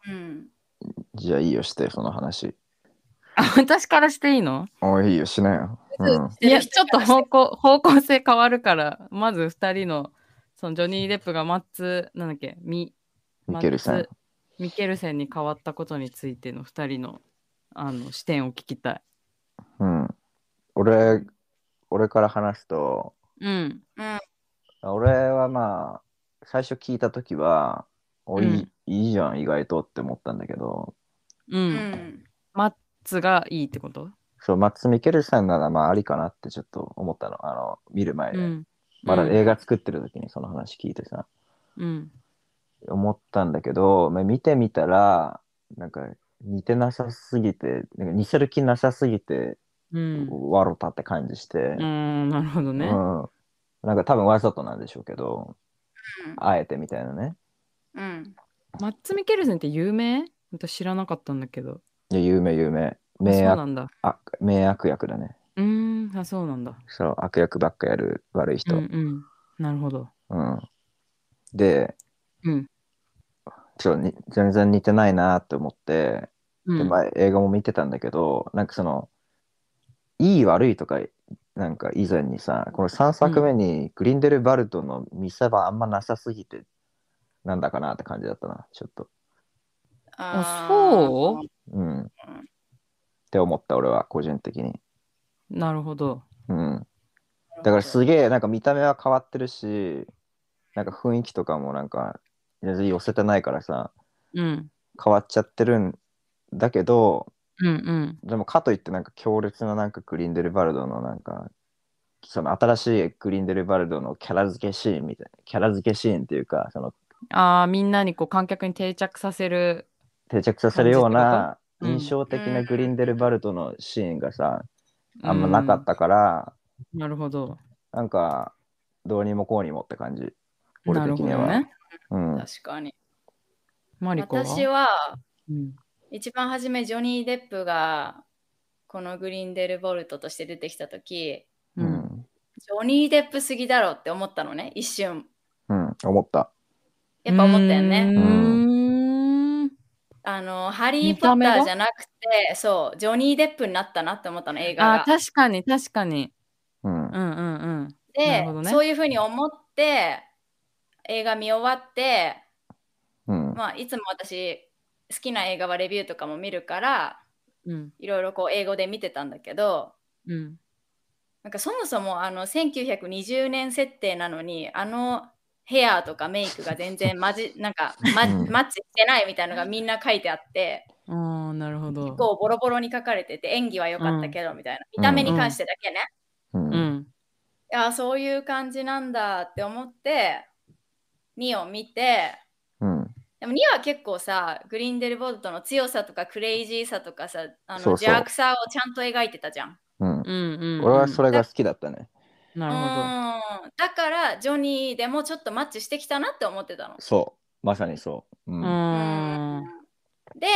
[SPEAKER 1] うん。
[SPEAKER 2] じゃあいいよしてその話
[SPEAKER 3] あ、私からしていいの
[SPEAKER 2] おいいよしなよ、うん、
[SPEAKER 3] いや、ちょっと方向、方向性変わるから、まず2人のそのジョニー・デップがマッツ、なんだっけ、ミ
[SPEAKER 2] ミケルセン
[SPEAKER 3] マッツミケルセンに変わったことについての2人のあの視点を聞きたい。
[SPEAKER 2] うん。俺、俺から話すと、
[SPEAKER 3] うん。
[SPEAKER 2] 俺はまあ、最初聞いたときは、おい、
[SPEAKER 3] うん
[SPEAKER 2] いいじゃん、意外とって思ったんだけど、
[SPEAKER 1] う
[SPEAKER 3] う。
[SPEAKER 1] んん。
[SPEAKER 3] マッツがいいってこと
[SPEAKER 2] そう、マッツ・ミケルセンならまあ、ありかなってちょっと思ったの、あの、見る前
[SPEAKER 3] う
[SPEAKER 2] で。
[SPEAKER 3] ん。
[SPEAKER 2] まだ
[SPEAKER 3] うん
[SPEAKER 2] 映画作ってる時にその話聞いてさ、
[SPEAKER 3] うん。
[SPEAKER 2] 思ったんだけど、まあ、見てみたら、なんか、似てなさすぎて、なんか似せる気なさすぎて、
[SPEAKER 3] うん。
[SPEAKER 2] わろたって感じして、
[SPEAKER 3] うん、なるほどね。
[SPEAKER 2] うん。なんか多分わざとなんでしょうけど、
[SPEAKER 1] うん
[SPEAKER 2] あえてみたいなね。
[SPEAKER 1] うん。
[SPEAKER 3] マッツ・ミケルセンって有名私知らなかったんだけど。
[SPEAKER 2] いや、有名、有名。
[SPEAKER 3] あそう
[SPEAKER 2] 名
[SPEAKER 3] な
[SPEAKER 2] 悪
[SPEAKER 3] んだ。
[SPEAKER 2] あ名悪役だね。
[SPEAKER 3] うーん、あ、そうなんだ。
[SPEAKER 2] そう、悪役ばっかやる悪い人。
[SPEAKER 3] う
[SPEAKER 2] うんん。
[SPEAKER 3] うん。なるほど。
[SPEAKER 2] で、
[SPEAKER 3] うん。
[SPEAKER 2] ちょっとに全然似てないなと思って、
[SPEAKER 3] う
[SPEAKER 2] で
[SPEAKER 3] ん
[SPEAKER 2] まあ映画も見てたんだけど、なんかその、いい悪いとか、なんか以前にさ、この3作目にグリンデルバルトの見せ場あんまなさすぎて、なんだかなって感じだったな、ちょっと。
[SPEAKER 1] ー
[SPEAKER 3] あそう
[SPEAKER 2] うん。って思った、俺は、個人的に。
[SPEAKER 3] なるほど。
[SPEAKER 2] うん。だからすげえ、なんか見た目は変わってるし、なんか雰囲気とかもなんか、全然寄せてないからさ、
[SPEAKER 3] うん。
[SPEAKER 2] 変わっちゃってるんだけど、
[SPEAKER 3] うんうん。
[SPEAKER 2] でもかといってなんか強烈ななんかグリンデルバルドのなんか、その新しいグリンデルバルドのキャラ付けシーンみたいな、キャラ付けシーンっていうか、その
[SPEAKER 3] ああ、みんなにこう観客に定着させる。
[SPEAKER 2] 定着させるような
[SPEAKER 3] 感じってことうん
[SPEAKER 2] 印象的なグリンデルバルドのシーンがさ、
[SPEAKER 3] うん
[SPEAKER 2] あんまなかったから、
[SPEAKER 3] なるほど。
[SPEAKER 2] なんか、どうにもこうにもって感じ。俺
[SPEAKER 3] なる
[SPEAKER 2] 的
[SPEAKER 3] ほ
[SPEAKER 2] に
[SPEAKER 3] ど
[SPEAKER 2] は。
[SPEAKER 3] ね。
[SPEAKER 2] うん。
[SPEAKER 1] 確かに。
[SPEAKER 3] マリコは。
[SPEAKER 1] 私は
[SPEAKER 3] うん
[SPEAKER 1] 一番初めジョニー・デップがこのグリーンデル・ボルトとして出てきた時
[SPEAKER 2] う
[SPEAKER 3] うん
[SPEAKER 2] ん。
[SPEAKER 1] ジョニー・デップすぎだろって思ったのね一瞬
[SPEAKER 2] うん。思った。
[SPEAKER 1] やっぱ思ったよね
[SPEAKER 3] うーん。
[SPEAKER 1] あのハリー・ポッターじゃなくてそうジョニー・デップになったなって思ったの映
[SPEAKER 3] あ
[SPEAKER 1] 画
[SPEAKER 3] ー
[SPEAKER 1] が
[SPEAKER 3] 確かに確かに。
[SPEAKER 2] うん
[SPEAKER 3] う。んうんうん。な
[SPEAKER 1] で、
[SPEAKER 3] るほどね
[SPEAKER 1] そういうふうに思って映画見終わって
[SPEAKER 2] うん。
[SPEAKER 1] まあいつも私好きな映画はレビューとかも見るから
[SPEAKER 3] うん
[SPEAKER 1] いろいろこう英語で見てたんだけど
[SPEAKER 3] うん。
[SPEAKER 1] なんかそもそもあの1920年設定なのにあのヘアとかメイクが全然マ ジなんかマ
[SPEAKER 2] うん
[SPEAKER 1] マッチしてないみたいなのがみんな書いてあって
[SPEAKER 3] ああ、なるほど。
[SPEAKER 1] こうボロボロに書かれてて演技は良かったけどみたいな見た目に関してだけね、
[SPEAKER 2] う。
[SPEAKER 3] うんん。
[SPEAKER 1] いやそういう感じなんだって思って2を見て
[SPEAKER 2] うん。
[SPEAKER 1] でも2は結構さグリーンデルボルトの強さとかクレイジーさとかさあの
[SPEAKER 2] そうそう
[SPEAKER 1] 邪悪さをちゃんと描いてたじゃん。
[SPEAKER 2] うん。
[SPEAKER 3] うんうん、うん。
[SPEAKER 2] 俺はそれが好きだったね。
[SPEAKER 3] なるほど。
[SPEAKER 1] うんだからジョニーでもちょっとマッチしてきたなって思ってたの。
[SPEAKER 2] そう。まさにそう。う。
[SPEAKER 3] うんーん。
[SPEAKER 1] で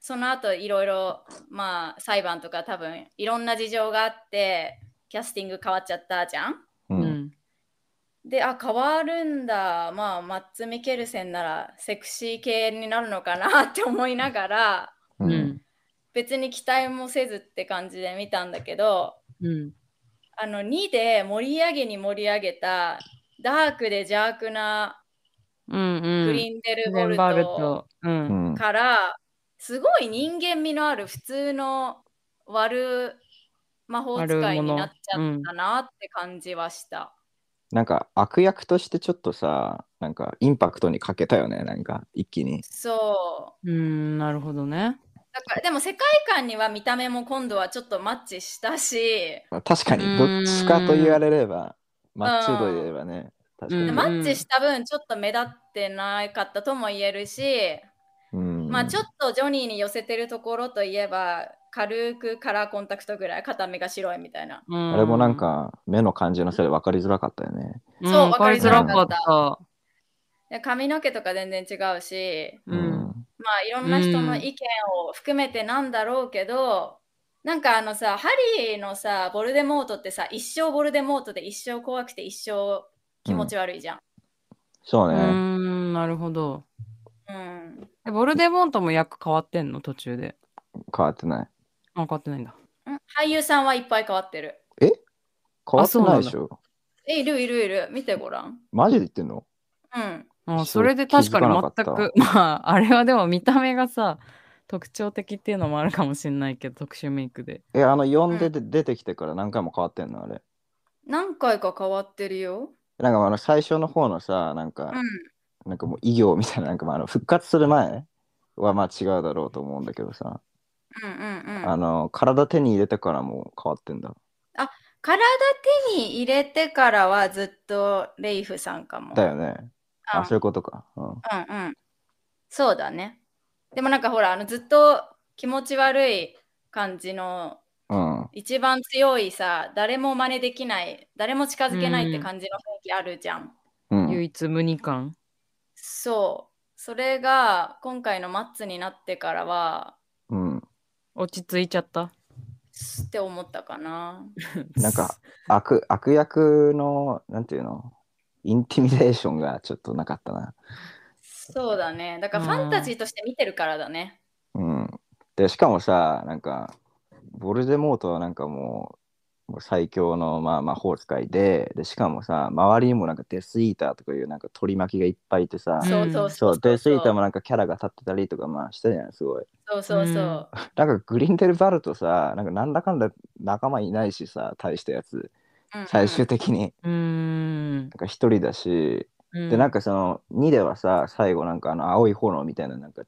[SPEAKER 1] その後いろいろまあ裁判とか多分いろんな事情があってキャスティング変わっちゃったじゃん。
[SPEAKER 2] う。
[SPEAKER 3] うんん。
[SPEAKER 1] であ変わるんだまあマッツ・ミケルセンならセクシー系になるのかなって思いながら
[SPEAKER 2] う。
[SPEAKER 3] うんん。
[SPEAKER 1] 別に期待もせずって感じで見たんだけど
[SPEAKER 3] うん。
[SPEAKER 1] あの2で盛り上げに盛り上げたダークで邪悪な
[SPEAKER 3] うん。
[SPEAKER 1] グ
[SPEAKER 3] うん。
[SPEAKER 1] リーンデル・ボ
[SPEAKER 3] メ
[SPEAKER 1] ル
[SPEAKER 3] ン
[SPEAKER 1] ト
[SPEAKER 3] バールト。う。
[SPEAKER 2] うんん。
[SPEAKER 1] からすごい人間味のある普通の悪魔法使いになっちゃったなって感じはした。
[SPEAKER 2] なんか悪役としてちょっとさ、なんかインパクトに欠けたよね、なんか一気に。
[SPEAKER 1] そう
[SPEAKER 3] ーん、なるほどね。
[SPEAKER 1] うだからでも世界観には見た目も今度はちょっとマッチしたし、
[SPEAKER 2] まあ確かに、どっちかと言われれば、マッチュード言えばね。確か
[SPEAKER 3] う
[SPEAKER 2] に。
[SPEAKER 3] ん
[SPEAKER 1] マッチした分ちょっと目立ってなかったとも言えるし、
[SPEAKER 2] うん。
[SPEAKER 1] まあちょっとジョニーに寄せてるところといえば軽くカラーコンタクトぐらい片目が白いみたいな。
[SPEAKER 3] あ
[SPEAKER 2] あれもなん、か目の感じのせいで分かりづらかったよね。
[SPEAKER 3] うん、
[SPEAKER 1] そう
[SPEAKER 3] わかりづらか
[SPEAKER 1] わか
[SPEAKER 3] っ
[SPEAKER 1] りづ
[SPEAKER 3] た。
[SPEAKER 1] で髪の毛とか全然違うし、
[SPEAKER 3] うん。
[SPEAKER 1] まあいろんな人の意見を含めてなんだろうけど、なんかあのさハリーのさボルデモートってさ一生ボルデモートで一生怖くて一生気持ち悪いじゃん。
[SPEAKER 2] そう
[SPEAKER 3] うー
[SPEAKER 2] ね。
[SPEAKER 3] ん、なるほど。
[SPEAKER 1] うん
[SPEAKER 3] えボルデモントも役変わってんの途中で。
[SPEAKER 2] 変わってない。
[SPEAKER 3] あ、変わってないんだ。
[SPEAKER 1] ん俳優さんはいっぱい変わってる。
[SPEAKER 2] 変わってない
[SPEAKER 3] あ
[SPEAKER 2] でしょ。
[SPEAKER 1] え、いるいるいる。見てごらん。
[SPEAKER 2] マジで言ってんの
[SPEAKER 1] うん。
[SPEAKER 4] あ
[SPEAKER 2] そう
[SPEAKER 4] それで確かに
[SPEAKER 2] 気づ
[SPEAKER 4] 全
[SPEAKER 2] かなかっ
[SPEAKER 4] く、 まあ、あれはでも見た目がさ、特徴的っていうのもあるかもしれないけど、特殊メイクで。
[SPEAKER 2] え、あの、呼ん
[SPEAKER 1] う
[SPEAKER 2] で
[SPEAKER 1] ん
[SPEAKER 2] て出てきてから何回も変わってんのあれ。
[SPEAKER 1] 何回か変わってるよ。
[SPEAKER 2] なんかあの、最初の方のさ、なんか、
[SPEAKER 1] う
[SPEAKER 2] なんかもう異業みたいな、なんかまああの復活する前はまあ違うだろうと思うんだけどさ、
[SPEAKER 1] ん。うんうんうん。
[SPEAKER 2] あの、体手に入れてからもう変わってんだ。
[SPEAKER 1] 体手に入れてからはずっとレイフさんかも。
[SPEAKER 2] だよね。
[SPEAKER 1] うん
[SPEAKER 2] あ、そういうことか。うん。
[SPEAKER 1] うんうん。そうだね。でもなんかほら、あのずっと気持ち悪い感じの
[SPEAKER 2] うん。
[SPEAKER 1] 一番強いさ、誰も真似できない、誰も近づけないって感じの雰囲気あるじゃん。
[SPEAKER 2] うん、
[SPEAKER 4] 唯一無二感。
[SPEAKER 1] そう。それが今回のマッツになってからは、
[SPEAKER 2] うん、
[SPEAKER 4] 落ち着いちゃった。
[SPEAKER 1] すって思ったかな。
[SPEAKER 2] なんか、悪悪役のなんていうのインティミデーションがちょっとなかったな、
[SPEAKER 1] そうだね。だからフ
[SPEAKER 4] あー
[SPEAKER 1] ァンタジーとして見てるからだね。
[SPEAKER 2] うん、でしかもさなんかボルデモートはなんかもうもう最強の、まあ、魔法使いででしかもさ周りにもなんかデスイーターとかいうなんか取り巻きがいっぱいいてさ、
[SPEAKER 4] うん
[SPEAKER 1] そうそう
[SPEAKER 2] そ
[SPEAKER 1] そうう。
[SPEAKER 2] デスイーター
[SPEAKER 1] も。
[SPEAKER 2] もなんかキャラが立ってたりとかまあしたじゃんすごい
[SPEAKER 1] そうそうそう。
[SPEAKER 2] なんかグリンデルバルトさなんかなんだかんだ仲間いないしさ大したやつ
[SPEAKER 1] うんうん
[SPEAKER 2] 最終的になん
[SPEAKER 4] うーん。
[SPEAKER 2] か一人だし、でなんかその2ではさ最後なんかあの青い炎みたいななんか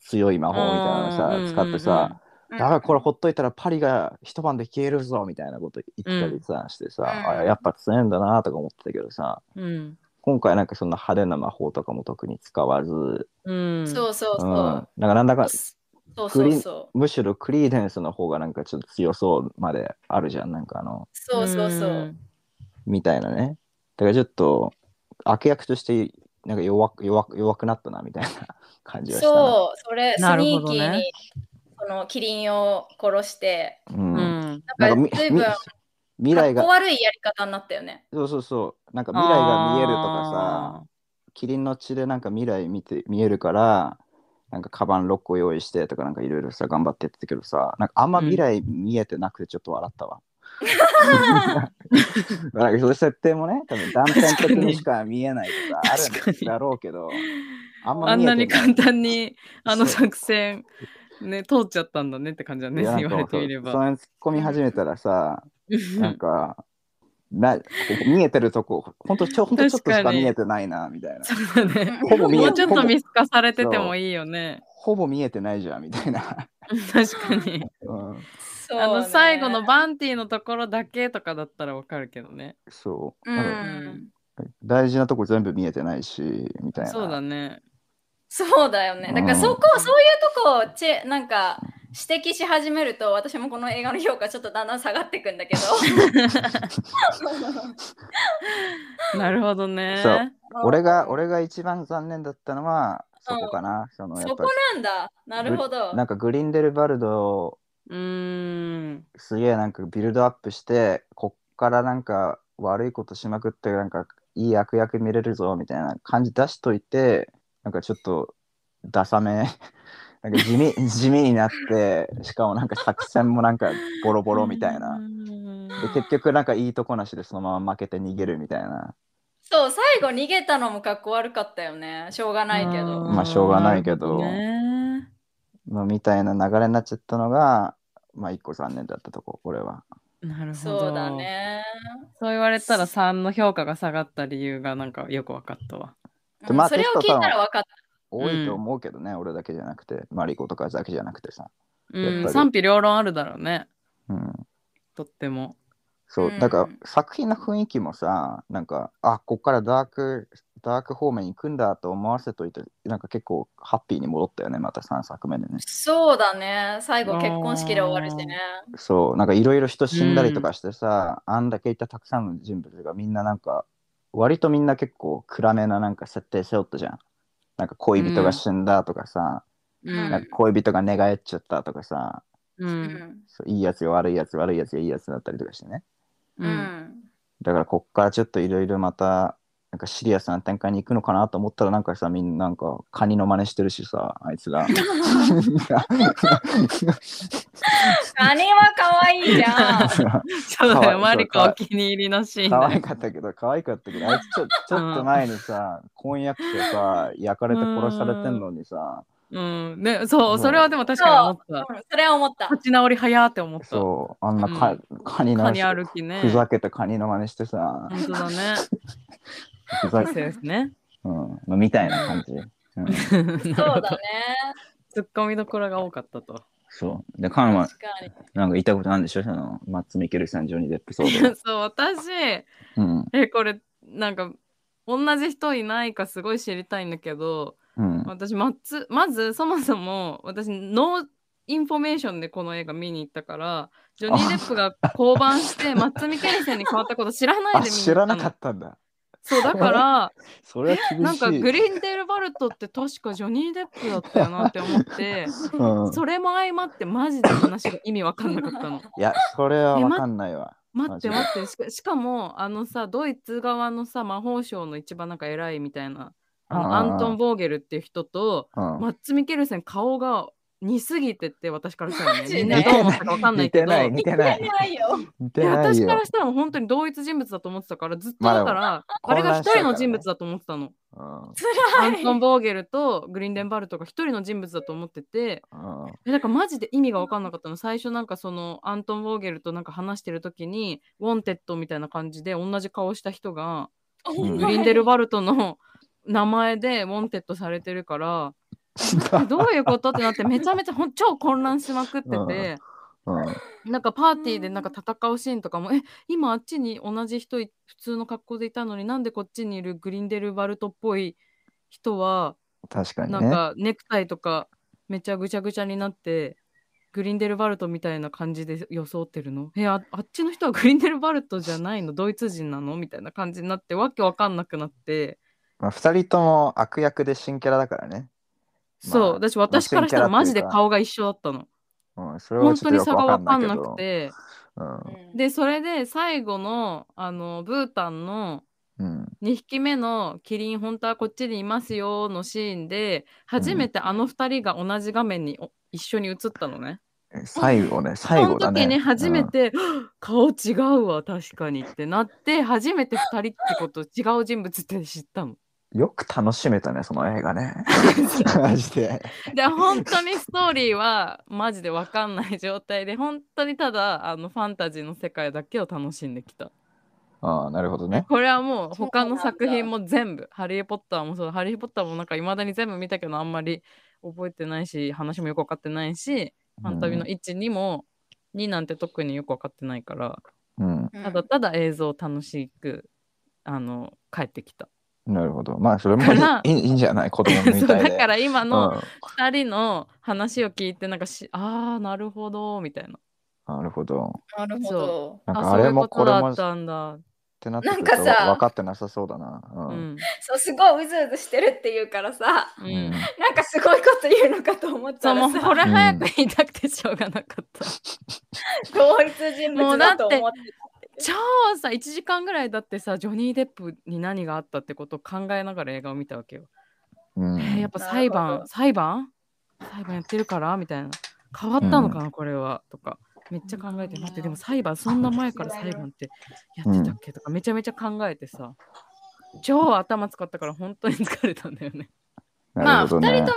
[SPEAKER 2] 強い魔法みたいな
[SPEAKER 4] うん
[SPEAKER 2] の
[SPEAKER 4] うん
[SPEAKER 2] さ使ってさ
[SPEAKER 1] うん
[SPEAKER 2] だからこれほっといたらパリが一晩で消えるぞみたいなこと言ったりさ、してさ、
[SPEAKER 1] うん
[SPEAKER 2] あやっぱ強いんだなとか思ってたけどさ
[SPEAKER 4] うん。
[SPEAKER 2] 今回なんかそんな派手な魔法とかも特に使わず、うん、
[SPEAKER 4] うん。
[SPEAKER 1] そうそうそう。
[SPEAKER 2] なんかなんだか
[SPEAKER 1] そうそうそう。
[SPEAKER 2] むしろクリーデンスの方がなんかちょっと強そうまであるじゃんなんかあの
[SPEAKER 1] そうそうそう。
[SPEAKER 2] みたいなねだからちょっと悪役としてなんか弱く弱く弱くなったなみたいな感じはしたな
[SPEAKER 1] そう、それ、ス
[SPEAKER 4] なる
[SPEAKER 1] ニ
[SPEAKER 4] ほ
[SPEAKER 1] ー
[SPEAKER 4] ど
[SPEAKER 1] キ
[SPEAKER 4] ね
[SPEAKER 1] ーに、そのキリンを殺して、
[SPEAKER 2] う、
[SPEAKER 4] うんん。
[SPEAKER 2] な
[SPEAKER 1] なんん
[SPEAKER 2] かみ
[SPEAKER 1] か随分
[SPEAKER 2] み
[SPEAKER 1] か
[SPEAKER 2] 未来
[SPEAKER 1] っこ
[SPEAKER 2] が
[SPEAKER 1] 悪いやり方になったよね。
[SPEAKER 2] そうそうそうなんか未
[SPEAKER 4] 未
[SPEAKER 2] 来が見えるとかさキリンの血でなんか未来見て見えるからなんかカバン6個用意してとかなんかいろいろさ頑張ってやってたけどさなんかあんま未来見えてなくてちょっと笑ったわ、なんかそういう設定もね多分断片的にしか見えないとかあ
[SPEAKER 4] 確か
[SPEAKER 2] るん
[SPEAKER 4] に
[SPEAKER 2] だろうけどあん
[SPEAKER 4] あ
[SPEAKER 2] ま
[SPEAKER 4] ん
[SPEAKER 2] 見え
[SPEAKER 4] な
[SPEAKER 2] て
[SPEAKER 4] に
[SPEAKER 2] ない
[SPEAKER 4] 簡単にあの
[SPEAKER 2] そう
[SPEAKER 4] 作戦ね通っちゃったんだねって感じだね
[SPEAKER 2] いやなん
[SPEAKER 4] 言
[SPEAKER 2] か
[SPEAKER 4] われてみれ
[SPEAKER 2] そ
[SPEAKER 4] ば。
[SPEAKER 2] の突っ込み始めたらさなんか、な見えてるとこ、ほんとちょほんとちょっとし
[SPEAKER 4] 確
[SPEAKER 2] か
[SPEAKER 4] かに
[SPEAKER 2] 見えてないな、みたいな。
[SPEAKER 4] そうだね。
[SPEAKER 2] ほぼ見
[SPEAKER 4] も
[SPEAKER 2] え
[SPEAKER 4] うち
[SPEAKER 2] て
[SPEAKER 4] ょっ
[SPEAKER 2] ほぼ
[SPEAKER 4] と見透かされててもいいよね。
[SPEAKER 2] ほぼ見えてないじゃん、みたいな。
[SPEAKER 4] 確かに。
[SPEAKER 2] う
[SPEAKER 1] そ
[SPEAKER 2] ん、
[SPEAKER 1] うね
[SPEAKER 4] あの最後のバンティのところだけとかだったらわかるけどね。
[SPEAKER 2] そう、
[SPEAKER 1] う
[SPEAKER 2] なんか
[SPEAKER 1] ん。
[SPEAKER 2] 大事なとこ全部見えてないし、みたいな。
[SPEAKER 4] そうだね。
[SPEAKER 1] そうだよね。だから
[SPEAKER 2] うん
[SPEAKER 1] そこ、そういうとこをチェ、なんか、指摘し始めると、私もこの映画の評価ちょっとだんだん下がっていくんだ けど。
[SPEAKER 4] なるほどね。
[SPEAKER 2] そう俺が、俺が一番残念だったのは、そこかな。そのや
[SPEAKER 1] そ
[SPEAKER 2] っぱ
[SPEAKER 1] こなんだ。なるほど。
[SPEAKER 2] なんかグリンデルバルド、
[SPEAKER 4] うーん。
[SPEAKER 2] すげえなんかビルドアップして、こっからなんか悪いことしまくって、なんかいい悪役見れるぞ、みたいな感じ出しといて、なんかちょっとダサめ なんか地味 地味になってしかもなんか作戦もなんかボロボロみたいな
[SPEAKER 4] う。ん
[SPEAKER 2] で結局なんかいいとこなしでそのまま負けて逃げるみたいな
[SPEAKER 1] そう、最後逃げたのもかっこ悪かったよね。しょうがないけど。
[SPEAKER 2] まあしょうがないけど
[SPEAKER 4] なるほね
[SPEAKER 2] のみたいな流れになっちゃったのがまあ一個残念だったとこ俺は。
[SPEAKER 4] なるほど。
[SPEAKER 1] そうだ。ね。
[SPEAKER 4] そう言われたら3の評価が下がった理由がなんかよく分かったわ。
[SPEAKER 2] でまあ
[SPEAKER 1] うんそれを聞いたら分かっ
[SPEAKER 2] 多いと思うけどね、俺だけじゃなくてマリコとかだけじゃなくてさ。や
[SPEAKER 4] う
[SPEAKER 2] っぱ
[SPEAKER 4] ん、
[SPEAKER 2] り
[SPEAKER 4] 賛否両論あるだろうね。
[SPEAKER 2] うん
[SPEAKER 4] とっても。
[SPEAKER 2] そう、
[SPEAKER 1] うん
[SPEAKER 2] だから作品の雰囲気もさなんかあこっからダークダーク方面に行くんだと思わせといてなんか結構ハッピーに戻ったよねまた3作目でね
[SPEAKER 1] そうだね。最後結婚式で終わるしね。
[SPEAKER 2] そうなんかいろいろ人死んだりとかしてさ、あんだけいたたくさんの人物がみんななんか割とみんな結構暗めななんか設定背負ったじゃんなんか恋人が死んだとかさ、
[SPEAKER 4] う
[SPEAKER 1] うん
[SPEAKER 2] なんか恋人が寝返っちゃったとかさ
[SPEAKER 4] う。
[SPEAKER 1] うんん。
[SPEAKER 2] そういいやつが悪いやつ悪いやつがいいやつだったりとかしてね
[SPEAKER 1] う
[SPEAKER 4] うん。
[SPEAKER 1] ん。
[SPEAKER 2] だからこっからちょっといろいろまたなんかシリアスな展開に行くのかなと思ったらなんかさみんななんかカニの真似してるしさあいつ ら
[SPEAKER 1] カニは可愛いじ ゃん。
[SPEAKER 3] そう
[SPEAKER 2] かわ
[SPEAKER 3] だ
[SPEAKER 2] いそ
[SPEAKER 3] よ、
[SPEAKER 2] う
[SPEAKER 3] マリコ
[SPEAKER 2] かわい
[SPEAKER 3] お気に入りのシーン
[SPEAKER 2] 可
[SPEAKER 3] だ
[SPEAKER 2] 愛
[SPEAKER 3] ね。
[SPEAKER 2] かったけど可愛かったけどあいつちょちょっと前にさ婚約者さ焼かれて殺されてんのにさ
[SPEAKER 3] うん。ね、そう、
[SPEAKER 2] そう
[SPEAKER 3] それはでも確かに思った。
[SPEAKER 1] うんそれは思った。
[SPEAKER 3] 立ち直り早ーって思った。
[SPEAKER 2] そうあんなカ,、
[SPEAKER 3] うん
[SPEAKER 2] カニの
[SPEAKER 3] カニ歩きね。
[SPEAKER 2] ふざけたカニの真似してさ
[SPEAKER 3] 本当だね。
[SPEAKER 2] ふざ
[SPEAKER 3] そう
[SPEAKER 2] け、
[SPEAKER 3] です ね。
[SPEAKER 2] うんまあ、みたいな感じ、うん、
[SPEAKER 3] そう
[SPEAKER 1] そうだね。
[SPEAKER 3] ツッコミどころが多かったと。
[SPEAKER 2] そうでカンは
[SPEAKER 1] 確かに。
[SPEAKER 2] なんか言いたいことなんでしょそのマッツ・ミケルさんジョニー・デップそう で、
[SPEAKER 3] そう、私、
[SPEAKER 2] うん
[SPEAKER 3] え、これ、なんか、同じ人いないかすごい知りたいんだけど、
[SPEAKER 2] うん、
[SPEAKER 3] 私、まつまず、そもそも、私、ノーインフォメーションでこの映画見に行ったから、ジョニー・デップが降板して、 マッツ・ミケルセンに変わったこと知らない
[SPEAKER 2] あ
[SPEAKER 3] で見に
[SPEAKER 2] 知
[SPEAKER 3] 行
[SPEAKER 2] ら
[SPEAKER 3] ったの。
[SPEAKER 2] なかったんだ
[SPEAKER 3] そう、だから、
[SPEAKER 2] それは厳しい
[SPEAKER 3] なんかグリーンデール・バルトって確かジョニー・デップだったよなって 思って、
[SPEAKER 2] うん、
[SPEAKER 3] それも相まってマジで話が意味わかんなかったの。
[SPEAKER 2] いやそれはわかんないわ
[SPEAKER 3] 待っ て
[SPEAKER 2] マジ
[SPEAKER 3] 待ってしかしかもあのさドイツ側のさ魔法省の一番なんか偉いみたいなあの
[SPEAKER 2] あー
[SPEAKER 3] アントン・ボーゲルっていう人と
[SPEAKER 2] うん
[SPEAKER 3] マッツ・ミケルセン顔が似すぎてって私からしたら
[SPEAKER 1] マ
[SPEAKER 3] ね
[SPEAKER 1] ジで
[SPEAKER 3] みんなどう思ったかわかんないけど
[SPEAKER 2] 似てない似てない
[SPEAKER 1] 似てないよ。
[SPEAKER 2] 似
[SPEAKER 3] い
[SPEAKER 2] て
[SPEAKER 3] や
[SPEAKER 2] ない
[SPEAKER 3] 私か
[SPEAKER 2] よ
[SPEAKER 3] らしたらもう本当に同一人物だと思ってたからずっと
[SPEAKER 2] まあで
[SPEAKER 3] だ
[SPEAKER 2] も
[SPEAKER 3] からあ
[SPEAKER 2] 混
[SPEAKER 3] れ
[SPEAKER 2] 乱
[SPEAKER 3] が
[SPEAKER 2] しち
[SPEAKER 3] 一
[SPEAKER 2] ゃうからね
[SPEAKER 3] 人の人物だと思ってたの。
[SPEAKER 2] うん
[SPEAKER 3] ア
[SPEAKER 1] 辛
[SPEAKER 3] ン
[SPEAKER 1] い。
[SPEAKER 3] トン・ボーゲルとグリーンデンバルトが一人の人物だと思ってて
[SPEAKER 2] うん
[SPEAKER 3] えだからマジで意味が分かんなかったの最初なんかそのアントン・ボーゲルとなんか話してる時に「ウォンテッド」みたいな感じで同じ顔した人が
[SPEAKER 2] うん
[SPEAKER 3] グリンデルバルトの 名前でウォンテッドされてるからえ どういうことってなってめちゃめちゃほん超混乱しまくってて
[SPEAKER 2] うん
[SPEAKER 3] なんかパーティーでなんか戦うシーンとかも、え今あっちに同じ人い普通の格好でいたのになんでこっちにいるグリンデルバルトっぽい人は
[SPEAKER 2] 確かに
[SPEAKER 3] なん
[SPEAKER 2] ね
[SPEAKER 3] かネクタイとかめちゃぐちゃぐちゃになってグリンデルバルトみたいな感じで装ってるのえああっちの人はグリンデルバルトじゃないのドイツ人なのみたいな感じになってわけわかんなくなって
[SPEAKER 2] まあ、2人とも悪役で新キャラだからね、
[SPEAKER 3] そう
[SPEAKER 2] まあ
[SPEAKER 3] 私私からしたら
[SPEAKER 2] まあ
[SPEAKER 3] マ
[SPEAKER 2] 新
[SPEAKER 3] ジ
[SPEAKER 2] キャラっていうか
[SPEAKER 3] で顔が一緒だったの
[SPEAKER 2] うん、それは
[SPEAKER 3] 本
[SPEAKER 2] ちょっと
[SPEAKER 3] 当に
[SPEAKER 2] よく
[SPEAKER 3] 差が
[SPEAKER 2] わか
[SPEAKER 3] わ
[SPEAKER 2] ん
[SPEAKER 3] か
[SPEAKER 2] ないけ
[SPEAKER 3] んなく
[SPEAKER 2] ど、
[SPEAKER 3] て
[SPEAKER 2] うん
[SPEAKER 3] でそれで最後のあのブータンの
[SPEAKER 2] うん、
[SPEAKER 3] 2匹目のキリン本当はこっちにいますよのシーンで初めてあの2人が同じ画面にお一緒に映ったのね。
[SPEAKER 2] 最後ね最後だね
[SPEAKER 3] その時に初め、て、はっ顔違うわ確かにってなって初めて2人ってこと違う人物って知ったの。
[SPEAKER 2] うんよく楽しめたねその映画 ねマジで
[SPEAKER 3] で本当にストーリーはマジで分かんない状態で本当にただあのファンタジーの世界だけを楽しんできた。
[SPEAKER 2] ああなるほどね
[SPEAKER 3] これはもう他
[SPEAKER 1] そうなん
[SPEAKER 3] の
[SPEAKER 1] だ
[SPEAKER 3] 作品も全部「ハリー・ポッター」もそう「ハリー・ポッター」もなんかいまだに全部見たけどあんまり覚えてないし話もよく分かってないし「ファンタビ」の1にも2なんて特によく分かってないから。
[SPEAKER 2] うん、
[SPEAKER 1] うん
[SPEAKER 3] ただただ映像を楽しくあの帰ってきた。
[SPEAKER 2] なるほどまあそれも
[SPEAKER 3] だから
[SPEAKER 2] いいいいんじゃない子供
[SPEAKER 3] そう
[SPEAKER 2] みたいで
[SPEAKER 3] だから今の
[SPEAKER 2] うん
[SPEAKER 3] 2人の話を聞いてなんかし、ああなるほどみたいな。
[SPEAKER 2] なるほど。
[SPEAKER 1] なるほど。
[SPEAKER 2] なん
[SPEAKER 3] あ
[SPEAKER 2] かあれも
[SPEAKER 3] そ
[SPEAKER 2] こ
[SPEAKER 3] うい
[SPEAKER 2] れ
[SPEAKER 3] うことだ
[SPEAKER 2] も
[SPEAKER 3] っ
[SPEAKER 2] った
[SPEAKER 3] んだ。
[SPEAKER 2] てなってくる
[SPEAKER 1] なん
[SPEAKER 2] と
[SPEAKER 1] かさ
[SPEAKER 2] 分かってなさそうだな。う。
[SPEAKER 3] うんん。
[SPEAKER 1] そうすごいうずうずしてるって言うからさ、
[SPEAKER 2] う
[SPEAKER 3] う
[SPEAKER 2] ん
[SPEAKER 3] ん。
[SPEAKER 1] なんかすごいこと言うのかと思っ
[SPEAKER 3] そ
[SPEAKER 1] た
[SPEAKER 3] うも
[SPEAKER 1] ら
[SPEAKER 3] う
[SPEAKER 1] さ、
[SPEAKER 3] これ早く言いたくてしょうがなかった。
[SPEAKER 1] 同一人物だと思って
[SPEAKER 3] 超さ1時間ぐらいだってさジョニー・デップに何があったってことを考えながら映画を見たわけよ。
[SPEAKER 2] うん
[SPEAKER 3] えーやっぱ裁
[SPEAKER 1] なるほ
[SPEAKER 3] 判
[SPEAKER 1] ど
[SPEAKER 3] 裁判裁判やってるからみたいな変わったのかな、これはとかめっちゃ考えて
[SPEAKER 1] うん
[SPEAKER 3] 待ってでも裁判そんな前から裁判ってやってたっけとかめちゃめちゃ考えてさ超頭使ったから本当に疲れたんだ よね、
[SPEAKER 1] ま
[SPEAKER 2] な
[SPEAKER 1] あ
[SPEAKER 2] る
[SPEAKER 1] 2
[SPEAKER 2] ほ
[SPEAKER 1] 人と
[SPEAKER 2] ど
[SPEAKER 1] も確かに
[SPEAKER 2] ね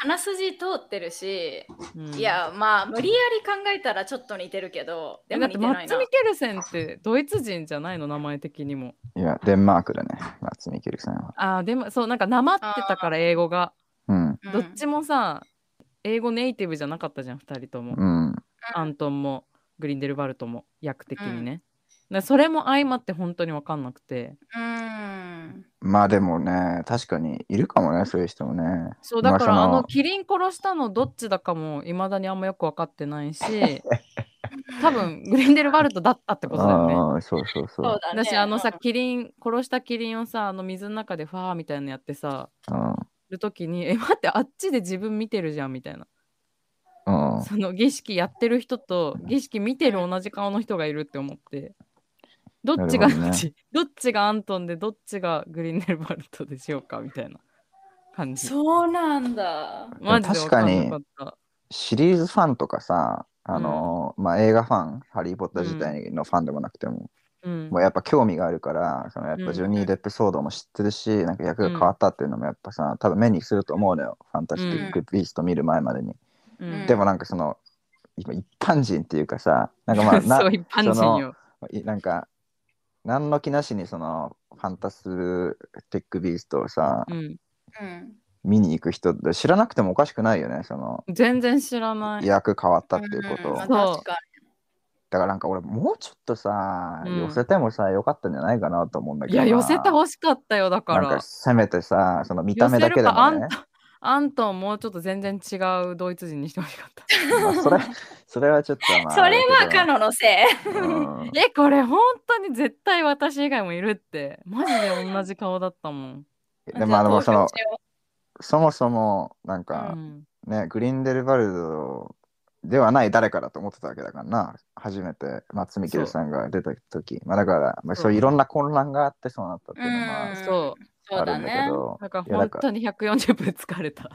[SPEAKER 1] 鼻筋通ってるし、
[SPEAKER 3] うん
[SPEAKER 1] いやまあ無理やり考えたらちょっと似てるけどで
[SPEAKER 3] え
[SPEAKER 1] も
[SPEAKER 3] だっ
[SPEAKER 1] 似
[SPEAKER 3] て
[SPEAKER 1] て
[SPEAKER 3] マ
[SPEAKER 1] ない
[SPEAKER 3] ッツ・
[SPEAKER 1] な
[SPEAKER 3] ミケルセンってドイツ人じゃないの名前的にも
[SPEAKER 2] いや、デンマークだね。松見ケルさんは。
[SPEAKER 3] ああでもそうなんかなまってたから英語が
[SPEAKER 2] うん。
[SPEAKER 1] うん
[SPEAKER 3] どっちもさ英語ネイティブじゃなかったじゃん2人とも
[SPEAKER 2] うん。
[SPEAKER 3] アントンもグリンデルバルトも役的にね。だからそれも相まって本当に分かんなくて。
[SPEAKER 1] うん
[SPEAKER 2] まあでもね、確かにいるかもね、そういう人もね。
[SPEAKER 3] そうだから
[SPEAKER 2] ま
[SPEAKER 3] あ
[SPEAKER 2] そ
[SPEAKER 3] のキリン殺したのどっちだかも未だにあんまよく分かってないし多分グリンデルバルトだったってことだよね。
[SPEAKER 2] ああ、そうそうそ
[SPEAKER 1] そう
[SPEAKER 2] う。
[SPEAKER 1] だね
[SPEAKER 3] だしあのさキリン殺したキリンをさあの水の中でファーみたいなのやってさ
[SPEAKER 2] う
[SPEAKER 3] る時に「え待ってあっちで自分見てるじゃん」みたいな。
[SPEAKER 2] ん。うん。
[SPEAKER 3] その儀式やってる人と儀式見てる同じ顔の人がいるって思って。どっちが
[SPEAKER 2] なるほ
[SPEAKER 3] ど
[SPEAKER 2] ど
[SPEAKER 3] っ
[SPEAKER 2] ね
[SPEAKER 3] ち、 どっちがアントンでどっちがグリンデルバルトでしょうかみたいな感じ。
[SPEAKER 1] そうなんだ。
[SPEAKER 3] マジで分かんなかった。
[SPEAKER 2] シリーズファンとかさ、あのまあ、映画ファン、ハリー・ポッター自体のファンでもなくても、
[SPEAKER 3] うん
[SPEAKER 2] もうやっぱ興味があるから、そのやっぱジョニー・デップ騒動も知ってるし、なんか役が変わったっていうのもやっぱさ、多分目にすると思うのよ、ファンタスティック・ビースト見る前までに。
[SPEAKER 3] うん
[SPEAKER 2] でもなんかその、今一般人っていうかさ、なんかま あ、な
[SPEAKER 3] そう、一般人よ。
[SPEAKER 2] いなんか、何の気なしにその、ファンタスティック・ビーストをさ、
[SPEAKER 3] うん、
[SPEAKER 1] うん。
[SPEAKER 2] 見に行く人って知らなくてもおかしくないよね、その、
[SPEAKER 3] 全然知らない。
[SPEAKER 2] 役変わったっていうことを。
[SPEAKER 1] ん
[SPEAKER 3] とを
[SPEAKER 1] 確か
[SPEAKER 2] だからなんか俺もうちょっとさ、
[SPEAKER 3] うん
[SPEAKER 2] 寄せてもさよかったんじゃないかなと思うんだけ
[SPEAKER 3] い
[SPEAKER 2] ど
[SPEAKER 3] や、
[SPEAKER 2] な
[SPEAKER 3] 寄せてほしかったよ、だか
[SPEAKER 2] なん
[SPEAKER 3] ら
[SPEAKER 2] か。せめてさその見た目だけで
[SPEAKER 3] 寄せるか
[SPEAKER 2] も
[SPEAKER 3] あん
[SPEAKER 2] ね
[SPEAKER 3] アントンもうちょっと全然違うドイツ人にしてほしかった。
[SPEAKER 2] まあそれそれはちょっとま
[SPEAKER 1] に。
[SPEAKER 2] あ
[SPEAKER 1] それはカ
[SPEAKER 2] あ
[SPEAKER 1] ノのせい。
[SPEAKER 2] れだけど うん
[SPEAKER 3] え、これ本当に絶対私以外もいるって。マジで同じ顔だったもん。
[SPEAKER 2] でもあ のその
[SPEAKER 1] じゃあ
[SPEAKER 2] そもそもなん
[SPEAKER 3] う
[SPEAKER 2] か、
[SPEAKER 3] ん、
[SPEAKER 2] ねグリンデルバルドではない誰かだと思ってたわけだからな初めて松見ケルさんが出た時まあだから、まあ、
[SPEAKER 3] そう
[SPEAKER 2] そういういろんな混乱があってそうなったっていうのは
[SPEAKER 1] うん
[SPEAKER 3] そう。
[SPEAKER 1] 投票しようそう
[SPEAKER 2] ある
[SPEAKER 1] だ
[SPEAKER 2] んだけ
[SPEAKER 1] ね。
[SPEAKER 2] ど、
[SPEAKER 3] だから
[SPEAKER 2] いやだ
[SPEAKER 3] 本
[SPEAKER 2] か
[SPEAKER 3] 当に140分疲れた。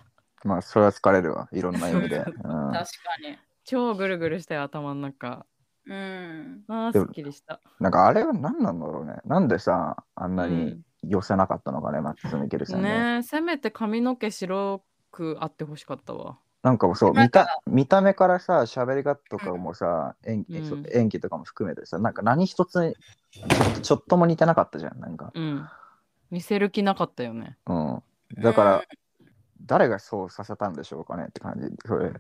[SPEAKER 2] まあそれは疲れるわいろんな意味で、うん
[SPEAKER 1] 確かに。
[SPEAKER 3] 超ぐるぐるしたよ、頭の中。
[SPEAKER 1] うん。
[SPEAKER 3] ああ、す
[SPEAKER 2] でも
[SPEAKER 3] っきりした。
[SPEAKER 2] なんかあれは何なんだろうね。なんでさ、あんな
[SPEAKER 3] う
[SPEAKER 2] に
[SPEAKER 3] ん
[SPEAKER 2] 寄せなかったのかね、マックス・ミケルさんね。
[SPEAKER 3] ねえ、せめて髪の毛白くあってほしかったわ。
[SPEAKER 2] なんかそう、
[SPEAKER 1] なん
[SPEAKER 2] 見
[SPEAKER 1] か
[SPEAKER 2] た見た目からさ、喋り方とかもさ、演技
[SPEAKER 3] うん
[SPEAKER 2] そう演技とかも含めてさ、なんか何一つにちょっとも似てなかったじゃん。なんか、
[SPEAKER 3] うん。見せる気なかったよね。
[SPEAKER 2] うん。だから、誰がそうさせたんでしょうかねって感じ。それ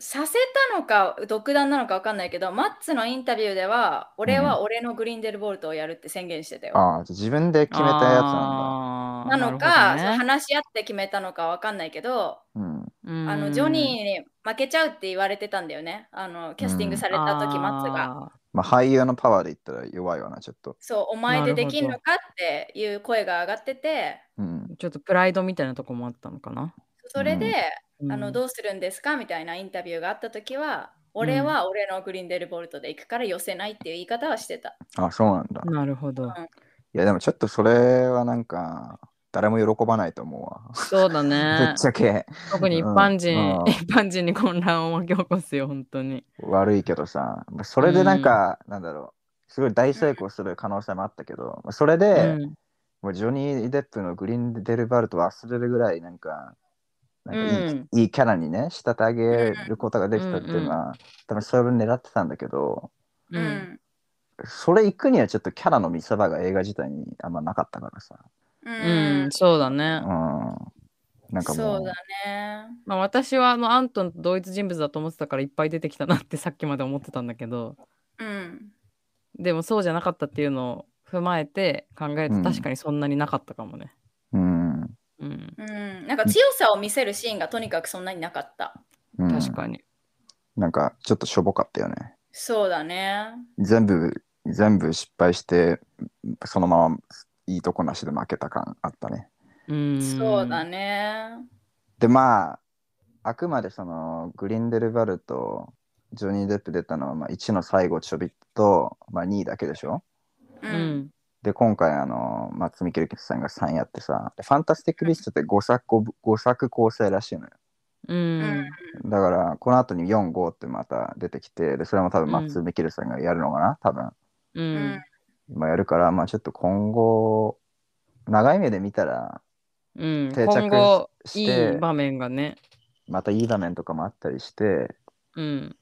[SPEAKER 1] させたのか独断なのか分かんないけどマッツのインタビューでは俺は俺のグリーンデルボルトをやるって宣言してたよ。
[SPEAKER 2] ああ、自分で決めたやつなんだ。
[SPEAKER 3] あー
[SPEAKER 1] なのかその
[SPEAKER 3] なるほどね
[SPEAKER 1] 話し合って決めたのか分かんないけど
[SPEAKER 2] うん。
[SPEAKER 3] うん
[SPEAKER 1] あのジョニーに負けちゃうって言われてたんだよねあのキャスティングされた時マッツが。
[SPEAKER 3] あ
[SPEAKER 2] まあ、俳優のパワーで言ったら弱いわな、ちょっと。
[SPEAKER 1] そうお前でできんのかっていう声が上がってて
[SPEAKER 2] うん。
[SPEAKER 3] ーちょっとプライドみたいなとこもあったのかな。
[SPEAKER 1] それで、あ
[SPEAKER 3] う
[SPEAKER 1] の
[SPEAKER 3] ん
[SPEAKER 1] どうするんですかみたいなインタビューがあった時は俺は俺のグリーンデルボルトで行くから寄せないっていう言い方はしてた。
[SPEAKER 2] あ、そうなんだ。
[SPEAKER 3] なるほど。
[SPEAKER 2] いや、でもちょっとそれはなんか、誰も喜ばないと思うわ。
[SPEAKER 3] そう だ
[SPEAKER 2] ぶ
[SPEAKER 3] ね
[SPEAKER 2] っ。ちゃけ
[SPEAKER 3] 特に一般人、
[SPEAKER 2] うんうん
[SPEAKER 3] 一般人に混乱を巻き起こすよ、本当に。
[SPEAKER 2] 悪いけどさまあそれでなんか、なんだろうすごい大成功する可能性もあったけど、まあそれで、
[SPEAKER 3] うん
[SPEAKER 2] もうジョニー・デップのグリーン・デルバルト忘れるぐらいなんかなんかいい,、
[SPEAKER 3] うん
[SPEAKER 2] いいキャラにね仕立て上げることができたっていうのは、多分それを狙ってたんだけど
[SPEAKER 3] うん
[SPEAKER 2] それ行くにはちょっとキャラの見せ場が映画自体にあんまなかったからさ、
[SPEAKER 1] う
[SPEAKER 3] うん、そうだね
[SPEAKER 2] う。ん、なんかも
[SPEAKER 1] そう
[SPEAKER 2] う
[SPEAKER 1] だね。
[SPEAKER 3] まあ、私はあのアントンと同一人物だと思ってたからいっぱい出てきたなってさっきまで思ってたんだけど
[SPEAKER 1] うん。
[SPEAKER 3] でもそうじゃなかったっていうのを踏まえて考
[SPEAKER 2] う
[SPEAKER 3] えると
[SPEAKER 2] ん
[SPEAKER 3] 確かにそんなになかったかもね。
[SPEAKER 2] うん、
[SPEAKER 3] うん、
[SPEAKER 1] うん、なんか強さを見せるシーンがとにかくそんなになかった。
[SPEAKER 2] うん、
[SPEAKER 3] 確かに。
[SPEAKER 2] なんかちょっとしょぼかったよね
[SPEAKER 1] そうだね。
[SPEAKER 2] 全部全部失敗してそのままいいとこなしで負けた感あったね
[SPEAKER 3] うん、
[SPEAKER 1] そうだね。
[SPEAKER 2] でまああくまでそのグリンデルバルとジョニー・デップ出たのは、まあ、1の最後ちょびっと、まあ、2位だけでしょ
[SPEAKER 1] う。
[SPEAKER 3] うんん。
[SPEAKER 2] で今回あの松見ケルキさんが3やってさでファンタスティック・ビストって5作5作構成らしいのよ
[SPEAKER 3] う。
[SPEAKER 1] うん
[SPEAKER 2] だからこの後に45ってまた出てきてでそれも多分松見ケルさんがやるのかな、多分
[SPEAKER 3] う
[SPEAKER 1] うんん。
[SPEAKER 2] 今やるからまあちょっと今後長い目で見たら
[SPEAKER 3] うん、
[SPEAKER 2] 定
[SPEAKER 3] 今後
[SPEAKER 2] 着
[SPEAKER 3] い
[SPEAKER 2] し
[SPEAKER 3] い
[SPEAKER 2] て
[SPEAKER 3] 場面がね、
[SPEAKER 2] またいい場面とかもあったりしてっ
[SPEAKER 3] うん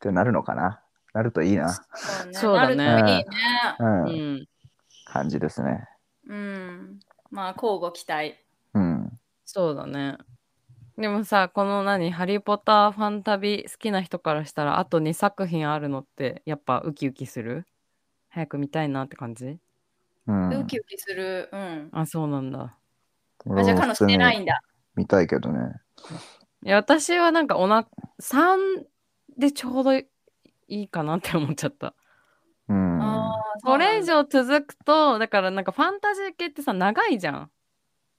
[SPEAKER 2] てなるのかななるといいな、
[SPEAKER 1] そうね。
[SPEAKER 3] そうだね
[SPEAKER 1] なるといいね。
[SPEAKER 2] うん
[SPEAKER 3] うん、
[SPEAKER 2] 感じですね
[SPEAKER 1] うん。まあ、交互期待。
[SPEAKER 2] うん
[SPEAKER 3] そうだねでもさこの何「ハリー・ポッター」ファン旅好きな人からしたらあと2作品あるのってやっぱウキウキする早く見たいなって感じ
[SPEAKER 2] うん
[SPEAKER 1] ウキウキする。うん。
[SPEAKER 3] あそうなんだ
[SPEAKER 1] あ、
[SPEAKER 2] 俺は
[SPEAKER 1] じゃあ、彼女してないんだ。
[SPEAKER 2] 見たいけどね
[SPEAKER 3] いや私はなんかおな3でちょうどいいかなって思っちゃった
[SPEAKER 2] うん
[SPEAKER 1] ああ、
[SPEAKER 3] これ以
[SPEAKER 1] 上。
[SPEAKER 3] 上続くとだからなんかファンタジー系ってさ長いじゃん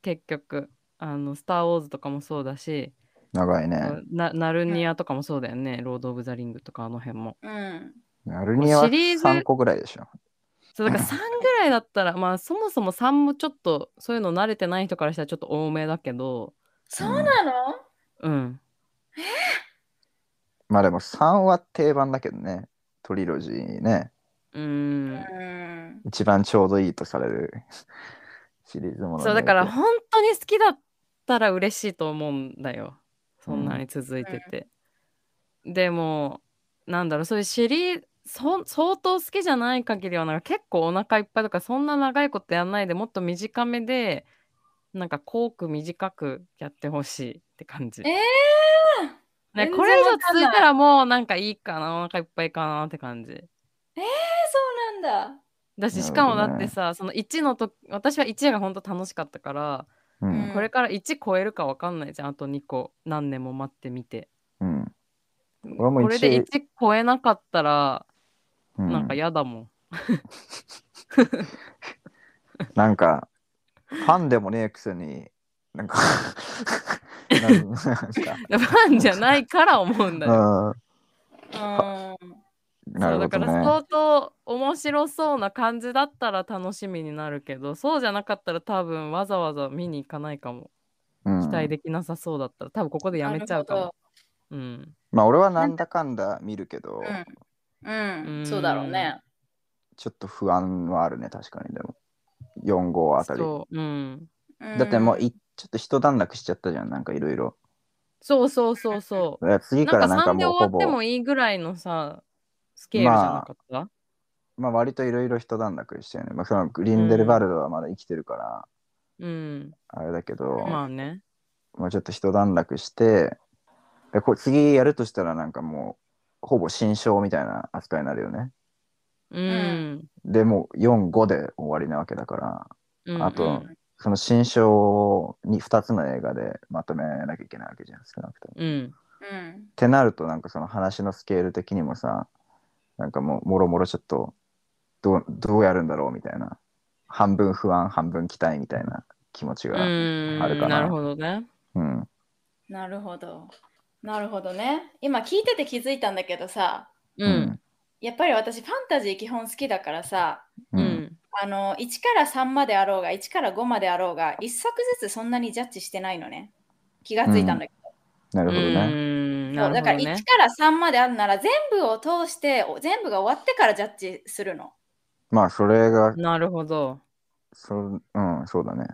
[SPEAKER 3] 結局あの「スター・ウォーズ」とかもそうだし
[SPEAKER 2] 長いね
[SPEAKER 3] なナルニアとかもそうだよね、ロード・オブ・ザ・リングとかあの辺も。
[SPEAKER 1] うん。
[SPEAKER 2] ナルニアは
[SPEAKER 3] シリーズ
[SPEAKER 2] 3個ぐらいでしょ
[SPEAKER 3] そうだから3ぐらいだったらまあそもそも3もちょっとそういうの慣れてない人からしたらちょっと多めだけど
[SPEAKER 1] そうなの
[SPEAKER 3] うん
[SPEAKER 2] まあでも3は定番だけどね。トリロジーね。
[SPEAKER 3] う
[SPEAKER 1] うんん。
[SPEAKER 2] 一番ちょうどいいとされるシリーズもの
[SPEAKER 3] そうだから本当に好きだったら嬉しいと思うんだよそんなに続いてて、でもなんだろうそういうシリーズそ相当好きじゃない限りはなんか結構お腹いっぱいとかそんな長いことやんないでもっと短めでなんか濃く短くやってほしいって感じ、
[SPEAKER 1] ええ
[SPEAKER 3] ね、
[SPEAKER 1] 全然
[SPEAKER 3] これ以上
[SPEAKER 1] わかん
[SPEAKER 3] 続
[SPEAKER 1] ない
[SPEAKER 3] いたらもうなんかいいかなお腹いっぱいかなって感じ
[SPEAKER 1] そうなんだ。
[SPEAKER 3] だ
[SPEAKER 2] な
[SPEAKER 3] し
[SPEAKER 2] る
[SPEAKER 3] し
[SPEAKER 2] ほど
[SPEAKER 3] かも
[SPEAKER 2] ね
[SPEAKER 3] だってさ、その1のと私は1が本当楽しかったから
[SPEAKER 2] う
[SPEAKER 1] うん
[SPEAKER 2] ん。
[SPEAKER 3] これから1超えるか分かんないじゃんあと2個何年も待ってみて
[SPEAKER 2] うん。俺も
[SPEAKER 3] これで1
[SPEAKER 2] 1
[SPEAKER 3] 超えなかったら
[SPEAKER 2] うん
[SPEAKER 3] なんか嫌だもん、
[SPEAKER 2] なんか、ファンでもねえくせに、なん かなん、なんか、
[SPEAKER 3] ファンじゃ ないから思うんだよ、
[SPEAKER 1] うん。
[SPEAKER 2] うん、なる
[SPEAKER 3] そ
[SPEAKER 2] ほ
[SPEAKER 3] うだか
[SPEAKER 2] ど
[SPEAKER 3] ら
[SPEAKER 2] ね。
[SPEAKER 3] 相当面白そうな感じだったら楽しみになるけどそうじゃなかったら多分わざわざ見に行かないかも
[SPEAKER 2] うん
[SPEAKER 3] 期待できなさそうだったら多分ここでやめちゃうかも、うん、
[SPEAKER 2] まあ俺はなんだかんだ見るけど、
[SPEAKER 1] なるほど。うん。う。
[SPEAKER 3] うんん
[SPEAKER 1] そうだろうね。
[SPEAKER 2] ちょっと不安はあるね、確かにでも。4号あたり。
[SPEAKER 3] そう、うん、
[SPEAKER 2] だってもうい、
[SPEAKER 1] い
[SPEAKER 2] ちょっと一段落しちゃったじゃん、なんかいろいろ。
[SPEAKER 3] そうそうそうそ
[SPEAKER 2] だから
[SPEAKER 3] う
[SPEAKER 2] 次
[SPEAKER 3] な
[SPEAKER 2] か
[SPEAKER 3] ん
[SPEAKER 2] ら
[SPEAKER 3] か
[SPEAKER 2] なんか
[SPEAKER 3] 3で
[SPEAKER 2] もうほ
[SPEAKER 3] 終わっ
[SPEAKER 2] ぼ
[SPEAKER 3] て、もいいぐらいのさスケールじゃなかった、
[SPEAKER 2] まあ割といろいろ一段落したよね。まあそのグリンデルバルドはまだ生きてるから、
[SPEAKER 3] うん
[SPEAKER 2] あれだけど、
[SPEAKER 3] まあね
[SPEAKER 2] もうちょっと一段落して、でこれ次やるとしたらなんかもう、ほぼ新章みたいな扱いになるよね。
[SPEAKER 3] うん
[SPEAKER 2] でもう4、5で終わりなわけだから、
[SPEAKER 3] うん
[SPEAKER 2] あとその新章に2つの映画でまとめなきゃいけないわけじゃん、少なくとも。
[SPEAKER 3] うん、
[SPEAKER 1] うん
[SPEAKER 2] っ。てなるとなんかその話のスケール的にもさなんかもうもろもろちょっとどうどうやるんだろうみたいな半分不安半分期待みたいな気持ち
[SPEAKER 3] う
[SPEAKER 2] が、
[SPEAKER 3] ん、
[SPEAKER 2] あるかな
[SPEAKER 3] なるほどね。
[SPEAKER 2] うん
[SPEAKER 1] なるほど。なるほどね。今聞いてて気づいたんだけどさ、
[SPEAKER 3] う
[SPEAKER 2] うん
[SPEAKER 3] ん、
[SPEAKER 1] やっぱり私ファンタジー基本好きだからさ、
[SPEAKER 2] う
[SPEAKER 3] うんん、
[SPEAKER 1] あの1から3まであろうが1から5まであろうが1作ずつそんなにジャッジしてないのね気がついたんだけ
[SPEAKER 2] なる
[SPEAKER 3] な
[SPEAKER 2] ほどね
[SPEAKER 1] ど,
[SPEAKER 3] な
[SPEAKER 1] そう、
[SPEAKER 3] る
[SPEAKER 1] だ
[SPEAKER 3] ほ
[SPEAKER 1] か
[SPEAKER 3] ど
[SPEAKER 1] ら1
[SPEAKER 3] ね。
[SPEAKER 1] から3まであるなら全部を通してお全部が終わってからジャッジするの
[SPEAKER 2] まあそれが
[SPEAKER 3] なるほど。
[SPEAKER 2] そ,、うん、そうだね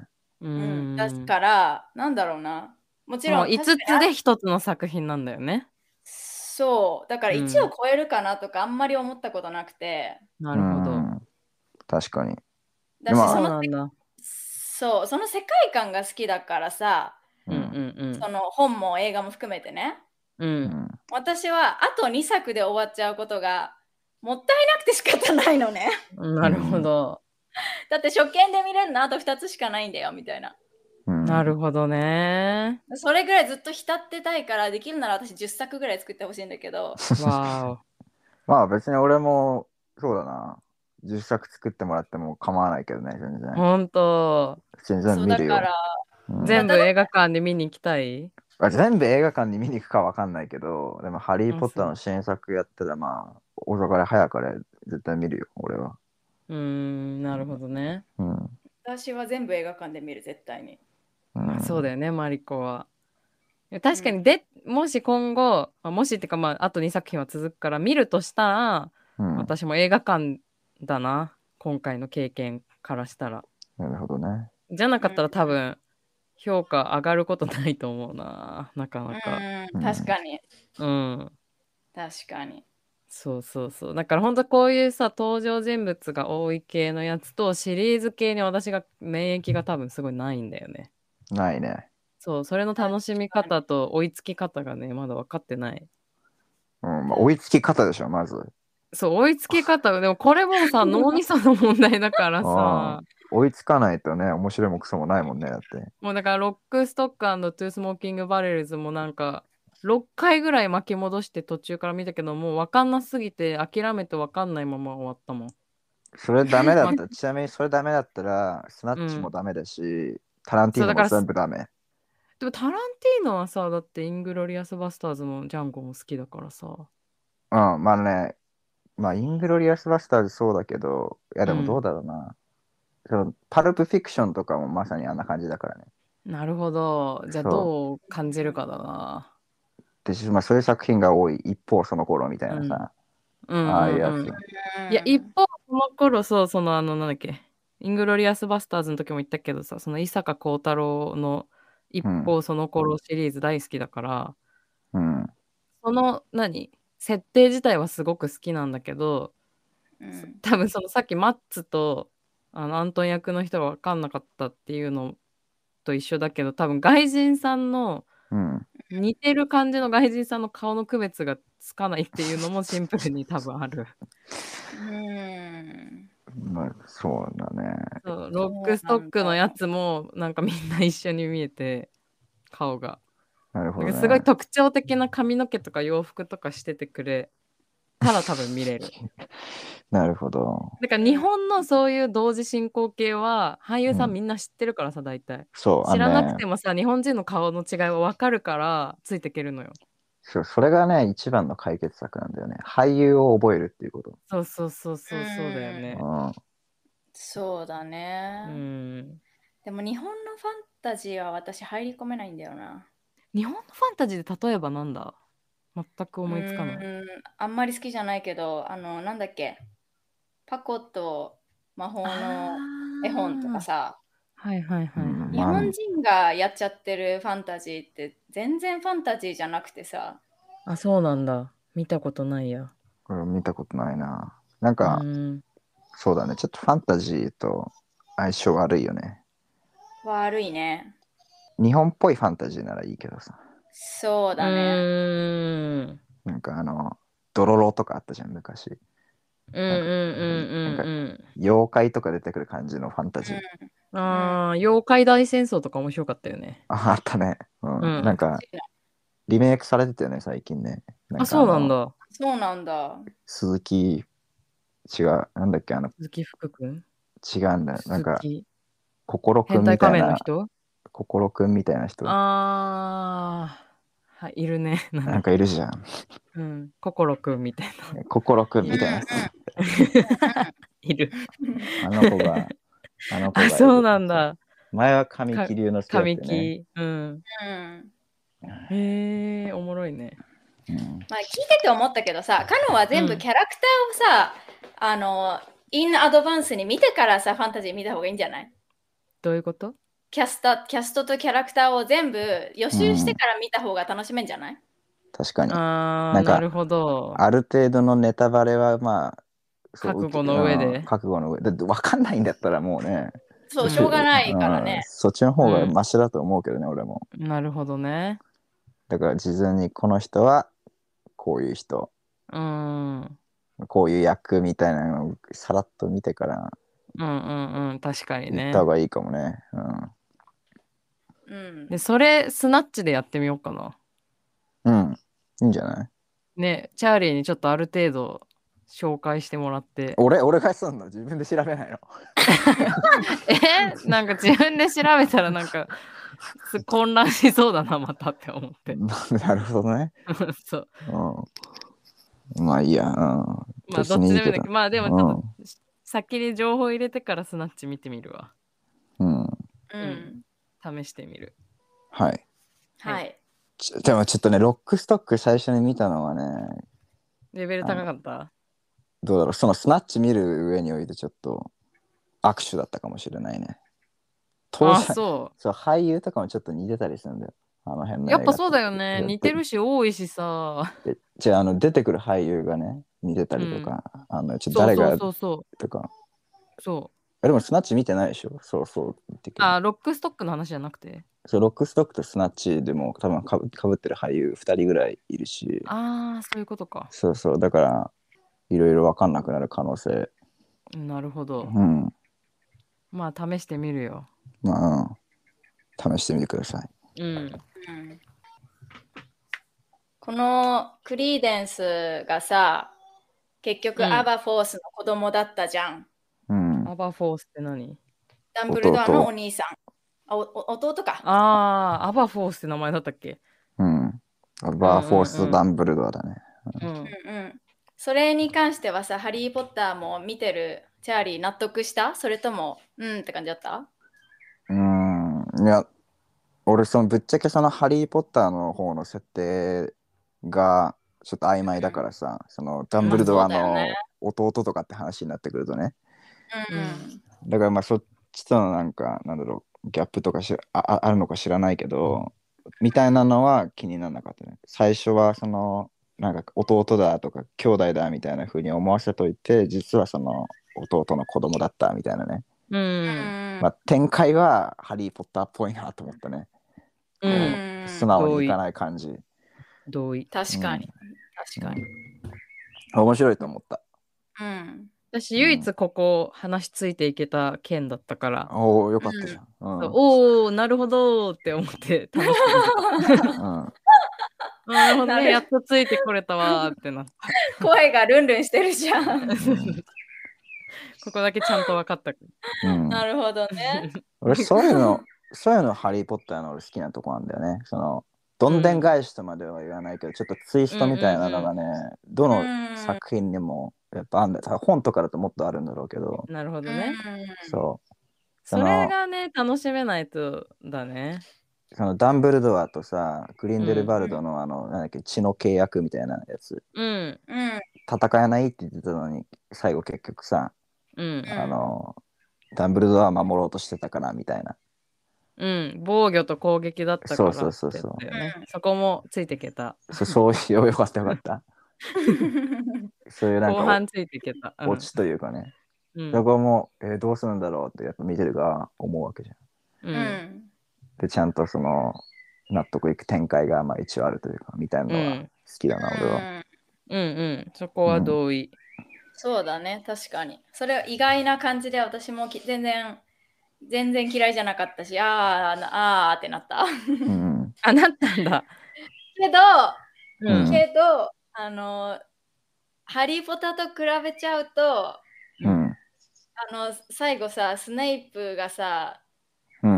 [SPEAKER 1] う
[SPEAKER 3] う
[SPEAKER 1] ん
[SPEAKER 3] ん、
[SPEAKER 1] だからなんだろうなもちろ
[SPEAKER 3] もうん五
[SPEAKER 1] 確か
[SPEAKER 3] つで一つの作品なんだよね。
[SPEAKER 1] そうだから
[SPEAKER 3] うん
[SPEAKER 1] 1を超えるかなとかあんまり思ったことなくて、
[SPEAKER 3] なるほ
[SPEAKER 2] う
[SPEAKER 3] ど。
[SPEAKER 2] ん確かに、
[SPEAKER 1] だし
[SPEAKER 2] まあ
[SPEAKER 1] そ
[SPEAKER 3] そう
[SPEAKER 1] の
[SPEAKER 3] なんだ。
[SPEAKER 1] そうその世界観が好きだからさ、
[SPEAKER 3] うんうん
[SPEAKER 1] その本も映画も含めてね
[SPEAKER 3] うん。う。
[SPEAKER 2] うんん
[SPEAKER 1] 私はあと2作で終わっちゃうことがもったいなくて仕方ないのね
[SPEAKER 3] なるほど。
[SPEAKER 1] だって初見で見れるのあと2つしかないんだよみたいな
[SPEAKER 2] うん
[SPEAKER 3] なるほどね。
[SPEAKER 1] それぐらいずっと浸ってたいからできるなら私10作ぐらい作ってほしいんだけど
[SPEAKER 3] わ
[SPEAKER 2] まあ別に俺もそうだな10作作ってもらっても構わないけどね全
[SPEAKER 3] お。
[SPEAKER 2] 然
[SPEAKER 3] 本当。
[SPEAKER 2] 全
[SPEAKER 1] そ
[SPEAKER 2] 然
[SPEAKER 1] う
[SPEAKER 2] 見
[SPEAKER 1] だ
[SPEAKER 2] る
[SPEAKER 1] か
[SPEAKER 2] よ
[SPEAKER 1] ら
[SPEAKER 2] うん
[SPEAKER 3] 全部映画館で見に行きたい。
[SPEAKER 2] まあ全部映画館に見に行くかわかんないけど、でも、ハリー・ポッターの新作やったら、まあ、遅かれ早かれ絶対見るよ、俺は。
[SPEAKER 3] うーん、なるほどね。
[SPEAKER 2] うん。
[SPEAKER 1] 私は全部映画館で見る絶対に
[SPEAKER 2] うん
[SPEAKER 3] そうだよね、マリコは。いや確かにで、もし今後、まあもしってか、まあ、あと2作品は続くから、見るとしたら、
[SPEAKER 2] うん
[SPEAKER 3] 私も映画館だな、今回の経験からしたら。
[SPEAKER 2] なるほどね。
[SPEAKER 3] じゃなかった
[SPEAKER 1] う
[SPEAKER 3] ら
[SPEAKER 1] ん
[SPEAKER 3] 多分、評価上がることないと思うな、なかなか。
[SPEAKER 1] う
[SPEAKER 2] うんん
[SPEAKER 1] 確かに
[SPEAKER 3] うん。
[SPEAKER 1] 確かに
[SPEAKER 3] そうそうそう。だから本当こういうさ、登場人物が多い系のやつと、シリーズ系に私が免疫が多分すごいないんだよね。
[SPEAKER 2] ないね。
[SPEAKER 3] そう、それの楽しみ方と追いつき方がね、まだ分かってない。
[SPEAKER 2] うん。まあ、追いつき方でしょ、まず。
[SPEAKER 3] そう、追いつき方、でもこれも さ、脳みその問題だから
[SPEAKER 2] あ
[SPEAKER 3] さ、
[SPEAKER 2] 追いつかないとね、面白いもクソもないもんね、だって。
[SPEAKER 3] もうだからロックストックトゥースモーキングバレルズもなんか、6回ぐらい巻き戻して途中から見たけど、もう分かんなすぎて諦めて分かんないまま終わったもん。
[SPEAKER 2] それダメだった。ちなみにそれダメだったら、スナッチもダメだし、タランティーノも
[SPEAKER 3] そうだから
[SPEAKER 2] 全部ダメ。
[SPEAKER 3] でもタランティーノはさ、だってイングロリアスバスターズもジャンゴも好きだからさ。
[SPEAKER 2] うん、まあね、まあ、イングロリアスバスターズそうだけど、いや、で
[SPEAKER 4] う
[SPEAKER 2] も
[SPEAKER 4] ん
[SPEAKER 2] どうだろうな。そのパルプフィクションとかもまさにあんな感じだからね。
[SPEAKER 4] なるほど。じゃあ
[SPEAKER 2] そう
[SPEAKER 4] どう感じるかだな。
[SPEAKER 2] で、まあ、そういう作品が多い一方、その頃みたいなさ、
[SPEAKER 4] うんうんうん
[SPEAKER 2] ああいうやつ。
[SPEAKER 4] いや、一方、その頃、そう、その、あの、なんだっけ、イングロリアスバスターズの時も言ったけどさ、その伊坂幸太郎の一方、その頃シリーズ大好きだから、
[SPEAKER 2] うん。
[SPEAKER 4] その、何設定自体はすごく好きなんだけど、
[SPEAKER 1] うん
[SPEAKER 4] 多分そのさっきマッツとあのアントン役の人が分かんなかったっていうのと一緒だけど、多分外人さんの
[SPEAKER 2] うん。
[SPEAKER 4] 似てる感じの外人さんの顔の区別がつかないっていうのもシンプルに多分ある。
[SPEAKER 1] うん
[SPEAKER 2] まあ、そうだね。
[SPEAKER 4] そうロックストックのやつもなんかみんな一緒に見えて顔が、
[SPEAKER 2] なるほ
[SPEAKER 4] な
[SPEAKER 2] ど、
[SPEAKER 4] ん
[SPEAKER 2] ね。
[SPEAKER 4] かすごい特徴的な髪の毛とか洋服とかしててくれたら多分見れる
[SPEAKER 2] なるほど。
[SPEAKER 4] だから日本のそういう同時進行形は俳優さ
[SPEAKER 2] うん
[SPEAKER 4] んみんな知ってるからさ大体、
[SPEAKER 2] そう、
[SPEAKER 4] 知ら
[SPEAKER 2] あの
[SPEAKER 4] な
[SPEAKER 2] ね
[SPEAKER 4] くてもさ日本人の顔の違いは分かるからついてけるのよ
[SPEAKER 2] そうそれがね、一番の解決策なんだよね。俳優を覚えるっていうこと。
[SPEAKER 4] そうそうそうそうそうだよね
[SPEAKER 2] うん。
[SPEAKER 1] そうだね
[SPEAKER 4] う、ん
[SPEAKER 1] でも日本のファンタジーは私入り込めないんだよな
[SPEAKER 4] 日本のファンタジーで例えばなんだ全く思いつかない
[SPEAKER 1] うんあんまり好きじゃないけどあのなんだっけパコと魔法の絵本とかさ
[SPEAKER 4] あーはいはいはい、はい
[SPEAKER 2] うん
[SPEAKER 1] 日本人がやっちゃってるファンタジーって全然ファンタジーじゃなくてさ
[SPEAKER 3] あ、そうなんだ。見たことないや。
[SPEAKER 2] これ見たことないな。なん
[SPEAKER 3] う
[SPEAKER 2] か、
[SPEAKER 3] ん。
[SPEAKER 2] そうだね。ちょっとファンタジーと相性悪いよね。
[SPEAKER 1] 悪いね
[SPEAKER 2] 日本っぽいファンタジーならいいけどさ。
[SPEAKER 1] そうだ
[SPEAKER 3] う
[SPEAKER 1] ね
[SPEAKER 3] ーん
[SPEAKER 2] なんかあの、ドロロとかあったじゃん、昔。
[SPEAKER 3] うんうんうんうんうん
[SPEAKER 2] 妖怪とか出てくる感じのファンタジー。
[SPEAKER 3] ああ、妖怪大戦争とか面白かったよね。
[SPEAKER 2] ああったね、うん。
[SPEAKER 3] うん
[SPEAKER 2] なんか、リメイクされてたよね、最近ね。なか
[SPEAKER 3] あ、そうなん
[SPEAKER 2] あの。
[SPEAKER 3] だ。
[SPEAKER 1] そうなんだ
[SPEAKER 2] 鈴木、違う、なんだっけ、あの、
[SPEAKER 3] 鈴木福君。
[SPEAKER 2] 違うんだよ。なんか
[SPEAKER 3] 鈴、木
[SPEAKER 2] 心くん
[SPEAKER 3] 変態
[SPEAKER 2] み
[SPEAKER 3] 仮
[SPEAKER 2] たい
[SPEAKER 3] 面の
[SPEAKER 2] な、
[SPEAKER 3] 人
[SPEAKER 2] 心くんみたいな人、な
[SPEAKER 3] ああ、はい、いる ね。
[SPEAKER 2] んかいるじゃ ん。
[SPEAKER 3] うん。心くん みたいな。
[SPEAKER 2] 心くんみたいな人。
[SPEAKER 3] いる。
[SPEAKER 2] あの子が、あの子がいる。
[SPEAKER 3] あ、そうなんだ。
[SPEAKER 2] 前は神木隆之介だったよ
[SPEAKER 3] 神
[SPEAKER 2] ね。
[SPEAKER 3] 木。うん。
[SPEAKER 1] うん
[SPEAKER 3] へえ、おもろいね。
[SPEAKER 2] うん
[SPEAKER 1] まあ、聞いてて思ったけどさ、カノは全
[SPEAKER 3] う
[SPEAKER 1] 部
[SPEAKER 3] ん
[SPEAKER 1] キャラクターをさ、あの、インアドバンスに見てからさ、ファンタジー見た方がいいんじゃない
[SPEAKER 3] どういうこと
[SPEAKER 1] キャスタキャストとキャラクターを全部予習してから見た方が楽しめんじゃない、
[SPEAKER 2] 確かに。
[SPEAKER 3] あ
[SPEAKER 2] な
[SPEAKER 3] あ、
[SPEAKER 2] んか
[SPEAKER 3] なるほど。
[SPEAKER 2] ある程度のネタバレはまあ、そう
[SPEAKER 3] 覚悟の上で
[SPEAKER 2] うん覚悟の上で。だって分かんないんだったらもうね。
[SPEAKER 1] そうう、
[SPEAKER 3] ん
[SPEAKER 1] しょうがないから
[SPEAKER 2] うん
[SPEAKER 1] ね。
[SPEAKER 2] そっちの方が
[SPEAKER 3] うん
[SPEAKER 2] マシだと思うけどね、俺も。
[SPEAKER 3] なるほどね。
[SPEAKER 2] だから事前にこの人はこういう人、
[SPEAKER 3] うん。うん
[SPEAKER 2] こういう役みたいなのをさらっと見てから
[SPEAKER 3] うんうん。確かに
[SPEAKER 2] 行
[SPEAKER 3] ね
[SPEAKER 2] った。方がいいかもね。うん
[SPEAKER 1] うん。
[SPEAKER 3] で、それ、スナッチでやってみようかな。
[SPEAKER 2] うん。いいんじゃない
[SPEAKER 3] ね、チャーリーにちょっとある程度紹介してもらって。
[SPEAKER 2] 俺、俺がすんの自分で調べないの。
[SPEAKER 3] え なんか自分で調べたらなんか す混乱しそうだなまたって思って
[SPEAKER 2] なるほどね。
[SPEAKER 3] そう
[SPEAKER 2] うん。まあいいや。うん。
[SPEAKER 3] まあ
[SPEAKER 2] 別
[SPEAKER 3] どっち
[SPEAKER 2] にいい
[SPEAKER 3] でもい
[SPEAKER 2] けど
[SPEAKER 3] いんだけどまあでもちょっと先に情報入れてからスナッチ見てみるわ
[SPEAKER 2] うん。うん
[SPEAKER 1] うん。
[SPEAKER 3] 試してみる
[SPEAKER 2] はい。
[SPEAKER 1] はい。
[SPEAKER 2] ちょでもちょっとね、ロックストック最初に見たのはね、
[SPEAKER 3] レベル高かった
[SPEAKER 2] どうだろう、そのスナッチ見る上においてちょっと握手だったかもしれないね。当
[SPEAKER 3] あ
[SPEAKER 2] 然そう
[SPEAKER 3] そ
[SPEAKER 2] 俳優とかもちょっと似てたりするんだよ。あの辺
[SPEAKER 3] う
[SPEAKER 2] の
[SPEAKER 3] やっぱそうだよね
[SPEAKER 2] 映画
[SPEAKER 3] 似てるし多いしさ
[SPEAKER 2] でじゃああの出てくる俳優がね、似てたりとか、あのちょっと
[SPEAKER 3] そう
[SPEAKER 2] 誰
[SPEAKER 3] そう
[SPEAKER 2] が
[SPEAKER 3] そうそ
[SPEAKER 2] とか。
[SPEAKER 3] うそう
[SPEAKER 2] えでもスナッチ見てないでしょそうそうって
[SPEAKER 3] あロックストックの話じゃなくて
[SPEAKER 2] そう。ロックストックとスナッチでも多分かぶかぶってる俳優2人ぐらいいるし、
[SPEAKER 3] ああそういうことか
[SPEAKER 2] そうそう、だからいろいろ分かんなくなる可能性。
[SPEAKER 3] なるほど
[SPEAKER 2] うん。
[SPEAKER 3] まあ試してみるよ
[SPEAKER 2] まあ、うん試してみてください。
[SPEAKER 3] うん
[SPEAKER 1] うんこのクリーデンスがさ、結
[SPEAKER 3] う
[SPEAKER 1] 局
[SPEAKER 3] ん
[SPEAKER 1] アバフォースの子供だったじゃん。
[SPEAKER 2] うん。
[SPEAKER 3] アバフォースって何
[SPEAKER 1] ダンブルドアの
[SPEAKER 2] 弟
[SPEAKER 1] お兄さん。あおお弟か。
[SPEAKER 3] ああアバフォースって名前だったっけ
[SPEAKER 2] うん。バーフォース
[SPEAKER 3] う
[SPEAKER 2] と
[SPEAKER 3] んうんうん
[SPEAKER 2] ダンブルドアだね。
[SPEAKER 3] う
[SPEAKER 1] うん
[SPEAKER 3] ん
[SPEAKER 1] うん。それに関してはさ、ハリー・ポッターも見てるチャーリー納得したそれとも、うんって感じだった
[SPEAKER 2] うーん、いや、俺、そのぶっちゃけそのハリー・ポッターの方の設定がちょっと曖昧だからさ、そのダンブルドア
[SPEAKER 1] まあそう
[SPEAKER 2] の
[SPEAKER 1] だよね
[SPEAKER 2] 弟とかって話になってくるとね。
[SPEAKER 1] うんうん。
[SPEAKER 2] だからまあそっちとのなんか、なんだろう、ギャップとかしあああるのか知らないけど、みたいなのは気にならなかったね。最初はその、なんか弟だとか兄弟だみたいな風に思わせといて、実はその弟の子供だったみたいなね。
[SPEAKER 3] う。
[SPEAKER 1] うんん
[SPEAKER 2] まあ展開はハリー・ポッターっぽいなと思ったね。
[SPEAKER 3] う。
[SPEAKER 2] うん
[SPEAKER 1] うん
[SPEAKER 2] 素直にいかない感じ。
[SPEAKER 3] 同意。
[SPEAKER 1] 確かに。確かに。
[SPEAKER 2] 面白いと思った。
[SPEAKER 1] うん。
[SPEAKER 3] 私、唯一ここ話ついていけた件だったから、
[SPEAKER 2] おお、よかったじゃん。うん。うん
[SPEAKER 3] おおなるほどーって思 って楽しく見てたあーなるほど
[SPEAKER 1] な
[SPEAKER 3] ね、
[SPEAKER 1] る
[SPEAKER 3] やっとついてこれたわーってなった。
[SPEAKER 1] 声がルンルンしてるじゃん。
[SPEAKER 3] ここだけちゃんと分かった。
[SPEAKER 2] うん
[SPEAKER 1] なるほど ね。
[SPEAKER 2] 俺、そういうの、そういうの、ハリー・ポッターの俺好きなとこなんだよね。その、どんでん返しとまでは言わないけど、ちょっとツイストみたいなのがね、ど
[SPEAKER 1] う
[SPEAKER 2] の
[SPEAKER 1] ん
[SPEAKER 2] 作品にもやっぱあんだよ。多分本とかだともっとあるんだろうけど、
[SPEAKER 3] なるほど
[SPEAKER 1] う
[SPEAKER 3] ね。
[SPEAKER 1] ん
[SPEAKER 2] そう。そ
[SPEAKER 3] そ
[SPEAKER 2] の
[SPEAKER 3] れがね、楽しめないとだね。
[SPEAKER 2] そのダンブルドアとさ、グリンデルバルドのあの、なんだっけ、血の契約みたいなやつ、
[SPEAKER 3] うん。
[SPEAKER 1] うん。
[SPEAKER 2] 戦えないって言ってたのに、最後結局さ、
[SPEAKER 3] うん。
[SPEAKER 2] あの、ダンブルドアは守ろうとしてたからみたいな。
[SPEAKER 3] うん。防御と攻撃だったからって
[SPEAKER 2] そうそうそうそう
[SPEAKER 3] やつだよね
[SPEAKER 1] うん
[SPEAKER 3] そこもついていけた。
[SPEAKER 2] そそういう よかったよかった。そういうなん
[SPEAKER 3] 後
[SPEAKER 2] か
[SPEAKER 3] 半ついていけた。うん
[SPEAKER 2] 落ちというかね。
[SPEAKER 3] うん
[SPEAKER 2] そこも、えーどうするんだろうってやっぱ見てるが思うわけじゃん。
[SPEAKER 1] う
[SPEAKER 3] う。
[SPEAKER 1] んん。
[SPEAKER 2] でちゃんとその納得いく展開がまあ一応あるというかみたいなの
[SPEAKER 3] う
[SPEAKER 2] が好
[SPEAKER 3] ん
[SPEAKER 2] きだな、俺は。
[SPEAKER 1] うん
[SPEAKER 3] うんうん。そこは同意。
[SPEAKER 1] そうだね、確かに。それは意外な感じで私もき全然、全然嫌いじゃなかったし、あーなあーってなった。
[SPEAKER 2] うん
[SPEAKER 3] あ、なったんだ。
[SPEAKER 1] けど、
[SPEAKER 3] う
[SPEAKER 2] うん
[SPEAKER 3] ん。
[SPEAKER 1] けど、あの、ハリー・ポッターと比べちゃうと、
[SPEAKER 2] うん
[SPEAKER 1] あの、最後さ、スネイプがさ、
[SPEAKER 2] うん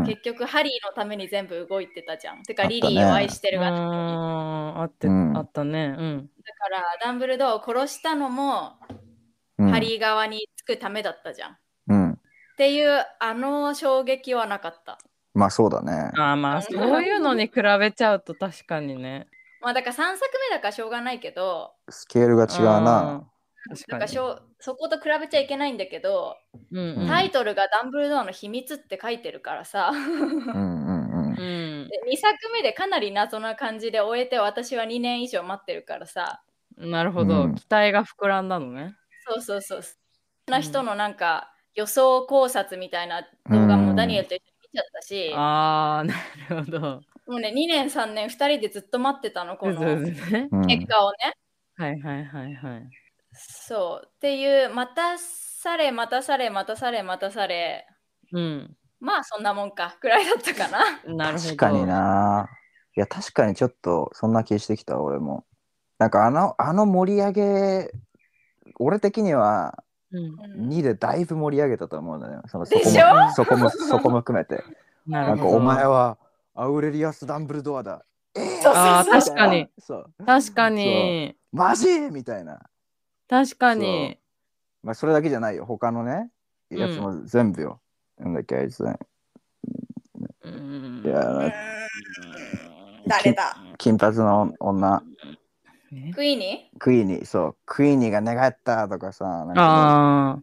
[SPEAKER 1] 結局ハリーのために全部動いてたじゃん。て
[SPEAKER 2] あ
[SPEAKER 1] か、
[SPEAKER 2] ったね
[SPEAKER 1] リリーを愛してるが、だか
[SPEAKER 3] あーあって、
[SPEAKER 2] うん
[SPEAKER 3] あったね。うん。
[SPEAKER 1] ら、ダンブルドアを殺したのも、
[SPEAKER 2] うん
[SPEAKER 1] ハリー側につくためだったじゃん。っ
[SPEAKER 2] うん
[SPEAKER 1] ていう、あの衝撃はなかった。
[SPEAKER 2] まあそうだね。
[SPEAKER 3] あーまあ、そういうのに比べちゃうと確かにね。
[SPEAKER 1] まあだから3作目だからしょうがないけど、
[SPEAKER 2] スケールが違うな。
[SPEAKER 3] うん。確
[SPEAKER 1] なんか
[SPEAKER 3] かに
[SPEAKER 1] し。ょうそこと比べちゃいけないんだけど、
[SPEAKER 3] うんうん
[SPEAKER 1] タイトルがダンブルドアの秘密って書いてるからさ、
[SPEAKER 2] うんうんうん
[SPEAKER 3] うん
[SPEAKER 1] で2作目でかなり謎な感じで終えて私は2年以上待ってるからさ、
[SPEAKER 3] なるほど、
[SPEAKER 2] うん
[SPEAKER 3] 期待が膨らんだのね。
[SPEAKER 1] そうそうそう。そんな人のなんか予想考察みたいな動画
[SPEAKER 2] う
[SPEAKER 1] も
[SPEAKER 2] ん
[SPEAKER 1] ダニエルと一緒に見ちゃったし、
[SPEAKER 3] ああ、なるほど。
[SPEAKER 1] もうね、2年3年2人でずっと待ってたの、こ
[SPEAKER 3] う
[SPEAKER 1] の
[SPEAKER 3] ずうず
[SPEAKER 1] 結
[SPEAKER 3] ね。
[SPEAKER 2] うん。
[SPEAKER 1] 果をね。
[SPEAKER 3] はいはいはいはい。
[SPEAKER 1] そう。っていう、待たされ、待たされ、待たされ、待たされ、
[SPEAKER 3] うん。
[SPEAKER 1] まあそんなもんか、くらいだったかな。
[SPEAKER 3] なるほど。
[SPEAKER 2] 確かに。な。いや確かにちょっとそんな気してきた俺も。なんかあのあの盛り上げ俺的には
[SPEAKER 3] うん、
[SPEAKER 1] うん
[SPEAKER 2] 2でだいぶ盛り上げたと思うんだよね。そのそ
[SPEAKER 1] で
[SPEAKER 2] こ
[SPEAKER 1] し
[SPEAKER 2] も
[SPEAKER 1] ょ
[SPEAKER 2] そこもそこも含めて。
[SPEAKER 3] な
[SPEAKER 2] なん
[SPEAKER 3] る
[SPEAKER 2] か
[SPEAKER 3] ほど。
[SPEAKER 2] お前はアウレリアス・ダンブルドアだ。えー
[SPEAKER 1] そう
[SPEAKER 3] あー
[SPEAKER 1] そう
[SPEAKER 3] 確かに。
[SPEAKER 2] そう。
[SPEAKER 3] 確かに。
[SPEAKER 2] マジみたいな。
[SPEAKER 3] 確かに。
[SPEAKER 2] まあそれだけじゃないよ。他のね、
[SPEAKER 3] うん
[SPEAKER 2] やつも全部よ。なんだっけ、あいつ。い
[SPEAKER 3] うん
[SPEAKER 1] う
[SPEAKER 2] や、
[SPEAKER 1] ーん誰だ
[SPEAKER 2] 金髪の女、
[SPEAKER 3] ね
[SPEAKER 1] クイーニ
[SPEAKER 2] クイーニー、そう。クイーニーが願ったとかさ、なんかね
[SPEAKER 3] あ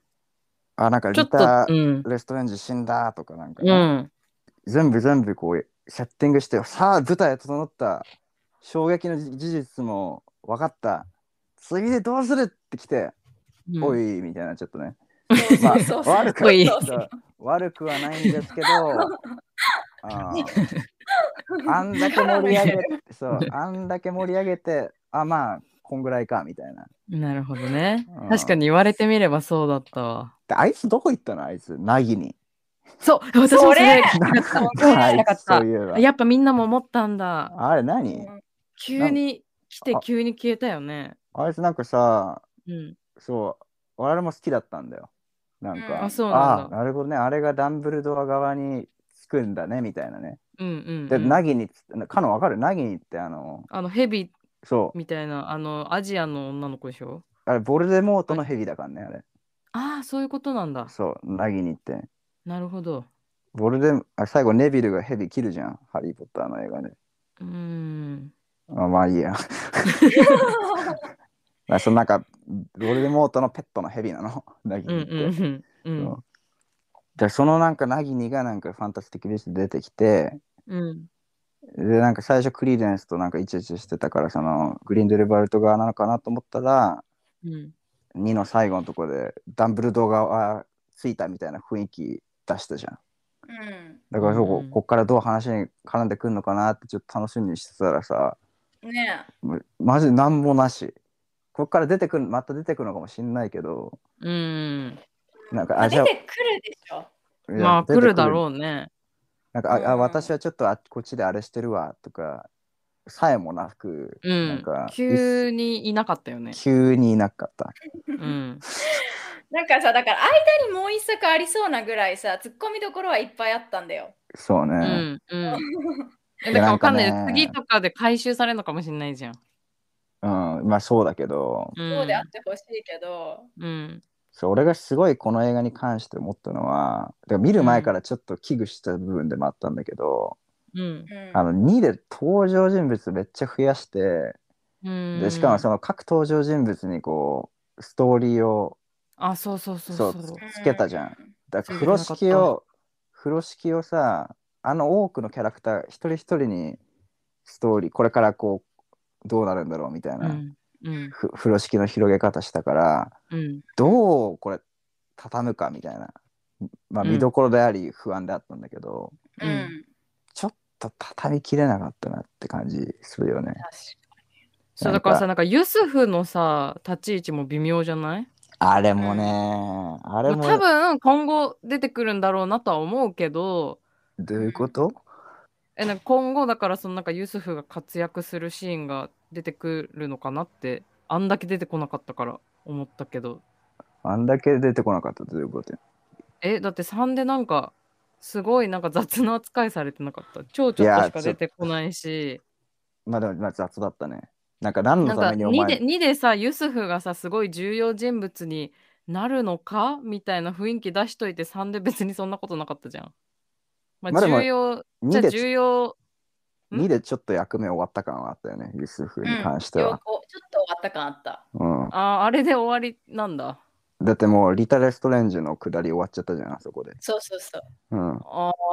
[SPEAKER 2] あなんか
[SPEAKER 3] あ、ちょ
[SPEAKER 2] リ
[SPEAKER 3] っと、
[SPEAKER 2] タ
[SPEAKER 3] う・ん。
[SPEAKER 2] レストレンジ死んだとかなんかね、
[SPEAKER 3] うん。
[SPEAKER 2] 全部全部こう、セッティングして、さあ舞台整った。衝撃の事実も分かった。次でどうするってきて、
[SPEAKER 3] うん
[SPEAKER 2] おい、みたいな、ちょっとね。
[SPEAKER 1] ー
[SPEAKER 2] まあ
[SPEAKER 1] そうそう、そう
[SPEAKER 2] 悪く
[SPEAKER 3] かっこいい
[SPEAKER 1] そうそう
[SPEAKER 2] 悪くはないんですけど、あーあんだけ盛り上げて、そう、あんだけ盛り上げて、あ、まあ、こんぐらいか、みたいな。
[SPEAKER 3] なるほどね
[SPEAKER 2] うん。
[SPEAKER 3] 確かに言われてみればそうだったわ。
[SPEAKER 2] であいつどこ行ったのあいつ、なぎに。
[SPEAKER 3] そう、私もそれ聞きたかっ
[SPEAKER 2] あい
[SPEAKER 3] かっ
[SPEAKER 2] つ、
[SPEAKER 3] た
[SPEAKER 2] そういえば
[SPEAKER 3] た。。やっぱみんなも思ったんだ。
[SPEAKER 2] あれ何
[SPEAKER 3] 急に来て
[SPEAKER 2] あ
[SPEAKER 3] 急に消えたよね。
[SPEAKER 2] あいつなんかさ、
[SPEAKER 3] うん。
[SPEAKER 2] そう、我々も好きだったんだよ。なんか、
[SPEAKER 1] うんあ
[SPEAKER 3] そうなん
[SPEAKER 2] あ
[SPEAKER 3] だ
[SPEAKER 2] なるほどね、あれがダンブルドア側につくんだね、みたいなね。
[SPEAKER 3] うんうん、う
[SPEAKER 2] で、
[SPEAKER 3] ん。
[SPEAKER 2] なぎに、かのわかるなぎにって、あの、
[SPEAKER 3] あのヘビ
[SPEAKER 2] そう、
[SPEAKER 3] みたいなあのアジアの女の子でしょ
[SPEAKER 2] あれ、ボルデモートのヘビだからね、あれ。
[SPEAKER 3] ああ、そういうことなんだ。
[SPEAKER 2] そう、なぎに行って。
[SPEAKER 3] なるほど。
[SPEAKER 2] ボルデあ最後、ネビルがヘビ切るじゃん、ハリー・ポッターの映画で。
[SPEAKER 3] うーん。
[SPEAKER 2] あまあいいや。あそのなんか、ボルデモートのペットのヘビなの、 ナギ
[SPEAKER 3] うん
[SPEAKER 2] ニって。
[SPEAKER 3] うんうんうん。
[SPEAKER 2] でそのなんかナギニがなんかファンタスティック・ビーストで出てきて、
[SPEAKER 3] うん。
[SPEAKER 2] で、なんか最初クリーデンスとなんかイチイチしてたから、そのグリンデルバルト側なのかなと思ったら、
[SPEAKER 3] うん。
[SPEAKER 2] 2の最後のとこでダンブルドアがついたみたいな雰囲気出したじゃん。だからそこ、
[SPEAKER 3] うん
[SPEAKER 2] こっからどう話に絡んでくるのかなってちょっと楽しみにしてたらさ、
[SPEAKER 1] うん。ね
[SPEAKER 2] もうマジなんもなし。こっから出てくる、また出てくるのかもしんないけど、
[SPEAKER 3] うん。
[SPEAKER 1] え。
[SPEAKER 2] なんか
[SPEAKER 1] まあ
[SPEAKER 2] あ
[SPEAKER 1] 出
[SPEAKER 2] じゃあ
[SPEAKER 1] てくるでしょ。
[SPEAKER 2] いや
[SPEAKER 3] まあ、
[SPEAKER 2] 出て
[SPEAKER 3] 来るだろうね。
[SPEAKER 2] なんか、あ、あ
[SPEAKER 1] うん
[SPEAKER 2] 私はちょっとあっこっちであれしてるわとか、さえもなく、
[SPEAKER 3] う
[SPEAKER 2] なん
[SPEAKER 3] ん
[SPEAKER 2] か。
[SPEAKER 3] 急にいなかったよね。
[SPEAKER 2] 急にいなかった。
[SPEAKER 3] うん。
[SPEAKER 1] なんかさ、だから間にもう一作ありそうなぐらいさ、ツッコミどころはいっぱいあったんだよ。
[SPEAKER 2] そう
[SPEAKER 3] う
[SPEAKER 2] ね。
[SPEAKER 3] ん。うん。え
[SPEAKER 2] い
[SPEAKER 3] だか
[SPEAKER 2] や
[SPEAKER 3] らわかんない
[SPEAKER 2] なんかね
[SPEAKER 3] 次とかで回収されるのかもしれないじゃん。
[SPEAKER 2] うん、まあそうだけど、
[SPEAKER 3] うん。
[SPEAKER 1] そうであってほしいけど、
[SPEAKER 3] うん。
[SPEAKER 2] そう俺がすごいこの映画に関して思ったのは、だから見る前からちょっと危惧した部分でもあったんだけど、
[SPEAKER 3] うん。
[SPEAKER 1] うん
[SPEAKER 2] あの2で登場人物めっちゃ増やして、
[SPEAKER 3] うん。
[SPEAKER 2] でしかもその各登場人物にこう、ストーリーを
[SPEAKER 3] あ、そうそうそう
[SPEAKER 2] そ
[SPEAKER 3] そうう。
[SPEAKER 2] つけたじゃん。だから
[SPEAKER 3] つ
[SPEAKER 2] 風
[SPEAKER 3] いてな
[SPEAKER 2] 呂
[SPEAKER 3] かった
[SPEAKER 2] 敷を風呂敷をさあの多くのキャラクター一人一人にストーリーこれからこうどうなるんだろうみたいな、
[SPEAKER 3] うん。うん。
[SPEAKER 2] ふ風呂敷の広げ方したから
[SPEAKER 3] うん。
[SPEAKER 2] どうこれ畳むかみたいな、まあ、
[SPEAKER 3] うん
[SPEAKER 2] 見どころであり不安であったんだけど、
[SPEAKER 1] うん
[SPEAKER 3] う
[SPEAKER 2] ちょっと畳みきれなかったなって感じするよね。
[SPEAKER 3] そ
[SPEAKER 2] な
[SPEAKER 3] うだ
[SPEAKER 2] んか
[SPEAKER 3] からさ、なんかユスフのさ、立ち位置も微妙じゃない
[SPEAKER 2] あれもね、
[SPEAKER 1] う
[SPEAKER 2] あれも
[SPEAKER 3] まあ多分今後出てくるんだろうなとは思うけど、
[SPEAKER 2] どういうこと
[SPEAKER 3] えなんか今後だからそのなんかユスフが活躍するシーンが出てくるのかなって、あんだけ出てこなかったから思ったけど。
[SPEAKER 2] あんだけ出てこなかったどういうこと
[SPEAKER 3] え、だって3でなんか、すごいなんか雑な扱いされてなかった。超ち
[SPEAKER 2] い
[SPEAKER 3] ょっ
[SPEAKER 2] や
[SPEAKER 3] としか出てこないし、
[SPEAKER 2] まあでもまあ雑だったね。なんか何の
[SPEAKER 3] なんか
[SPEAKER 2] ためにお前
[SPEAKER 3] 2で ,2 でさ、ユスフがさ、すごい重要人物になるのかみたいな雰囲気出しといて、3で別にそんなことなかったじゃん。ま
[SPEAKER 2] まあ
[SPEAKER 3] あ
[SPEAKER 2] でも
[SPEAKER 3] 重要、じ
[SPEAKER 2] 2
[SPEAKER 3] ゃあ
[SPEAKER 2] で
[SPEAKER 3] 重要、ん
[SPEAKER 2] 2でちょっと役目終わった感はあったよね、ユスフに関して
[SPEAKER 1] うん両
[SPEAKER 2] は。
[SPEAKER 1] 方ちょっと終わった感あった。
[SPEAKER 2] うん
[SPEAKER 3] あーあれで終わりなんだ。
[SPEAKER 2] だってもう、リタ・レストレンジの下り終わっちゃったじゃん、あそこで。
[SPEAKER 1] そうそうそう。
[SPEAKER 2] うん、
[SPEAKER 3] あ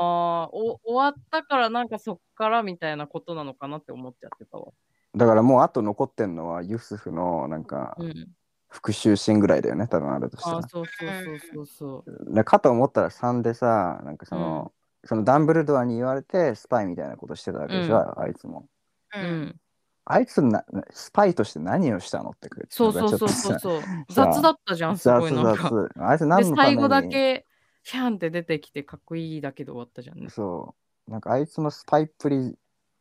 [SPEAKER 3] あ、お終わったからなんかそっからみたいなことなのかなって思っちゃってたわ。
[SPEAKER 2] だからもう、あと残ってんのはユスフのなんか
[SPEAKER 3] うん。
[SPEAKER 2] 復讐心ぐらいだよね、多分あるとした
[SPEAKER 3] あ
[SPEAKER 2] ら
[SPEAKER 3] ー。そうそうそうそうそ
[SPEAKER 2] だかと思ったら3でさ、なんかその、そのダンブルドアに言われてスパイみたいなことしてたわけでしょ、あいつも。
[SPEAKER 1] う
[SPEAKER 3] う。うん。
[SPEAKER 2] あいつな、スパイとして何をしたのってく
[SPEAKER 3] そうそうそうそうそう。雑だったじゃん、す
[SPEAKER 2] 雑
[SPEAKER 3] ごいなんか。
[SPEAKER 2] 雑。あいつ
[SPEAKER 3] で、
[SPEAKER 2] 何のため
[SPEAKER 3] 最
[SPEAKER 2] に
[SPEAKER 3] 後だけ、ヒャンって出てきて、かっこいいだけで終わったじゃんね。
[SPEAKER 2] そう。なんかあいつのスパイっぷり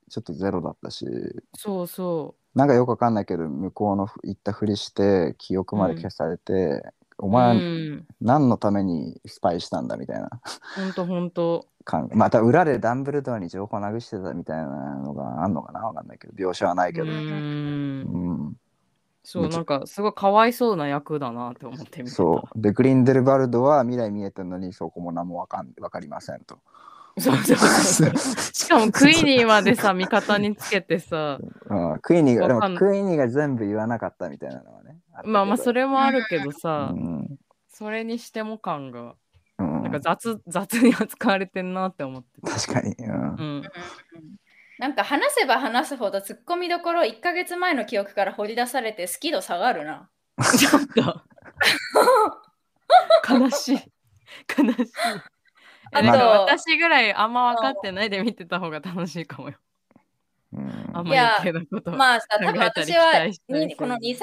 [SPEAKER 2] ちょっとゼロだったし、
[SPEAKER 3] そうそ
[SPEAKER 2] なんかよくわかんないけど、向こうのふ行ったふりして、記憶まで消されて、お
[SPEAKER 3] う。
[SPEAKER 2] 前、
[SPEAKER 3] うん。
[SPEAKER 2] 何のためにスパイしたんだみたいな
[SPEAKER 3] ほんとほんと。
[SPEAKER 2] 感また裏でダンブルドアに情報流してたみたいなのがあんのかなわかんないけど、描写はないけ
[SPEAKER 3] う
[SPEAKER 2] ど。
[SPEAKER 3] ん。
[SPEAKER 2] うん
[SPEAKER 3] そう、なんかすごいかわいそうな役だなって思ってみてた。
[SPEAKER 2] そうでグリンデルバルドは未来見えてるのにそこも何もわかんわかりませんと。
[SPEAKER 3] そうそう そう。しかもクイニーまでさ、味方につけてさ、
[SPEAKER 2] うん、クイニーがで
[SPEAKER 3] わかん
[SPEAKER 2] もクイニーが全部言わなかったみたいなのはね。
[SPEAKER 3] まあまあそ
[SPEAKER 2] れ
[SPEAKER 3] れもあるけど
[SPEAKER 2] は
[SPEAKER 3] さ、
[SPEAKER 2] うん
[SPEAKER 3] それにしても感が、
[SPEAKER 2] うん、
[SPEAKER 3] なんか雑、雑に扱われてんなって思ってた。
[SPEAKER 2] 確かに、うん
[SPEAKER 3] うん。
[SPEAKER 1] なんか話せば話すほどツッコミどころ1ヶ月前の記憶から掘り出されて好き度下がるな。
[SPEAKER 3] ちょっと悲しい悲しい
[SPEAKER 1] あと
[SPEAKER 3] えなんか私ぐらいあんま分かってないで見てた方が楽しいかもよ
[SPEAKER 2] うん
[SPEAKER 3] あん
[SPEAKER 1] い
[SPEAKER 3] まり
[SPEAKER 1] や
[SPEAKER 3] 余計なことは
[SPEAKER 1] まあさ、
[SPEAKER 3] 考
[SPEAKER 1] 多分
[SPEAKER 3] えた
[SPEAKER 1] 私
[SPEAKER 3] り期
[SPEAKER 1] は
[SPEAKER 3] 待したり
[SPEAKER 1] にこの2、3年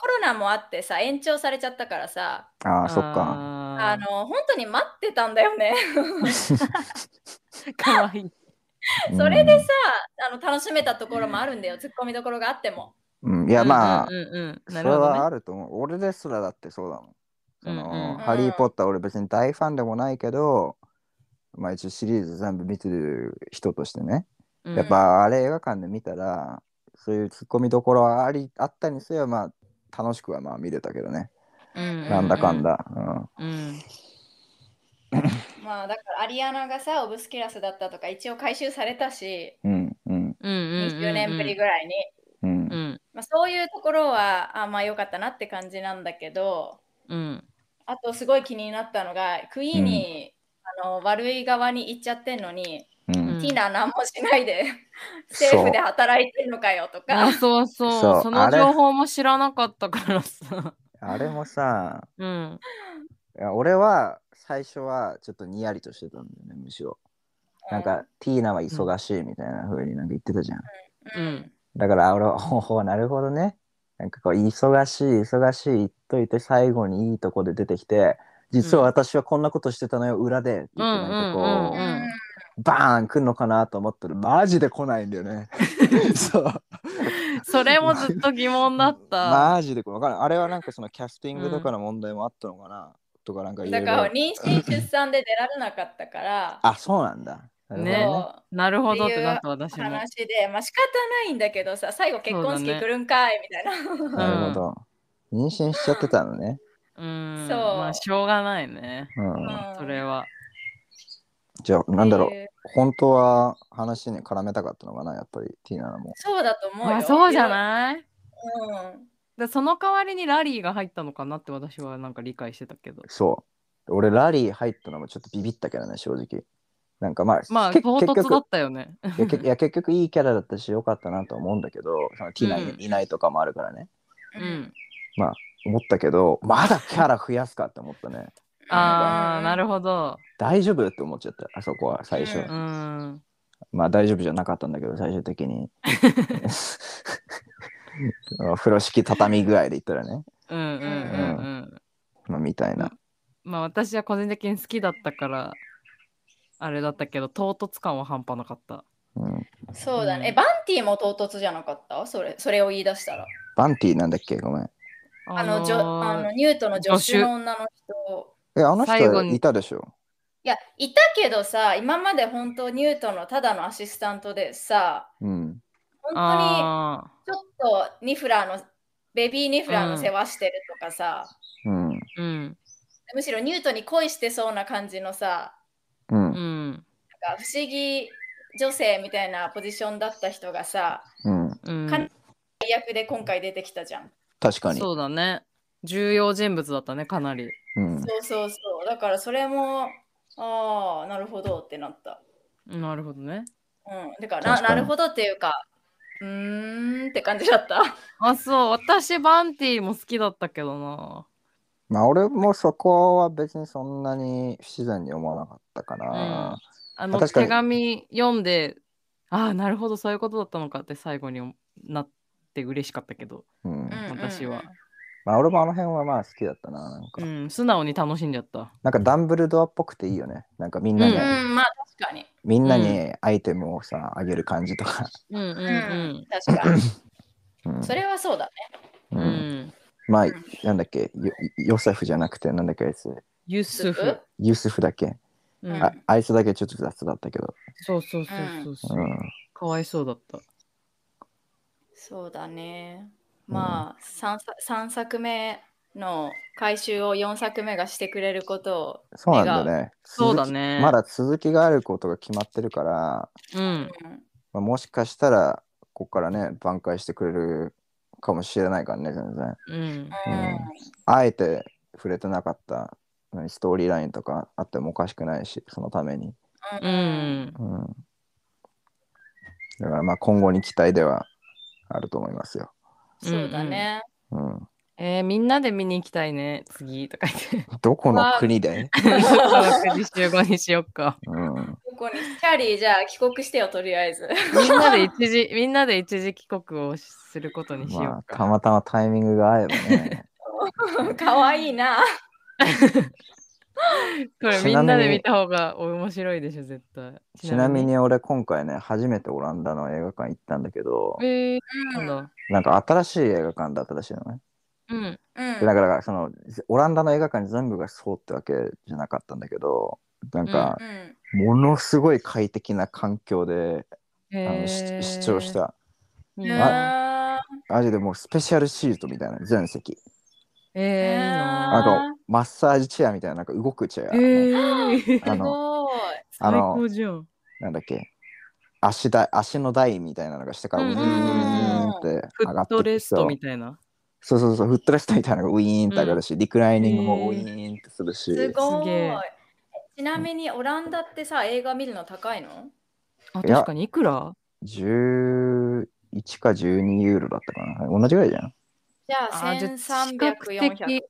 [SPEAKER 1] コロナもあってさ、延長されちゃったからさ、
[SPEAKER 2] ああ、そっか。
[SPEAKER 1] あ
[SPEAKER 3] の
[SPEAKER 1] の、本当に待ってたんだよね。
[SPEAKER 3] かわいい
[SPEAKER 1] それで
[SPEAKER 2] う
[SPEAKER 1] さ、あの楽しめたところもあるんだよ、ツッコミどころがあっても。
[SPEAKER 2] ん、うんいや、まあ、
[SPEAKER 3] うんうんうん、
[SPEAKER 2] そ
[SPEAKER 3] な
[SPEAKER 2] れ
[SPEAKER 3] るほど、
[SPEAKER 2] は
[SPEAKER 3] ね
[SPEAKER 2] あると思う。俺ですらだってそうだもん。その、
[SPEAKER 3] うんうん
[SPEAKER 2] ハリー・ポッター、俺別に大ファンでもないけど、まあ一応シリーズ全部見てる人としてね。
[SPEAKER 3] うん
[SPEAKER 2] やっぱあれ映画館で見たら、そういうツッコミどころはありあったにせよ、まあ、楽しくはまあ見れたけどね。
[SPEAKER 3] うん
[SPEAKER 2] なんだかんだ。うん
[SPEAKER 3] うん
[SPEAKER 1] まあだからアリアナがさオブスキュラスだったとか一応回収されたし
[SPEAKER 2] うんうん
[SPEAKER 3] うんうんうん
[SPEAKER 1] 20年ぶりぐらいに、
[SPEAKER 2] うん
[SPEAKER 3] う。ん
[SPEAKER 1] まあ、そういうところはあまあ良かったなって感じなんだけど
[SPEAKER 3] うん
[SPEAKER 1] あとすごい気になったのがクイーンに、あの悪い側に行っちゃってんのに、
[SPEAKER 2] うん
[SPEAKER 3] うん
[SPEAKER 1] ティナ何もしないで政府で働いてんのかよとか、
[SPEAKER 3] あそうそう
[SPEAKER 2] そう
[SPEAKER 3] そ
[SPEAKER 2] あ
[SPEAKER 3] の
[SPEAKER 2] れ
[SPEAKER 3] 情報も知らなかったからさ
[SPEAKER 2] あれもさ、
[SPEAKER 3] うん
[SPEAKER 2] いや俺は最初はちょっとにやりとしてたんだよね、むしろ。なんか、ティーナは忙しいみたいな風になんか言ってたじゃん。
[SPEAKER 1] うん、
[SPEAKER 3] うん
[SPEAKER 2] だから俺は、ほほう、なるほどね。なんかこう、忙しい、忙しい言っといて、最後にいいとこで出てきて、実は私はこんなことしてたのよ、裏で。って言って、なんかこう、
[SPEAKER 3] うんうんうんうん
[SPEAKER 2] バーン来んのかなと思ったら、マジで来ないんだよね。そう。
[SPEAKER 3] それもずっと疑問だった、
[SPEAKER 2] マジでこれわかんない。あれはなんかそのキャスティングとかの問題もあったのかな、とかなんかいろ
[SPEAKER 1] だ
[SPEAKER 2] い
[SPEAKER 1] から
[SPEAKER 2] ろ。
[SPEAKER 1] 妊娠出産で出られなかったから
[SPEAKER 2] あ、そうなんだ。なるほど
[SPEAKER 3] ね
[SPEAKER 2] ね。
[SPEAKER 1] そう
[SPEAKER 3] なるほどってなった私も
[SPEAKER 1] 話でまあ仕方ないんだけどさ最後結婚
[SPEAKER 3] そう
[SPEAKER 1] 式
[SPEAKER 3] だね
[SPEAKER 1] 来るんかいみたいな。
[SPEAKER 2] なるほど。妊娠しちゃってたのね。
[SPEAKER 3] うん
[SPEAKER 1] そう
[SPEAKER 3] まあしょうがないね
[SPEAKER 2] うん。
[SPEAKER 1] うん
[SPEAKER 3] それは
[SPEAKER 2] じゃあ、なんだろう
[SPEAKER 1] っ。てい
[SPEAKER 2] 本当は話に絡めたかったのかな、やっぱりティーナも。
[SPEAKER 1] そうだと思うよ。
[SPEAKER 3] まあそうじゃない
[SPEAKER 1] うん
[SPEAKER 3] でその代わりにラリーが入ったのかなって私はなんか理解してたけど
[SPEAKER 2] そう。俺、ラリー入ったのもちょっとビビったけどね、正直。なんかまあ、
[SPEAKER 3] まあ
[SPEAKER 2] け
[SPEAKER 3] 唐
[SPEAKER 2] 結
[SPEAKER 3] 突だ
[SPEAKER 2] 局
[SPEAKER 3] ったよね
[SPEAKER 2] いやけいや結局いいキャラだったし、よかったなとは思うんだけど、そのティーナ
[SPEAKER 3] うん
[SPEAKER 2] いいないとかもあるからね。
[SPEAKER 1] う
[SPEAKER 3] う
[SPEAKER 1] んん。
[SPEAKER 2] 思ったけど、まだキャラ増やすかって思ったね。
[SPEAKER 3] ああなるほど
[SPEAKER 2] 大丈夫って思っちゃった、あそこは最初。
[SPEAKER 1] うん
[SPEAKER 3] うん
[SPEAKER 2] まあ大丈夫じゃなかったんだけど、最終的 に。 風呂敷畳ぐらいで言ったらね。
[SPEAKER 3] うんうんうんうん
[SPEAKER 2] まあ、みたいな。
[SPEAKER 3] まあ私は個人的に好きだったからあれだったけど唐突感は半端なかった
[SPEAKER 2] うん、
[SPEAKER 1] そうだね。
[SPEAKER 3] う
[SPEAKER 1] え
[SPEAKER 3] ん
[SPEAKER 1] バンティも唐突じゃなかったそれそれを言い出したら。
[SPEAKER 2] バンティなんだっけごめん。
[SPEAKER 1] あの、じょあ
[SPEAKER 3] ー
[SPEAKER 1] のニュートの助手の女の人。
[SPEAKER 2] え、あの
[SPEAKER 3] 最後
[SPEAKER 2] 人
[SPEAKER 3] に
[SPEAKER 2] いたでしょ
[SPEAKER 1] いや、いたけどさ、今まで本当ニュートのただのアシスタントでさ、
[SPEAKER 2] うん。
[SPEAKER 1] 本当
[SPEAKER 3] あー
[SPEAKER 1] にちょっとニフラーの、ベビーニフラーの世話してるとかさ、
[SPEAKER 2] うん。
[SPEAKER 3] うん
[SPEAKER 1] むしろニュートに恋してそうな感じのさ、
[SPEAKER 2] う。
[SPEAKER 3] うんん
[SPEAKER 1] なんか不思議女性みたいなポジションだった人がさ、
[SPEAKER 2] うん。
[SPEAKER 3] うん
[SPEAKER 1] か最悪で今回出てきたじゃん。
[SPEAKER 2] 確かに。
[SPEAKER 3] そうだね重要人物だったねかなり
[SPEAKER 2] うん。
[SPEAKER 1] そうそうそう。だからそれも、ああ、なるほどってなった。
[SPEAKER 3] なるほどね
[SPEAKER 1] うん。だからな、
[SPEAKER 2] 確か
[SPEAKER 1] な
[SPEAKER 2] に
[SPEAKER 1] るほどっていうか、うーんって感じだった。
[SPEAKER 3] あそう私バンティも好きだったけどな
[SPEAKER 2] まあ、俺もそこは別にそんなに不自然に思わなかったかな。
[SPEAKER 3] あの
[SPEAKER 2] 確かに
[SPEAKER 3] 手紙読んでああなるほどそういうことだったのかって最後になって嬉しかったけど、
[SPEAKER 2] うん。
[SPEAKER 3] 私は
[SPEAKER 2] まあ、俺もあの辺はまあ好きだったな。なんか、
[SPEAKER 3] うん、素直に楽しんじゃった
[SPEAKER 2] なんかダンブルドアっぽくていいよね。なんかみんな
[SPEAKER 1] う
[SPEAKER 2] に、
[SPEAKER 1] んうんうん。うん、まあ確かに。
[SPEAKER 2] みんなにアイテムをさ、あげる感じとか。
[SPEAKER 3] うんうん
[SPEAKER 1] うん。確かに。
[SPEAKER 2] うん
[SPEAKER 1] それはそうだね。
[SPEAKER 2] う
[SPEAKER 3] うんうんん
[SPEAKER 2] まあ
[SPEAKER 1] ん、
[SPEAKER 2] なんだっけ、よヨセフじゃなくて、なんだっけあいつ、
[SPEAKER 3] ユス
[SPEAKER 1] ス
[SPEAKER 3] フ
[SPEAKER 1] ー、
[SPEAKER 2] ユスフだっけ、
[SPEAKER 3] う
[SPEAKER 1] うん
[SPEAKER 3] ん
[SPEAKER 2] あ、あいつだけちょっと雑だったけど。
[SPEAKER 3] そうそうそうそうそう、
[SPEAKER 2] うん。
[SPEAKER 3] かわいそうだった
[SPEAKER 1] そうだね。
[SPEAKER 2] うん
[SPEAKER 1] まあ、三 3, 作目の回収を4作目がしてくれることを。
[SPEAKER 2] そうなんだね。
[SPEAKER 3] そうだ
[SPEAKER 2] 続き
[SPEAKER 3] ね
[SPEAKER 2] まだ続きがあることが決まってるから、
[SPEAKER 3] うん
[SPEAKER 1] うん
[SPEAKER 2] まあ、もしかしたらここからね挽回してくれるかもしれないからね全然
[SPEAKER 3] うん
[SPEAKER 2] うんあえて触れてなかった何ストーリーラインとかあってもおかしくないしそのために、
[SPEAKER 1] う
[SPEAKER 3] うんん
[SPEAKER 2] うん、だからまあ今後に期待ではあると思いますよ、
[SPEAKER 1] そうだね。
[SPEAKER 2] うん、
[SPEAKER 3] えー、みんなで見に行きたいね次とか言って
[SPEAKER 2] どこの国で、
[SPEAKER 3] この9時集合にしよっか
[SPEAKER 2] うん、
[SPEAKER 1] ここに、チャーリー、じゃあ帰国してよ、とりあ えず。
[SPEAKER 3] みんなで一時、 みんなで一時帰国をすることにし
[SPEAKER 2] ま
[SPEAKER 3] よ
[SPEAKER 2] あ
[SPEAKER 3] う
[SPEAKER 2] た
[SPEAKER 3] か。
[SPEAKER 2] またまタイミングが合えば ね
[SPEAKER 1] かわいいな。
[SPEAKER 3] これみんなで見た方が面白いでしょ、絶対。
[SPEAKER 2] ちなみ。に俺今回ね初めてオランダの映画館行ったんだけど
[SPEAKER 3] えー、
[SPEAKER 1] う
[SPEAKER 3] なん
[SPEAKER 1] ん
[SPEAKER 3] だ。
[SPEAKER 2] なんか新しい映画館だったらしいのね
[SPEAKER 3] うん。
[SPEAKER 1] うん
[SPEAKER 2] でだからだからそのぜオランダの映画館全部がそうってわけじゃなかったんだけどなんか
[SPEAKER 1] うん
[SPEAKER 2] ものすごい快適な環境で、あ
[SPEAKER 3] え
[SPEAKER 2] のし視聴し。た
[SPEAKER 3] みん
[SPEAKER 1] うん
[SPEAKER 3] な
[SPEAKER 2] マジでもうスペシャルシートみたいな全席
[SPEAKER 3] えー、いいな
[SPEAKER 2] あ
[SPEAKER 3] あ
[SPEAKER 1] あー
[SPEAKER 2] とマッサージチェアみたいななんか動くチェア、
[SPEAKER 4] えー、
[SPEAKER 1] す
[SPEAKER 2] あの
[SPEAKER 1] ご
[SPEAKER 2] あ
[SPEAKER 4] 最
[SPEAKER 2] の
[SPEAKER 4] 高じゃん。
[SPEAKER 2] なんだっけ足だ足の台みたいなのが下からウィーンって
[SPEAKER 3] フ
[SPEAKER 2] 上が
[SPEAKER 3] ッ
[SPEAKER 2] って
[SPEAKER 3] トレ
[SPEAKER 2] き
[SPEAKER 3] ス
[SPEAKER 2] そ
[SPEAKER 3] ト
[SPEAKER 2] う
[SPEAKER 3] みたいな。
[SPEAKER 2] そうそうそうフットレストみたいなのがウィーンって上がるし、リクライニングもウ
[SPEAKER 4] へ
[SPEAKER 2] ィ
[SPEAKER 4] ー
[SPEAKER 2] ーンってするし
[SPEAKER 1] い。すご
[SPEAKER 4] す
[SPEAKER 1] い
[SPEAKER 4] げえ。
[SPEAKER 1] ちなみにオランダってさ、映画見るの高いの
[SPEAKER 3] あ、
[SPEAKER 2] いや
[SPEAKER 3] 確かにいくら
[SPEAKER 2] 11か12ユーロだったかな同じぐらいじゃん
[SPEAKER 1] じゃあ
[SPEAKER 3] あじゃあ
[SPEAKER 1] 1300、
[SPEAKER 3] 比較的
[SPEAKER 1] 400。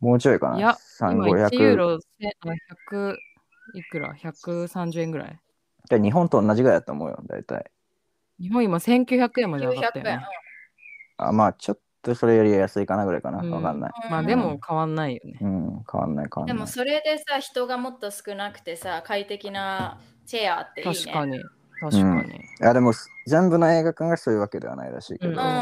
[SPEAKER 2] もうちょいか
[SPEAKER 4] い
[SPEAKER 2] な
[SPEAKER 4] や
[SPEAKER 2] 3
[SPEAKER 4] 今
[SPEAKER 2] 5 0
[SPEAKER 4] 1ユー
[SPEAKER 2] 0
[SPEAKER 4] ロ
[SPEAKER 3] えあ100いくら ?130 円ぐらい。
[SPEAKER 2] じゃあ日本と同じぐらいだと思うよ大体
[SPEAKER 3] 日本今1900円まで上がったよ
[SPEAKER 1] 900円
[SPEAKER 3] ね。。
[SPEAKER 2] あまあちょっとそれより安いかなぐらいかな
[SPEAKER 3] うん
[SPEAKER 2] わかんない
[SPEAKER 1] うん
[SPEAKER 3] まあでも変わんないよね。
[SPEAKER 2] うん変わんない変わん
[SPEAKER 1] で
[SPEAKER 2] ない
[SPEAKER 1] もそれでさ、人がもっと少なくてさ、快適なチェアっていいね。
[SPEAKER 3] 確かに。確かに。
[SPEAKER 2] いやでも全部の映画館がそういうわけではないらしいけ
[SPEAKER 3] うんうん
[SPEAKER 2] ど、
[SPEAKER 3] うんう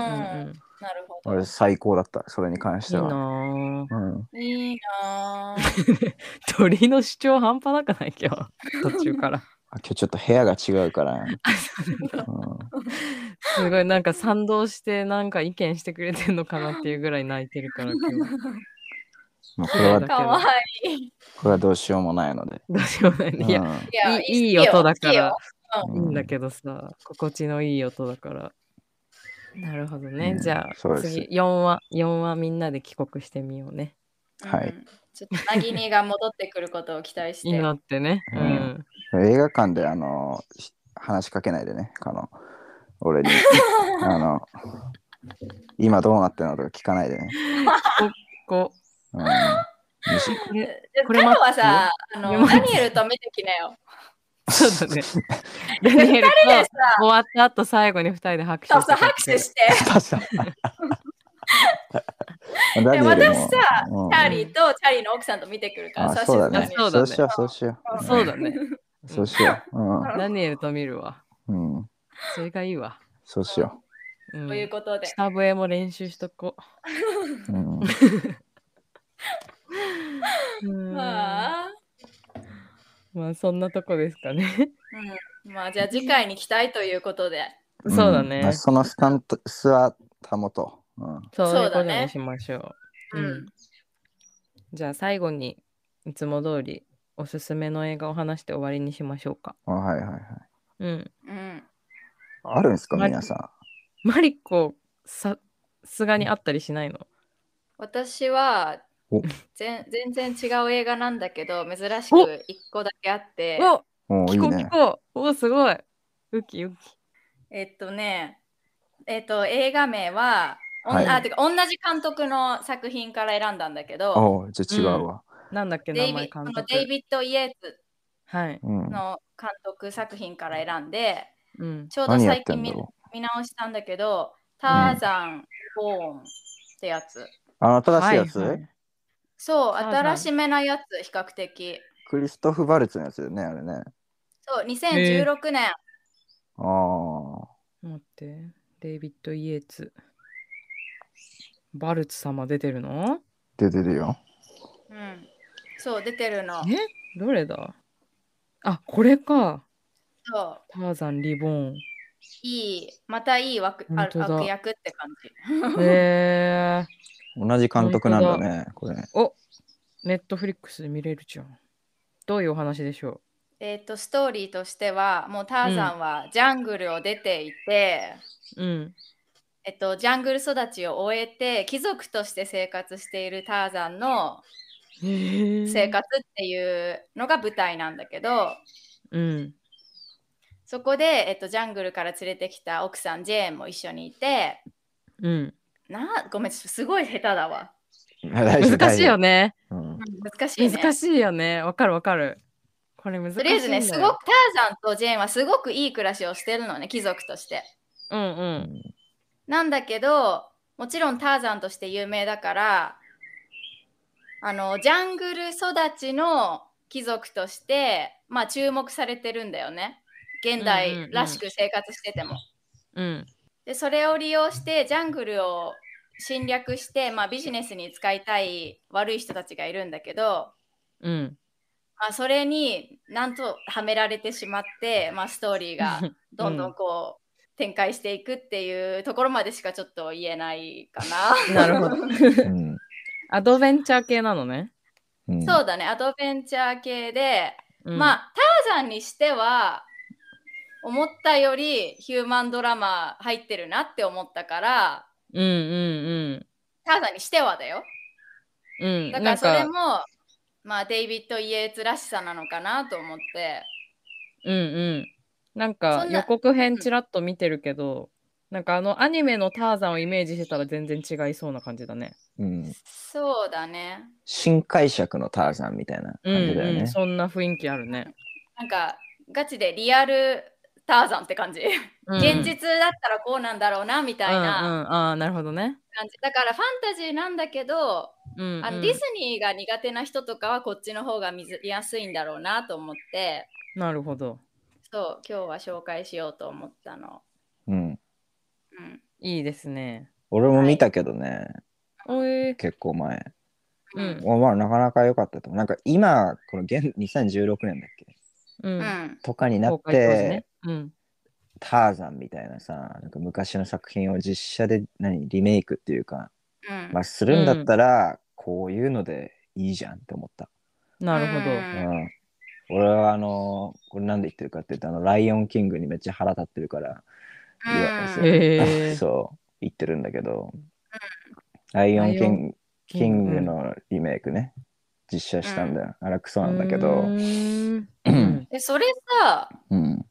[SPEAKER 3] ん
[SPEAKER 1] なるほど
[SPEAKER 2] 俺。最高だったそれに関し
[SPEAKER 3] いい
[SPEAKER 2] ては
[SPEAKER 3] なあ
[SPEAKER 2] うん、
[SPEAKER 1] いいなぁ。
[SPEAKER 3] 鳥の主張半端なくない 今日。途中から。
[SPEAKER 2] あ今日ちょっと部屋が違うから、うん
[SPEAKER 3] すごいなんか賛同してなんか意見してくれてんのかなっていうぐらい泣いてるから 今日。
[SPEAKER 2] もうこれは
[SPEAKER 3] だけど
[SPEAKER 1] かわいい。
[SPEAKER 2] これはどうしようもないので、
[SPEAKER 3] どうしようもないね。いや、
[SPEAKER 1] いや
[SPEAKER 3] いいいい音だから。
[SPEAKER 2] う
[SPEAKER 3] いいんだけどさ、心地のいい音だから。なるほどね。
[SPEAKER 2] うん
[SPEAKER 3] じゃ
[SPEAKER 2] そう
[SPEAKER 3] あ
[SPEAKER 2] です
[SPEAKER 3] 次4話、4話みんなで帰国してみようね。
[SPEAKER 1] 好きよ
[SPEAKER 2] はい
[SPEAKER 1] うんちょっと、なぎにが戻ってくることを期待して。
[SPEAKER 3] いいなってね。う
[SPEAKER 2] うん
[SPEAKER 3] ん。
[SPEAKER 2] 映画館であのし話しかけないでね、あの俺 にあの今どうなってるのとか聞かないでね。
[SPEAKER 3] こう。
[SPEAKER 2] うん、むし
[SPEAKER 3] これ
[SPEAKER 1] こ
[SPEAKER 3] これ
[SPEAKER 1] れ
[SPEAKER 3] 待って
[SPEAKER 1] はさ、あ
[SPEAKER 3] これ
[SPEAKER 1] の、
[SPEAKER 3] 待
[SPEAKER 1] ダ
[SPEAKER 3] って
[SPEAKER 1] ニエルと見てきなよ。
[SPEAKER 3] そうだね。ダニエルと
[SPEAKER 1] でさ、
[SPEAKER 3] 終わった後最後に2人で拍手
[SPEAKER 1] そう
[SPEAKER 3] して
[SPEAKER 1] そう
[SPEAKER 3] たっ
[SPEAKER 1] 拍
[SPEAKER 3] て
[SPEAKER 1] 手して。
[SPEAKER 2] 確か にダニエルも
[SPEAKER 1] 私さ
[SPEAKER 2] うん
[SPEAKER 1] チャーリーとチャーリーの奥さんと見てくるから
[SPEAKER 2] あ
[SPEAKER 1] さ、
[SPEAKER 2] そうだ
[SPEAKER 1] 静
[SPEAKER 2] ね
[SPEAKER 1] かに
[SPEAKER 3] そう
[SPEAKER 2] そう
[SPEAKER 3] だね
[SPEAKER 2] しよう、そうしよう。
[SPEAKER 3] そうだね。
[SPEAKER 2] うんそうしよう。
[SPEAKER 3] ダニエルと見るわ。
[SPEAKER 2] うん。うん。
[SPEAKER 3] それがいいわ。
[SPEAKER 2] そうしよ
[SPEAKER 3] う。
[SPEAKER 1] というんことで。
[SPEAKER 3] 下笛も練習しとこ
[SPEAKER 2] う。うん。
[SPEAKER 3] う。うんまあ、
[SPEAKER 1] まあ、
[SPEAKER 3] そんなとこですかね。
[SPEAKER 1] うん、まあじゃあ次回に期待ということで。
[SPEAKER 3] そうだ
[SPEAKER 2] んま
[SPEAKER 3] ね
[SPEAKER 2] あ。そのスタント、スは保とう。うん。
[SPEAKER 3] そうい
[SPEAKER 1] そううだ
[SPEAKER 3] ことに
[SPEAKER 1] ね
[SPEAKER 3] しましょう。
[SPEAKER 1] うん。
[SPEAKER 3] うんじゃあ最後にいつも通りおすすめの映画を話して終わりにしましょうか。
[SPEAKER 2] あはいはいはい。
[SPEAKER 3] うん。
[SPEAKER 1] うん。
[SPEAKER 2] あるんですか、
[SPEAKER 3] はい
[SPEAKER 2] 皆さ
[SPEAKER 3] マリコささすがにあったりしないの
[SPEAKER 1] 私は
[SPEAKER 2] お
[SPEAKER 1] 全全然違う映画なんだけど、珍しく一個だけあって、
[SPEAKER 3] お
[SPEAKER 2] ん。もういい
[SPEAKER 3] 聞こう聞
[SPEAKER 2] ね。
[SPEAKER 3] こうおすごいウキウキ。
[SPEAKER 1] えっとね、えっと映画名は、おん
[SPEAKER 2] はい
[SPEAKER 1] あてか同じ監督の作品から選んだんだけど、
[SPEAKER 2] おうじゃあ違うわ。
[SPEAKER 3] なんだっけ
[SPEAKER 1] デ
[SPEAKER 3] 名
[SPEAKER 1] イ
[SPEAKER 3] 前
[SPEAKER 1] ビこ
[SPEAKER 3] 監
[SPEAKER 1] の
[SPEAKER 3] 督。
[SPEAKER 1] デイビッド・イエーツ
[SPEAKER 3] はい。
[SPEAKER 2] うん。
[SPEAKER 1] の監督作品から選んで、
[SPEAKER 3] うん。
[SPEAKER 1] ちょうど
[SPEAKER 2] 何やっ
[SPEAKER 1] 最
[SPEAKER 2] て
[SPEAKER 1] 近
[SPEAKER 2] んだ
[SPEAKER 1] 見
[SPEAKER 2] ろ
[SPEAKER 1] 見直したんだけど、ターザン、ボーンってやつ。
[SPEAKER 2] う。あの新しいやつ、
[SPEAKER 3] はいはい
[SPEAKER 1] そう、
[SPEAKER 3] ターザン
[SPEAKER 1] 新しめなやつ、比較的。
[SPEAKER 2] クリストフ・バルツのやつだよね、あれね。
[SPEAKER 1] そう、2016年。
[SPEAKER 2] ああ。
[SPEAKER 3] 待って。デイビッド・イエーツ。バルツ様出てるの
[SPEAKER 2] 出てるよ。
[SPEAKER 1] うん。そう、出てるの。
[SPEAKER 3] えどれだあこれか。
[SPEAKER 1] そう、
[SPEAKER 3] ターザン・リ ボーン。
[SPEAKER 1] いい、またいい枠あ
[SPEAKER 3] 本当だ
[SPEAKER 1] 悪役って感じ。
[SPEAKER 3] へえー。
[SPEAKER 2] 同じ監督なんだね、これ。
[SPEAKER 3] おネットフリックスで見れるじゃん。どういうお話でしょ
[SPEAKER 1] えっ、と、ストーリーとしては、もうターザンはジャングルを出ていて、
[SPEAKER 3] ううん。
[SPEAKER 1] えっと、ジャングル育ちを終えて貴族として生活しているターザンの生
[SPEAKER 3] 生。
[SPEAKER 1] 活っていうのが舞台なんだけど、
[SPEAKER 3] うん。
[SPEAKER 1] そこで、えっと、ジャングルから連れてきた奥さんジェーンも一緒にいて
[SPEAKER 3] うん。
[SPEAKER 1] なごめんちょっとすごい下手だわ
[SPEAKER 2] 大丈夫
[SPEAKER 3] 難しいよ。ね。
[SPEAKER 2] 大丈夫うん
[SPEAKER 1] 難しいね
[SPEAKER 3] 難しいよね。わかるわかる。これ難しい。
[SPEAKER 1] とりあえずねすごく。ターザンとジェーンはすごくいい暮らしをしてるのね貴族として
[SPEAKER 3] うんうん。
[SPEAKER 1] なんだけどもちろんターザンとして有名だからあのジャングル育ちの貴族としてまあ注目されてるんだよね現
[SPEAKER 3] うんうんうん
[SPEAKER 1] 代らしく生活してても、
[SPEAKER 3] うん。
[SPEAKER 1] でそれを利用してジャングルを侵略して、まあ、ビジネスに使いたい悪い人たちがいるんだけど、
[SPEAKER 3] うん。
[SPEAKER 1] まあ、そ れになんとはめられてしまって、まあ、ストーリーがどんどんこ展開していくっていうところまでしかちょっと言えないかな。
[SPEAKER 3] なるほ ど。
[SPEAKER 2] うん
[SPEAKER 3] アドベンチャー系なのね。
[SPEAKER 2] うん
[SPEAKER 1] そうだね、アドベンチャー系で、
[SPEAKER 3] うん
[SPEAKER 1] まあ、ターザンにしては、思ったよりヒューマンドラマ入ってるなって思ったから、
[SPEAKER 3] うんうん
[SPEAKER 1] ターザンにしてはだよ。
[SPEAKER 3] うん。 うん。
[SPEAKER 1] だからそ
[SPEAKER 3] な
[SPEAKER 1] れ
[SPEAKER 3] ん
[SPEAKER 1] も、まあ、デイビッド・イエーツらしさなのかなと思って、
[SPEAKER 3] うんうん。なん
[SPEAKER 1] そ
[SPEAKER 3] か
[SPEAKER 1] んな
[SPEAKER 3] 予告編ちらっと見てるけど、なんかあのアニメのターザンをイメージしてたら全然違いそうな感じだね。
[SPEAKER 2] うん
[SPEAKER 1] そうだね。
[SPEAKER 2] 新解釈のターザンみたいな
[SPEAKER 3] うん、
[SPEAKER 2] 感じだよ
[SPEAKER 3] う
[SPEAKER 2] ね
[SPEAKER 3] ん。。そんな雰囲気あるね。
[SPEAKER 1] なんか、ガチでリアルターザンって感じ。
[SPEAKER 3] うん
[SPEAKER 1] 現実だったらこうなんだろうなみたい
[SPEAKER 3] うんう、
[SPEAKER 1] なん
[SPEAKER 3] ああ、なるほどね。
[SPEAKER 1] 感じ。だからファンタジーなんだけど、
[SPEAKER 3] うん、うん。
[SPEAKER 1] あのディズニーが苦手な人とかはこっちの方が見ずやすいんだろうなと思って
[SPEAKER 3] なるほど。
[SPEAKER 1] そう今日は紹介しようと思ったの、
[SPEAKER 2] うん。
[SPEAKER 1] うん、
[SPEAKER 3] いいですね。
[SPEAKER 2] 俺も見たけどね、
[SPEAKER 3] おえ
[SPEAKER 2] 結構前。
[SPEAKER 3] うん
[SPEAKER 2] まあまあ、なかなか良かったと思う。なんか今、この現2016年だっけ
[SPEAKER 3] う。
[SPEAKER 1] うんん
[SPEAKER 2] とかになっ
[SPEAKER 3] 公開当時
[SPEAKER 2] て
[SPEAKER 3] ね、、うん。
[SPEAKER 2] ターザンみたいなさ、なんか昔の作品を実写で何リメイクっていうか、
[SPEAKER 1] うん
[SPEAKER 2] まあ、するんだったら、こういうのでいいじゃんって思った。
[SPEAKER 3] なるほど。
[SPEAKER 1] うん
[SPEAKER 2] うん俺はあのこれなんで言ってるかって言うとあの「ライオンキング」にめっちゃ腹立ってるから、言わ
[SPEAKER 1] う
[SPEAKER 2] せ
[SPEAKER 1] ん
[SPEAKER 3] へえ。
[SPEAKER 2] そう言ってるんだけど「ライオンキング」キングのリメイクね、実写したんだよ、あれクソなんだけ
[SPEAKER 3] う
[SPEAKER 2] ど、
[SPEAKER 3] ーん。うん
[SPEAKER 1] えそれさ
[SPEAKER 2] うん、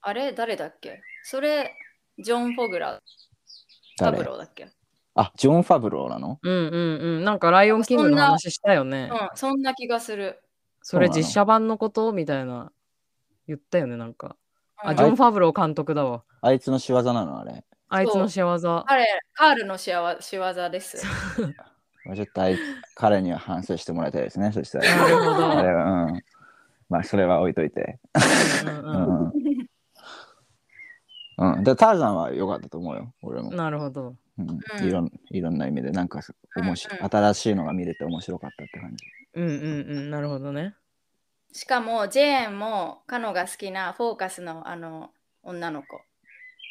[SPEAKER 1] あれ誰だっけそれジョン・フォグラファ
[SPEAKER 2] 誰
[SPEAKER 1] ブローだっけ、うん、
[SPEAKER 2] あジョン・ファブローなの
[SPEAKER 3] うんうんうん。なんかライオンキングの話したよね。
[SPEAKER 1] そんな気がする、
[SPEAKER 3] それ
[SPEAKER 2] そうなの
[SPEAKER 3] 実写版のことみたいな言ったよね、なんか。
[SPEAKER 1] う
[SPEAKER 3] あ、
[SPEAKER 1] ん
[SPEAKER 3] ジョン・ファブロー監督だわ。
[SPEAKER 2] あいつの仕業なのあれ、
[SPEAKER 3] あいつの仕業。う
[SPEAKER 1] 彼カールの仕業仕業です
[SPEAKER 2] まあ、ちょっとあい彼には反省してもらいたいですねそしたら
[SPEAKER 3] なるほど
[SPEAKER 2] あれはうんまあそれは置いといて
[SPEAKER 3] ん
[SPEAKER 2] う
[SPEAKER 3] うん
[SPEAKER 2] ん、うん、でターザンは良かったと思うよ俺も
[SPEAKER 3] なるほど。
[SPEAKER 2] うん
[SPEAKER 1] うん
[SPEAKER 2] いろんいろんな意味でなんかす
[SPEAKER 1] うん
[SPEAKER 2] 面白い、
[SPEAKER 1] うん
[SPEAKER 2] 新しいのが見れて面白かったって感じ。
[SPEAKER 3] うんうんうん。なるほどね。
[SPEAKER 1] しかもジェーンもカノが好きなフォーカスのあの女の子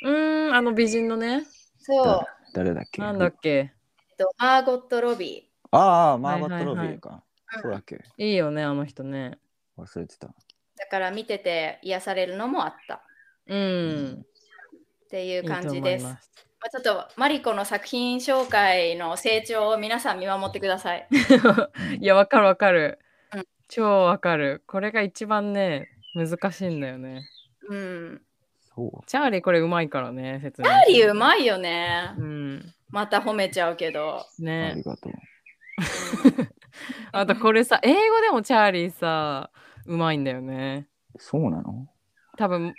[SPEAKER 3] うーん、あの美人のね。
[SPEAKER 1] そう
[SPEAKER 2] だ誰だっけ
[SPEAKER 3] なんだっけ。
[SPEAKER 1] えっとマーゴット・ロビ
[SPEAKER 2] ああ、マーゴッ
[SPEAKER 3] は
[SPEAKER 2] ト・
[SPEAKER 3] いは
[SPEAKER 2] ロビ
[SPEAKER 3] いはい
[SPEAKER 2] ーか。
[SPEAKER 1] ー、
[SPEAKER 2] そうだっけ
[SPEAKER 3] いいよね、あの人ね。
[SPEAKER 2] 忘れてた。
[SPEAKER 1] だから見てて癒されるのもあったっ
[SPEAKER 3] う。。
[SPEAKER 2] うん
[SPEAKER 1] ていう
[SPEAKER 3] いいと
[SPEAKER 1] 感
[SPEAKER 3] 思
[SPEAKER 1] じ
[SPEAKER 3] い
[SPEAKER 1] です。ま
[SPEAKER 3] ます。
[SPEAKER 1] あ、ちょっとマリコの作品紹介の成長を皆さん見守ってください。
[SPEAKER 3] いや、わかるわかる
[SPEAKER 1] うん。
[SPEAKER 3] 超わかる。これが一番ね、難しいんだよね。
[SPEAKER 1] うん。
[SPEAKER 2] そう。
[SPEAKER 3] チャーリーこれうまいからね、説明。チ
[SPEAKER 1] やっぱりうまいよね
[SPEAKER 3] う。ん。
[SPEAKER 1] また褒めちゃうけど。
[SPEAKER 2] あ
[SPEAKER 3] ね
[SPEAKER 2] り。がとう。
[SPEAKER 3] あとこれさ、英語でもチャーリーさ、うまいんだよね。
[SPEAKER 2] そうなの、
[SPEAKER 3] 多分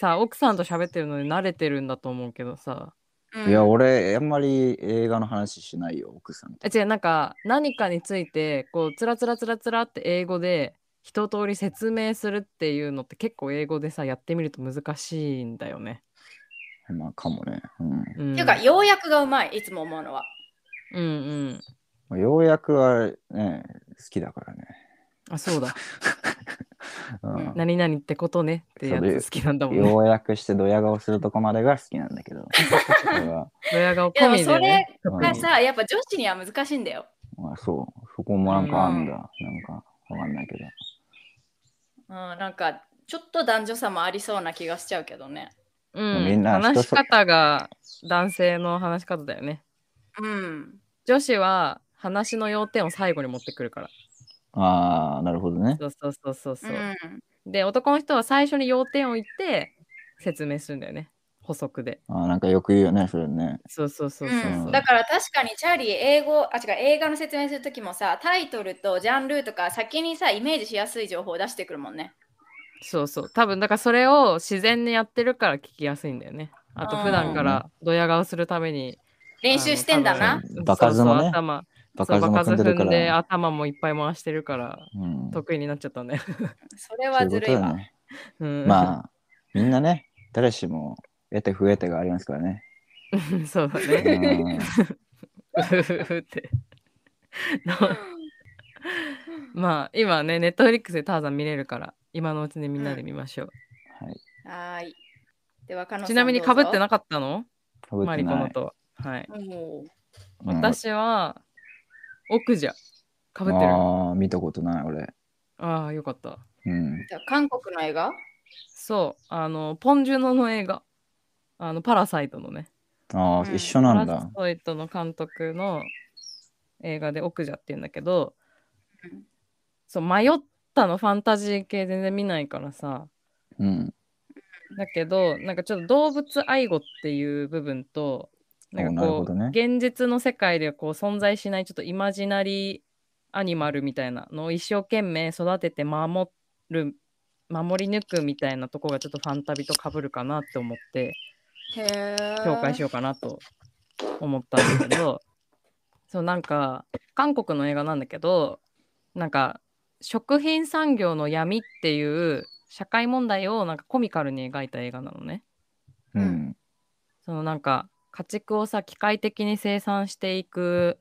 [SPEAKER 3] さ、奥さんと喋ってるので慣れてるんだと思うけどさ。
[SPEAKER 1] うん
[SPEAKER 2] いや、俺、あんまり映画の話しないよ、奥さんと。
[SPEAKER 3] え違う、なんか何かについて、こう、つらつらつらつらって英語で一通り説明するっていうのって結構英語でさ、やってみると難しいんだよね。
[SPEAKER 2] まあ、かもね。うん
[SPEAKER 3] うん。
[SPEAKER 1] ていうか、ようやくがうまい、いつも思うのは。
[SPEAKER 3] うんうん。
[SPEAKER 2] まあ。ようやくはね、好きだからね。
[SPEAKER 3] あ、そうだ。
[SPEAKER 2] うん
[SPEAKER 3] 何々ってことねってやつ好きなんだもんね。
[SPEAKER 2] ようやくしてドヤ顔するとこまでが好きなんだけど。俺は
[SPEAKER 3] ドヤ顔
[SPEAKER 1] いや、
[SPEAKER 3] 込
[SPEAKER 1] で
[SPEAKER 3] み
[SPEAKER 1] もそ
[SPEAKER 3] で
[SPEAKER 1] れ
[SPEAKER 3] ね。
[SPEAKER 2] うん
[SPEAKER 1] がさ、やっぱ女子には難しいんだよ。
[SPEAKER 2] まあ、そう。そこもなんかあんだ。なんか、わかんないけど。
[SPEAKER 1] うん、なんか、ちょっと男女差もありそうな気がしちゃうけどね。
[SPEAKER 3] うん、
[SPEAKER 2] みんな人そ
[SPEAKER 3] 話し方が男性の話し方だよね。
[SPEAKER 1] うん。
[SPEAKER 3] 女子は話の要点を最後に持ってくるから。
[SPEAKER 2] ああ、なるほどね。
[SPEAKER 3] そうそうそうそうそうう、
[SPEAKER 1] ん
[SPEAKER 3] で、男の人は最初に要点を言って説明するんだよね。補足で。
[SPEAKER 2] あーなんかよく言うよね、それね。
[SPEAKER 3] そうそうそうそうう。
[SPEAKER 1] ん、だから確かにチャーリー英語あ違う映画の説明するときもさタイトルとジャンルとか先にさイメージしやすい情報を出してくるもんね。
[SPEAKER 3] そうそう。多分だからそれを自然にやってるから聞きやすいんだよね。あと
[SPEAKER 1] うん
[SPEAKER 3] 普段からドヤ顔するために
[SPEAKER 1] 練習してんだな。
[SPEAKER 3] あの
[SPEAKER 2] バカズもね
[SPEAKER 3] そうそう頭
[SPEAKER 2] バ
[SPEAKER 3] そ
[SPEAKER 2] カ
[SPEAKER 3] う
[SPEAKER 2] ズ
[SPEAKER 3] バ
[SPEAKER 2] も
[SPEAKER 3] カ
[SPEAKER 2] 組ん
[SPEAKER 3] ズ
[SPEAKER 2] でるか
[SPEAKER 3] 踏んで
[SPEAKER 2] ら。
[SPEAKER 3] 頭もいっぱい回してるから
[SPEAKER 2] うん、
[SPEAKER 3] 得意になっちゃったね。
[SPEAKER 1] それ
[SPEAKER 2] そう
[SPEAKER 1] は
[SPEAKER 2] いうこ
[SPEAKER 1] ず
[SPEAKER 2] と
[SPEAKER 1] るい
[SPEAKER 2] よ
[SPEAKER 1] わ。
[SPEAKER 2] ね。
[SPEAKER 3] うん、
[SPEAKER 2] まあ、みんなね、誰しも得て不得てがありますから ね。
[SPEAKER 3] そうだ
[SPEAKER 2] う
[SPEAKER 3] ね。
[SPEAKER 2] ん
[SPEAKER 3] うふふふって。のまあ今ね、ネットフリックスでターザン見れるから、今のうちにみんなで見ましょう。
[SPEAKER 1] はーい。とでは、かの
[SPEAKER 3] ちなみにかぶって
[SPEAKER 1] な
[SPEAKER 3] なかったの
[SPEAKER 2] かぶっ
[SPEAKER 3] マ
[SPEAKER 2] て
[SPEAKER 3] リコ
[SPEAKER 2] な
[SPEAKER 3] の
[SPEAKER 2] い。
[SPEAKER 3] とは。はい。
[SPEAKER 4] もう
[SPEAKER 2] うん
[SPEAKER 3] 私は、奥じゃ。かぶってる。あ
[SPEAKER 2] ああ、見たことない、俺。
[SPEAKER 3] あー、よかった。
[SPEAKER 2] うん。
[SPEAKER 1] い。韓国の映画
[SPEAKER 3] そう、あの、ポンジュノの映画。あの、パラサイトのね。
[SPEAKER 2] ああ、
[SPEAKER 1] うん
[SPEAKER 2] 一緒
[SPEAKER 3] パ
[SPEAKER 2] なんだ
[SPEAKER 3] ラ。サイトの監督の映画で奥じゃって言うんだけど
[SPEAKER 1] うん、
[SPEAKER 3] そう、迷ったのファンタジー系全然見ないからさ。
[SPEAKER 2] うん。
[SPEAKER 3] だけどなんかちょっと動物愛護っていう部分となんか
[SPEAKER 2] おなる
[SPEAKER 3] こ
[SPEAKER 2] ほ
[SPEAKER 3] う、
[SPEAKER 2] どね
[SPEAKER 3] 現実の世界ではこう存在しないちょっとイマジナリーアニマルみたいなのを一生懸命育てて守る守り抜くみたいなとこがちょっとファンタビとかぶるかなって思って
[SPEAKER 1] へえ。
[SPEAKER 3] 紹介しようかなと思ったんだけど そうなんか韓国の映画なんだけどなんか食品産業の闇っていう社会問題をなんかコミカルに描いた映画なのね。
[SPEAKER 2] うん。
[SPEAKER 3] そのなんか家畜をさ機械的に生産していく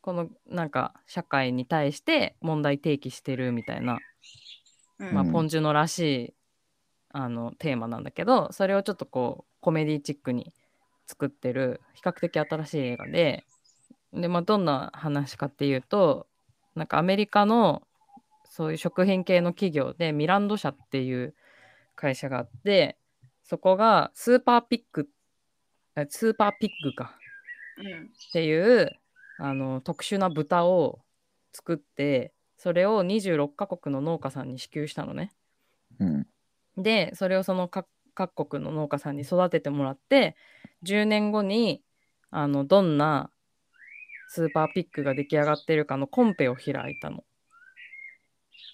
[SPEAKER 3] このなんか社会に対して問題提起してるみたいな、
[SPEAKER 1] うん。
[SPEAKER 3] まあ、
[SPEAKER 2] うん
[SPEAKER 3] ポンジュノらしいあのテーマなんだけどそれをちょっとこうコメディチックに作ってる比較的新しい映画でで、まあ、どんな話かっていうとなんかアメリカのそういう食品系の企業でミランド社っていう会社があってそこがスーパーピッグえスーパーピッグか
[SPEAKER 1] うん
[SPEAKER 3] っていうあの特殊な豚を作ってそれを26カ国の農家さんに支給したのね。
[SPEAKER 2] うん。
[SPEAKER 3] でそれをその各各国の農家さんに育ててもらって10年後にあのどんなスーパーピックが出来上がってるかのコンペを開いたの。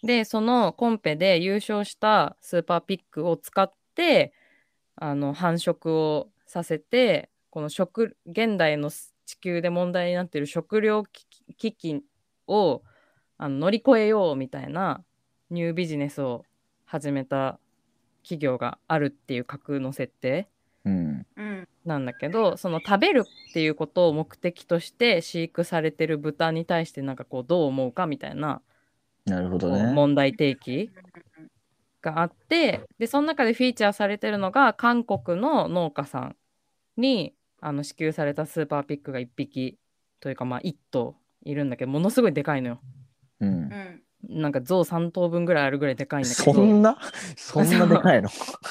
[SPEAKER 3] でそのコンペで優勝したスーパーピックを使ってあの繁殖をさせてこの食現代の地球で問題になっている食糧危機危機をあの乗り越えようみたいなニュービジネスを始めた企業があるっていう架空の設定
[SPEAKER 2] うん。
[SPEAKER 1] うん。
[SPEAKER 3] なんだけどその食べるっていうことを目的として飼育されてる豚に対してなんかこうどう思うかみたいな、
[SPEAKER 2] なるほど
[SPEAKER 3] こう
[SPEAKER 2] ね。
[SPEAKER 3] 問題提起があってでその中でフィーチャーされてるのが韓国の農家さんにあの支給されたスーパーピックが1匹というかまあ1頭いるんだけどものすごいでかいのよ
[SPEAKER 2] うん
[SPEAKER 1] う。ん。
[SPEAKER 3] なんか象3頭分ぐらいあるぐらいでかいんだけ
[SPEAKER 2] そ
[SPEAKER 3] ど
[SPEAKER 2] んな、そんなでかいの。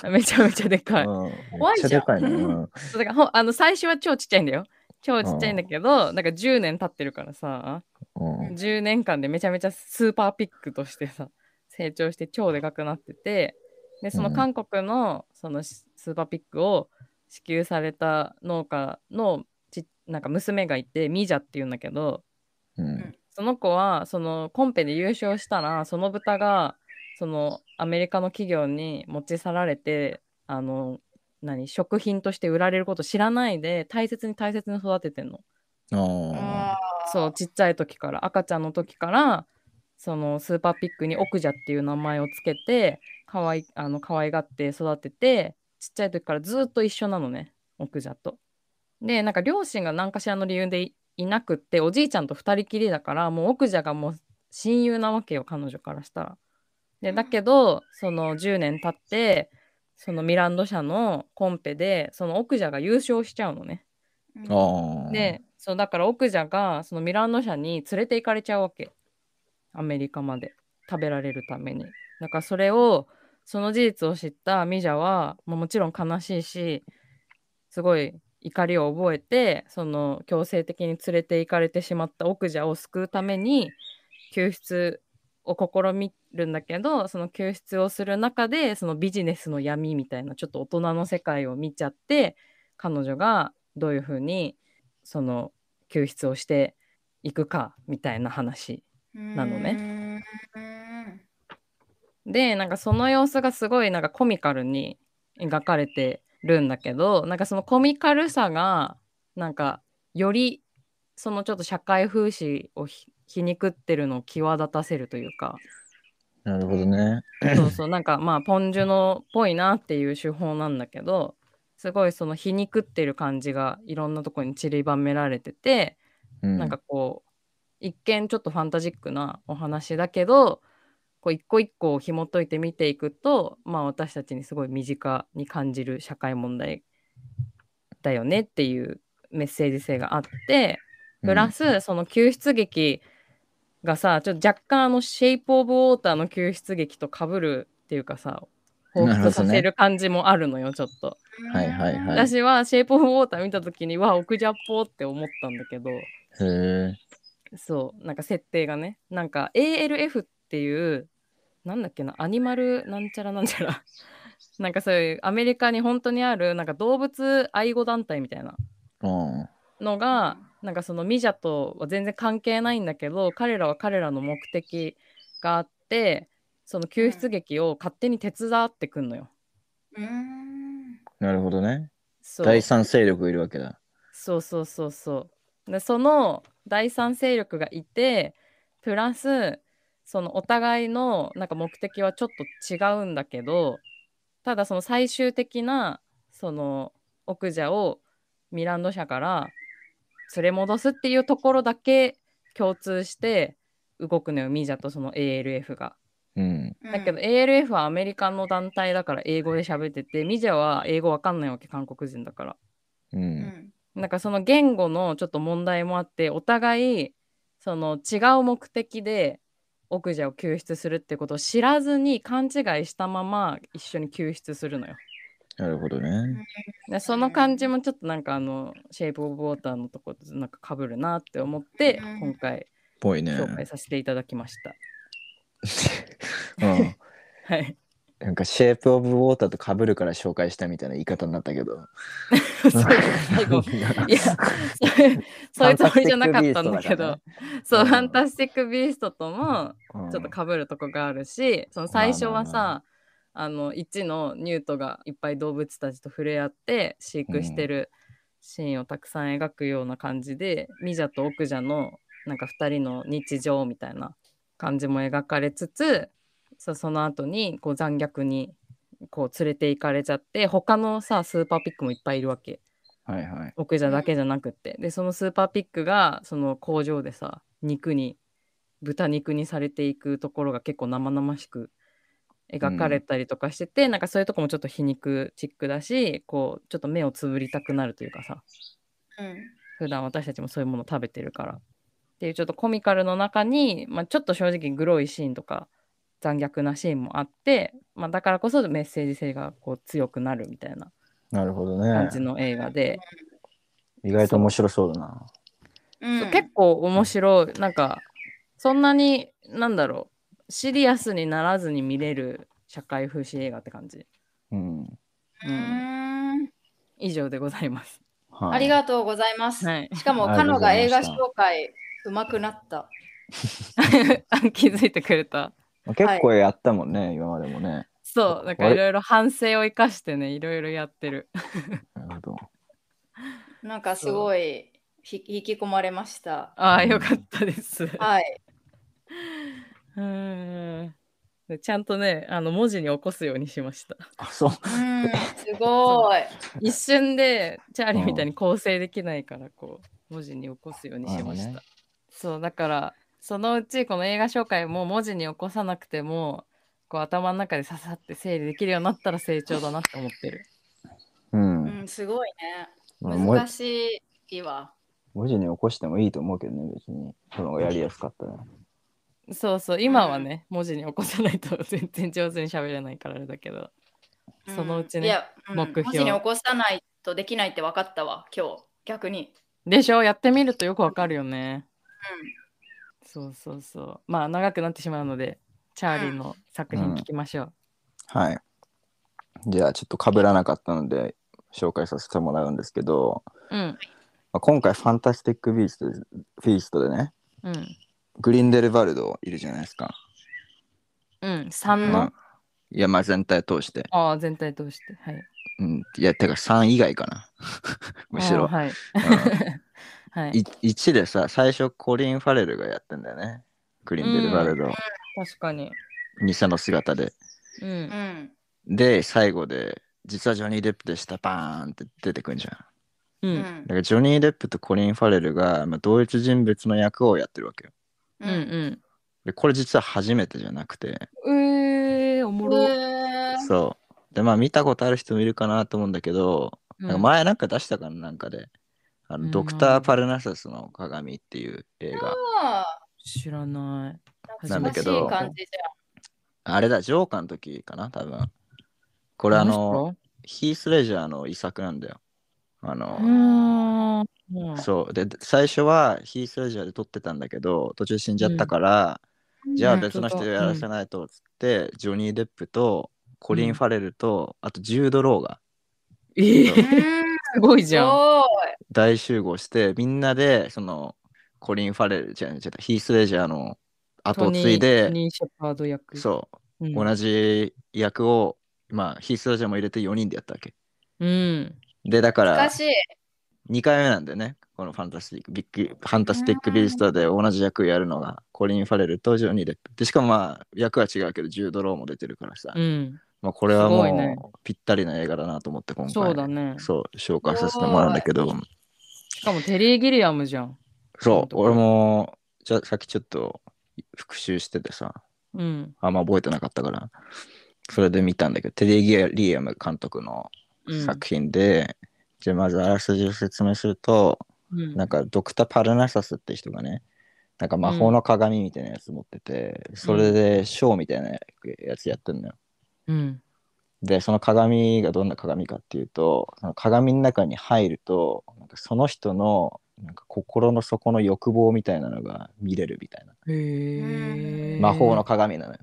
[SPEAKER 3] めちゃめちゃでかい。
[SPEAKER 2] うん
[SPEAKER 1] 怖いじゃん
[SPEAKER 2] めっちゃでかいね。うん
[SPEAKER 3] そうだからほんあの最初は超ちっちゃいんだよ。超ちっちゃいんだけど、なんか10年経ってるからさ、
[SPEAKER 2] うん。
[SPEAKER 3] 10年間でめちゃめちゃスーパーピックとしてさ、成長して超でかくなってて、で、その
[SPEAKER 2] うん
[SPEAKER 3] 韓国のそのしスーパーピックを支給された農家のちなんか娘がいて、ミジャっていうんだけど、
[SPEAKER 2] うん。
[SPEAKER 3] その子はそのコンペで優勝したらその豚がそのアメリカの企業に持ち去られてあの何食品として売られること知らないで大切に大切に育ててんの
[SPEAKER 2] あ
[SPEAKER 1] あ
[SPEAKER 3] そうちっちゃい時から赤ちゃんの時からそのスーパーピックにオクジャっていう名前をつけてかわいあの可愛がって育ててちっちゃい時からずっと一緒なのねオクジャと。でなんか両親が何かしらの理由でいいなくっておじいちゃんと2人きりだからもうオクジャがもう親友なわけよ彼女からしたら。でだけどその10年経ってそのミランド社のコンペでそのオクジャが優勝しちゃうのね。
[SPEAKER 1] ー。
[SPEAKER 2] あ。ああ。
[SPEAKER 3] で、そうだから奥者がそのミラノ社に連れて行かれちゃうわけアメリカまで食べられるためにだからそれをその事実を知ったミジャは、まあ、もちろん悲しいしすごい怒りを覚えてその強制的に連れて行かれてしまった奥者を救うために救出を試みるんだけどその救出をする中でそのビジネスの闇みたいなちょっと大人の世界を見ちゃって彼女がどういうふうにその救出をしていくかみたいな話
[SPEAKER 1] な
[SPEAKER 3] の
[SPEAKER 1] ね。
[SPEAKER 3] でなんかその様子がすごいなんかコミカルに描かれてるんだけどなんかそのコミカルさがなんかよりそのちょっと社会風刺をひ皮肉ってるのを際立たせるというか
[SPEAKER 2] なるほどね。
[SPEAKER 3] そうそうなんかまあポン・ジュノっぽいなっていう手法なんだけどすごいその皮肉ってる感じがいろんなとこに散りばめられてて
[SPEAKER 2] な
[SPEAKER 3] なんかこう一見ちょっとファンタジックなお話だけどこう一個一個を紐解いて見ていくと、まあ、私たちにすごい身近に感じる社会問題だよねっていうメッセージ性があってプラスその救出劇がさちょっと若干あの「シェイプ・オブ・ウォーター」の救出劇とかぶるっていうかさ彷
[SPEAKER 2] なるほど
[SPEAKER 3] 彿
[SPEAKER 2] ね
[SPEAKER 3] させる感じもあるのよちょっと。
[SPEAKER 2] はいはいはい
[SPEAKER 3] 私は「シェイプ・オブ・ウォーター」見た時には奥じゃっぽーって思ったんだけど
[SPEAKER 2] へえ。
[SPEAKER 3] そうなんか設定がねなんか ALF っていうなんだっけなアニマルなんちゃらなんちゃら なんかそういうアメリカに本当にあるなんか動物愛護団体みたいな
[SPEAKER 2] うん。
[SPEAKER 3] のがなんかそのミジャとは全然関係ないんだけど彼らは彼らの目的があってその救出劇を勝手に手伝ってくんのよ。
[SPEAKER 1] うん。
[SPEAKER 2] なるほどね。
[SPEAKER 3] そう
[SPEAKER 2] 第三勢力がいるわけだ。
[SPEAKER 3] そうそうそうそう。でその第三勢力がいてプラスそのお互いのなんか目的はちょっと違うんだけどただその最終的なその奥者をミランド社から連れ戻すっていうところだけ共通して動くのよミージャとその ALF が。
[SPEAKER 2] うん。
[SPEAKER 1] うん
[SPEAKER 3] だけど、ALF はアメリカの団体だから英語で喋っててミージャは英語わかんないわけ韓国人だから。
[SPEAKER 2] う。
[SPEAKER 1] うんん。
[SPEAKER 3] なんかその言語のちょっと問題もあってお互いその違う目的で奥者を救出するってことを知らずに勘違いしたまま一緒に救出するのよ。
[SPEAKER 2] なるほどね。
[SPEAKER 3] でその感じもちょっとなんかあの「シェイプ・オブ・ウォーター」のとことなんかかぶるなって思って
[SPEAKER 1] うん
[SPEAKER 3] 今回
[SPEAKER 2] ぽいね。
[SPEAKER 3] 紹介させていただきました。
[SPEAKER 2] うん。
[SPEAKER 3] はい、
[SPEAKER 2] なんかシェイプオブウォーターと被るから紹介したみたいな言い方になったけど。
[SPEAKER 3] そう最 後いやそういうそういうつもりじゃなかったんだけどそう「
[SPEAKER 2] うん
[SPEAKER 3] ファンタスティック・ビースト」とも
[SPEAKER 2] うん
[SPEAKER 3] ちょっとかぶるとこがあるし、その最初は
[SPEAKER 2] まあまあ
[SPEAKER 3] さ、あの1のニュートがいっぱい動物たちと触れ合って飼育してるシーンをたくさん描くような感じで、ミジャとオクジャのなんか2人の日常みたいな感じも描かれつつそその後にこう残虐にこう連れて行かれちゃって他のさスーパーピックもいっぱいいるわけ
[SPEAKER 2] はいはい。
[SPEAKER 3] オクジャだけじゃなくってでそのスーパーピックがその工場でさ肉に豚肉にされていくところが結構生々しく描かれたりとかしてて、なんかそういうとこもちょっと皮肉チックだしこうちょっと目をつぶりたくなるというかさ普段私たちもそういうもの食べてるからっていうちょっとコミカルの中に、まあ、ちょっと正直グロいシーンとか残虐なシーンもあって、まあ、だからこそメッセージ性がこう強くなるみたいな
[SPEAKER 2] なるほど
[SPEAKER 3] 感
[SPEAKER 2] ね
[SPEAKER 3] じ。の映画で、
[SPEAKER 2] 意外と面白そうだな。
[SPEAKER 1] うん。
[SPEAKER 3] そう結構面白いなんかそんなになんだろうシリアスにならずに見れる社会風刺映画って感じ
[SPEAKER 2] うん。
[SPEAKER 1] うーん。
[SPEAKER 3] 以上でございます
[SPEAKER 2] はい
[SPEAKER 1] ありがとうございます。
[SPEAKER 3] はい
[SPEAKER 1] しかも、
[SPEAKER 2] あ
[SPEAKER 1] カ
[SPEAKER 2] りがと
[SPEAKER 1] ノ
[SPEAKER 2] うござ
[SPEAKER 1] が
[SPEAKER 2] い
[SPEAKER 1] 映
[SPEAKER 2] ま
[SPEAKER 1] 画
[SPEAKER 2] した
[SPEAKER 1] 紹介うまくなった。
[SPEAKER 3] 気づいてくれた
[SPEAKER 2] 結構やったもんね、今までもね。
[SPEAKER 3] そうなんかいろいろ反省を生かしてねいろいろやってる
[SPEAKER 2] なるほど。
[SPEAKER 1] なんかすごいひ引き込まれました。
[SPEAKER 3] ああよかったです
[SPEAKER 1] はい。
[SPEAKER 3] うーんでちゃんとねあの文字に起こすようにしました
[SPEAKER 2] あ、そう。
[SPEAKER 1] うん、すごい。
[SPEAKER 3] 一瞬でチャーリーみたいに構成できないからこう文字に起こすようにしまし
[SPEAKER 2] なる
[SPEAKER 3] た、
[SPEAKER 2] ほどね
[SPEAKER 3] そうだからそのうちこの映画紹介も文字に起こさなくてもこう頭の中でささって整理できるようになったら成長だなって思ってる
[SPEAKER 2] うん。
[SPEAKER 1] うん、すごいね。
[SPEAKER 2] まあも
[SPEAKER 1] 難しいわ。
[SPEAKER 2] 文字に起こしてもいいと思うけどね、別に。その方がやりやすかったら。
[SPEAKER 3] そうそう今はね、文字に起こさないと全然上手に喋れないからあれだけど
[SPEAKER 1] ん
[SPEAKER 3] そのうちね
[SPEAKER 1] いや、うん
[SPEAKER 3] 目標
[SPEAKER 1] 文字に起こさないとできないって分かったわ、今日。逆に。
[SPEAKER 3] でしょやってみるとよくわかるよねそうそうそうまあ長くなってしまうのでチャーリーの作品聞きましょう、
[SPEAKER 2] はい。じゃあ、ちょっと被らなかったので、紹介させてもらうんですけど、
[SPEAKER 3] うん
[SPEAKER 2] まあ、今回、ファンタスティック・ビーストでフィーストでね、
[SPEAKER 3] うん
[SPEAKER 2] グリンデルバルドいるじゃないですか。
[SPEAKER 3] うん3
[SPEAKER 2] う
[SPEAKER 3] の、
[SPEAKER 2] ん、いや、まあ全体通して。
[SPEAKER 3] ああ全体通してはい
[SPEAKER 2] うん、いや、てか3以外かな。 むしろ
[SPEAKER 3] あー、はいはい
[SPEAKER 2] い1でさ、最初コリン・ファレルがやってんだよね。グリンデルバルド、
[SPEAKER 3] 確かに
[SPEAKER 2] 偽の姿で。
[SPEAKER 3] う
[SPEAKER 1] うんん。うん。
[SPEAKER 2] で、最後で、実はジョニー・デップでした、バーンって出てくんじゃん。
[SPEAKER 3] う
[SPEAKER 1] うん
[SPEAKER 2] だからジョニー・デップとコリン・ファレルが、まあ、同一人物の役をやってるわけよ。
[SPEAKER 3] うんうん
[SPEAKER 2] で、これ実は初めてじゃなくて、
[SPEAKER 4] えー、おもろ。
[SPEAKER 1] え
[SPEAKER 2] そう。で、まあ見たことある人もいるかなと思うんだけど、なんか前なんか出したかな、なんかで。あ
[SPEAKER 4] う
[SPEAKER 2] の
[SPEAKER 4] ん
[SPEAKER 2] ドクター・パルナサスの鏡っていう映画。
[SPEAKER 3] 知らない。
[SPEAKER 2] なんだけ
[SPEAKER 1] 懐
[SPEAKER 2] ど
[SPEAKER 1] かしい感じじ
[SPEAKER 2] あれだ、ジョーカーの時かな、多分。これあの、ヒース・レジャーの遺作なんだよ。あ
[SPEAKER 4] う
[SPEAKER 2] の、
[SPEAKER 4] ーん。
[SPEAKER 2] そう。で、最初はヒース・レジャーで撮ってたんだけど、途中死んじゃったから、
[SPEAKER 1] ゃん。
[SPEAKER 2] じゃあ
[SPEAKER 4] うん
[SPEAKER 2] 別の人
[SPEAKER 4] そうそう
[SPEAKER 2] やらせないとっつって、ジョニー・デップとコリン・ファレルと、あとジュード・ローが
[SPEAKER 3] えー、
[SPEAKER 2] そう
[SPEAKER 1] うん
[SPEAKER 3] すごいじ
[SPEAKER 1] す
[SPEAKER 3] ゃん。
[SPEAKER 1] ご
[SPEAKER 2] 大集合して、みんなで、その、コリン・ファレル、違う違う違う、ヒース・レジャーの後を継い
[SPEAKER 3] ト
[SPEAKER 2] で、
[SPEAKER 3] ニー・シェパード役。
[SPEAKER 2] そう、
[SPEAKER 3] うん。
[SPEAKER 2] 同じ役を、まあ、ヒース・レジャーも入れて4人でやったわけ。
[SPEAKER 3] うん。
[SPEAKER 2] で、だか
[SPEAKER 1] い。
[SPEAKER 2] ら
[SPEAKER 1] 難、しい。
[SPEAKER 2] 2回目なんだよね。このファンタスティック、ビッグ、ファンタスティックビーストで同じ役やるのが、コリン・ファレルとジョニー・デップ。で、しかもまあ、役は違うけど、ジュード・ローも出てるからさ、
[SPEAKER 3] うん。
[SPEAKER 2] まあ、これはも
[SPEAKER 3] すごいね
[SPEAKER 2] う、ぴったりな映画だなと思って、今回、
[SPEAKER 3] そうだね。し
[SPEAKER 2] そう、紹介させてもらうんだけど、
[SPEAKER 3] かもテリー・ギリアムじゃん。
[SPEAKER 2] そ
[SPEAKER 3] 本
[SPEAKER 2] う、
[SPEAKER 3] 当
[SPEAKER 2] 俺も、じゃさっきちょっと復習しててさ、
[SPEAKER 3] うん。
[SPEAKER 2] あんま覚えてなかったから、それで見たんだけど、テディ・ギリアム監督の
[SPEAKER 3] うん
[SPEAKER 2] 作品で、じゃあまずあらすじを説明すると、
[SPEAKER 3] うん
[SPEAKER 2] なんかドクター・パルナサスって人がね、なんか魔法の鏡みたいなやつ持ってて、それでショーみたいなやつやってんのよ。
[SPEAKER 3] うん。
[SPEAKER 2] で、その鏡がどんな鏡かっていうと、その鏡の中に入ると、なんかその人のなんか心の底の欲望みたいなのが見れるみたいな。
[SPEAKER 3] へー
[SPEAKER 2] 魔法の。鏡なのよ。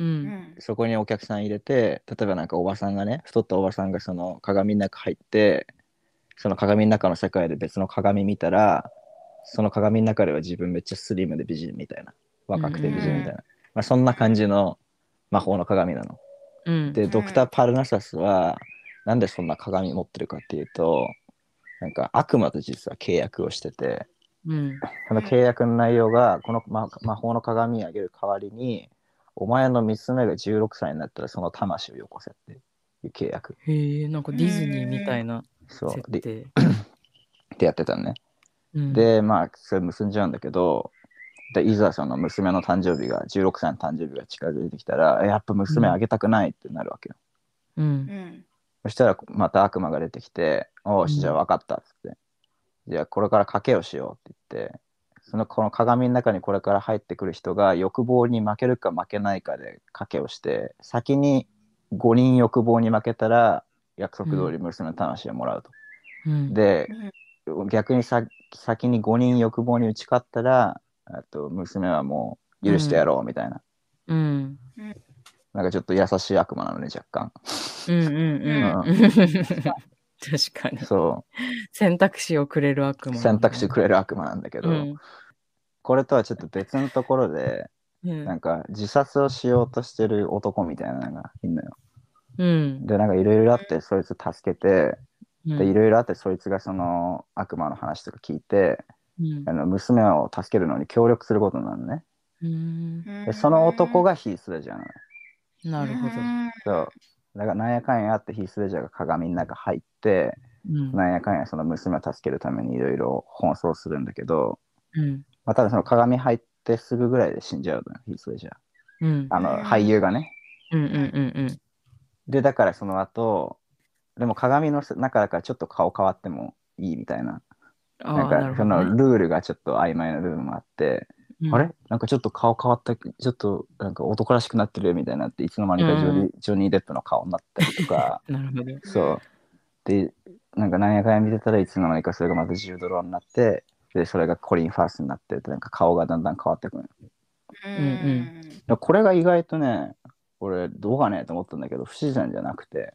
[SPEAKER 3] う。
[SPEAKER 1] うんん
[SPEAKER 2] そこにお客さん入れて、例えばなんかおばさんがね、太ったおばさんがその鏡の中入って、その鏡の中の世界で別の鏡見たら、その鏡の中では自分めっちゃスリムで美人みたいな、若くて美人みたいな、まあ、そんな感じの魔法の鏡なの。
[SPEAKER 3] うん。
[SPEAKER 2] で、ドクター・パルナサスは、なんでそんな鏡持ってるかっていうと、なんか悪魔と実は契約をしてて、
[SPEAKER 3] うん。
[SPEAKER 2] その契約の内容が、この魔魔法の鏡にあげる代わりに、お前の娘が16歳になったらその魂をよこせっていう契約。
[SPEAKER 3] へえ、なんかディズニーみたいな
[SPEAKER 2] そう。
[SPEAKER 3] 設
[SPEAKER 2] で、っ
[SPEAKER 3] 定。
[SPEAKER 2] てやってたのね。
[SPEAKER 3] うん、
[SPEAKER 2] で、まあ、それ結んじゃうんだけど、でいざその娘の誕生日が、16歳の誕生日が近づいてきたら、えやっぱ娘あげたくないってなるわけよ。
[SPEAKER 3] う。
[SPEAKER 1] うんん。
[SPEAKER 2] そしたら、また悪魔が出てきて、おー
[SPEAKER 3] う
[SPEAKER 2] し、
[SPEAKER 3] ん
[SPEAKER 2] じゃあ分かったっつって。じゃあ、これから賭けをしようって言って、そのこの鏡の中にこれから入ってくる人が欲望に負けるか負けないかで賭けをして、先に5人欲望に負けたら、約束通り娘の魂をもらうと。
[SPEAKER 3] うん、
[SPEAKER 2] で、逆にさ先に5人欲望に打ち勝ったら、あと娘はもう許してやろうみたいな。
[SPEAKER 3] うん。
[SPEAKER 2] なんかちょっと優しい悪魔なのね、若干。
[SPEAKER 3] うんうんうん。
[SPEAKER 2] う
[SPEAKER 3] 確かに。
[SPEAKER 2] そ
[SPEAKER 3] 選択肢をくれる悪
[SPEAKER 2] う、
[SPEAKER 3] 魔。
[SPEAKER 2] 選択肢くれる悪魔なんだけど。
[SPEAKER 3] うん。
[SPEAKER 2] これとはちょっと別のところで、
[SPEAKER 3] うん
[SPEAKER 2] なんか自殺をしようとしてる男みたいなのがいんのよ。
[SPEAKER 3] うん。
[SPEAKER 2] で、なんかいろいろあって、そいつ助けて、
[SPEAKER 3] うん
[SPEAKER 2] で、いろいろあって、そいつがその悪魔の話とか聞いて、
[SPEAKER 3] うん
[SPEAKER 2] あの娘を助けるのに協力することになるのね。
[SPEAKER 3] うん
[SPEAKER 2] で、その男
[SPEAKER 1] が、
[SPEAKER 2] がヒースレジャーなのよ。
[SPEAKER 3] なるほど。
[SPEAKER 2] そう。だからなんやかんやあってヒースレジャーが鏡の中入って、
[SPEAKER 3] うん
[SPEAKER 2] なんやかんやその娘を助けるためにいろいろ奔走するんだけど、
[SPEAKER 3] うん
[SPEAKER 2] まあ、ただその鏡入ってすぐぐらいで死んじゃうのよ、ヒースレジャー。
[SPEAKER 3] うん
[SPEAKER 2] あ
[SPEAKER 1] うん
[SPEAKER 2] の、俳優がね。
[SPEAKER 3] うんうん
[SPEAKER 2] で、だからその後、でも鏡の中だからちょっと顔変わってもいいみたいな。
[SPEAKER 3] うん。あ
[SPEAKER 2] な
[SPEAKER 3] あ
[SPEAKER 2] ん
[SPEAKER 3] なる
[SPEAKER 2] か
[SPEAKER 3] ほ
[SPEAKER 2] そ
[SPEAKER 3] ど
[SPEAKER 2] の
[SPEAKER 3] ね
[SPEAKER 2] ルールがちょっと曖昧な部分もあって、
[SPEAKER 3] うん
[SPEAKER 2] あれなんかちょっと顔変わった、ちょっとなんか男らしくなってるみたいになって、いつの間にかジョニー,、ジョニー・デップの顔になったりとか、
[SPEAKER 3] なるほど。
[SPEAKER 2] そう。で、なんかなんやかんや見てたらいつの間にかそれがまた10ドルになって、で、それがコリン・ファースになってって、なんか顔がだんだん変わってくる。だか
[SPEAKER 1] うん
[SPEAKER 3] うん
[SPEAKER 2] らこれが意外とね、俺、どうかねと思ったんだけど、不自然じゃなくて、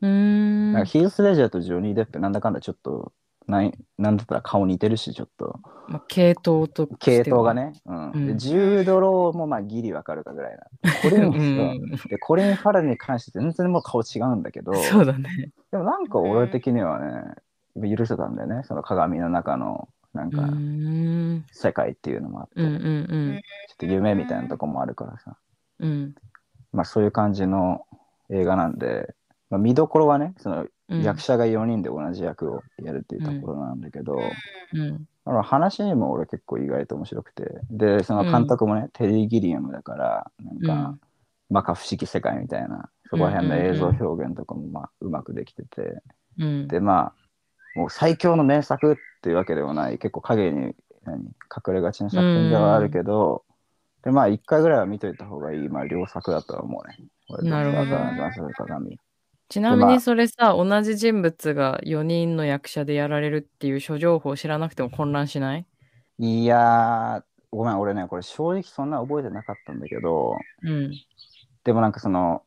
[SPEAKER 3] うーん。
[SPEAKER 2] なんかヒース・レジャーとジョニー・デップ、なんだかんだちょっと、なんなんだったら顔似てるし、ちょっと、
[SPEAKER 3] まあ系統として
[SPEAKER 2] 系統
[SPEAKER 3] は
[SPEAKER 2] が。ね、うん。
[SPEAKER 3] うん
[SPEAKER 2] で10ドルもまあギリわかるかぐらいな。コリ
[SPEAKER 3] う
[SPEAKER 2] ンそう、
[SPEAKER 3] ん。
[SPEAKER 2] でコリン・ファレルに関して全然もう顔違うんだけど、
[SPEAKER 3] そうだね。
[SPEAKER 2] でもなんか俺的にはね、許せたんだよね、その鏡の中のなん
[SPEAKER 3] うー
[SPEAKER 2] か
[SPEAKER 3] ん。
[SPEAKER 2] 世界っていうのもあって、
[SPEAKER 3] うんう
[SPEAKER 2] ちょっ
[SPEAKER 3] ん
[SPEAKER 2] と夢みたいなとこもあるからさ、
[SPEAKER 3] うん。うん
[SPEAKER 2] まあそういう感じの映画なんで、まあ、見どころはね、その
[SPEAKER 3] うん
[SPEAKER 2] 役者が4人で同じ役をやるっていうところなんだけど、
[SPEAKER 3] うん
[SPEAKER 2] だから話も俺結構意外と面白くてでその監督もね、テリー・ギリアムだからなんか、
[SPEAKER 3] うん
[SPEAKER 2] まか不思議世界みたいなそこら辺の映像表現とかもまあうまくできてて、
[SPEAKER 3] うん
[SPEAKER 2] でまあもう最強の名作っていうわけでもない結構影に何隠れがちな作品ではあるけど、でまあ1回ぐらいは見といた方がいい、まあ、両作だとは思うね。俺と
[SPEAKER 3] なるほど
[SPEAKER 2] ガンガンする鏡
[SPEAKER 3] ちなみ
[SPEAKER 2] ま
[SPEAKER 3] に
[SPEAKER 2] あ
[SPEAKER 3] それさ、同じ人物が4人の役者でやられるっていう諸情報を知らなくても混乱しない
[SPEAKER 2] いやーごめん俺ねこれ正直そんな覚えてなかったんだけど
[SPEAKER 3] うん。
[SPEAKER 2] でもなんかその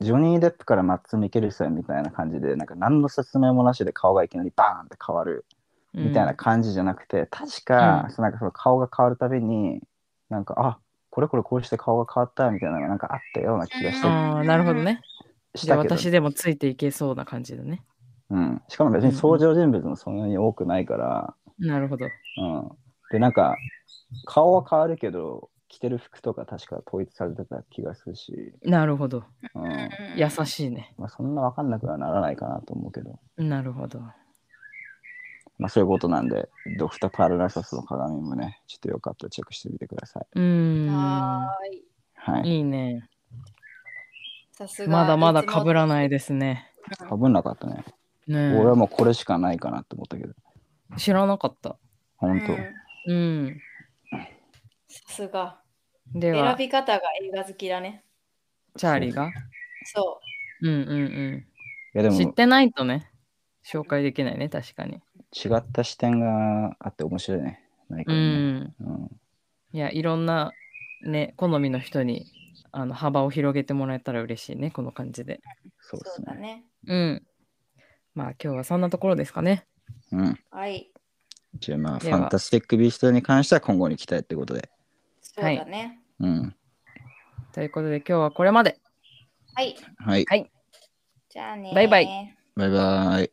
[SPEAKER 2] ジョニー・デップからマッツ・ミケルセンみたいな感じでなんか何の説明もなしで顔がいきなりバーンって変わる
[SPEAKER 3] うん
[SPEAKER 2] みたいな感じじゃなくて、確か、
[SPEAKER 3] うん
[SPEAKER 2] そのなんかその顔が変わるたびになんかあこれこれこうして顔が変わったみたいなのがなんかあったような気がして
[SPEAKER 1] うん
[SPEAKER 3] ああ、なるほどね。
[SPEAKER 2] し
[SPEAKER 3] じゃあ
[SPEAKER 2] たけど、
[SPEAKER 3] 私でもついていけそうな感じだね。
[SPEAKER 2] うん、しかも別に登場人物もそんなに多くないから、
[SPEAKER 3] なるほど。
[SPEAKER 2] うん、でなんか顔は変わるけど着てる服とか確か統一されてた気がするし、
[SPEAKER 3] なるほど。
[SPEAKER 2] うん
[SPEAKER 3] 優しいね。
[SPEAKER 2] まあ、そんな分かんなくはならないかなと思うけど。
[SPEAKER 3] なるほど。
[SPEAKER 2] まあ、そういうことなんで、ドクター・パルナソスの鏡もね、ちょっとよかったらチェックしてみてください。
[SPEAKER 3] うーん
[SPEAKER 1] は。ーい。
[SPEAKER 2] はい。
[SPEAKER 3] いいね。
[SPEAKER 1] さすが。
[SPEAKER 3] まだまだ
[SPEAKER 1] いつも
[SPEAKER 3] かぶらないですね。
[SPEAKER 2] かぶんなかったね。
[SPEAKER 3] ねえ
[SPEAKER 2] 俺はもうこれしかないかなって思ったけど、
[SPEAKER 3] 知らなかった。
[SPEAKER 2] ほんと
[SPEAKER 1] う。ん
[SPEAKER 3] うん。
[SPEAKER 1] さすが。
[SPEAKER 3] で
[SPEAKER 1] 選
[SPEAKER 3] は、
[SPEAKER 1] び方が映画好きだね。
[SPEAKER 3] チャーリーが。
[SPEAKER 1] そ。
[SPEAKER 3] うんうん
[SPEAKER 2] いや、で
[SPEAKER 3] うん。
[SPEAKER 2] も
[SPEAKER 3] 知ってないとね、紹介できないね、確かに。
[SPEAKER 2] 違った視点があって面白いね。ないか
[SPEAKER 3] う
[SPEAKER 2] らね。
[SPEAKER 3] ん。
[SPEAKER 2] うん。
[SPEAKER 3] いや、いろんなね、好みの人にあの幅を広げてもらえたら嬉しいね、この感じで。
[SPEAKER 2] そううで
[SPEAKER 1] そ
[SPEAKER 2] す
[SPEAKER 1] うだ
[SPEAKER 2] ね。
[SPEAKER 1] ね。
[SPEAKER 3] うん。まあ今日はそんなところですかね。
[SPEAKER 2] うん。
[SPEAKER 1] はい。
[SPEAKER 2] じゃあまあ、フ
[SPEAKER 3] では
[SPEAKER 2] ァンタスティック・ビーストに関しては今後に期待ってことで。
[SPEAKER 1] そうだね。
[SPEAKER 2] うん。
[SPEAKER 3] ということで今日はこれまで。
[SPEAKER 1] はい。
[SPEAKER 2] はい。
[SPEAKER 1] じゃあね。
[SPEAKER 3] バイバイ。
[SPEAKER 2] バイバイ。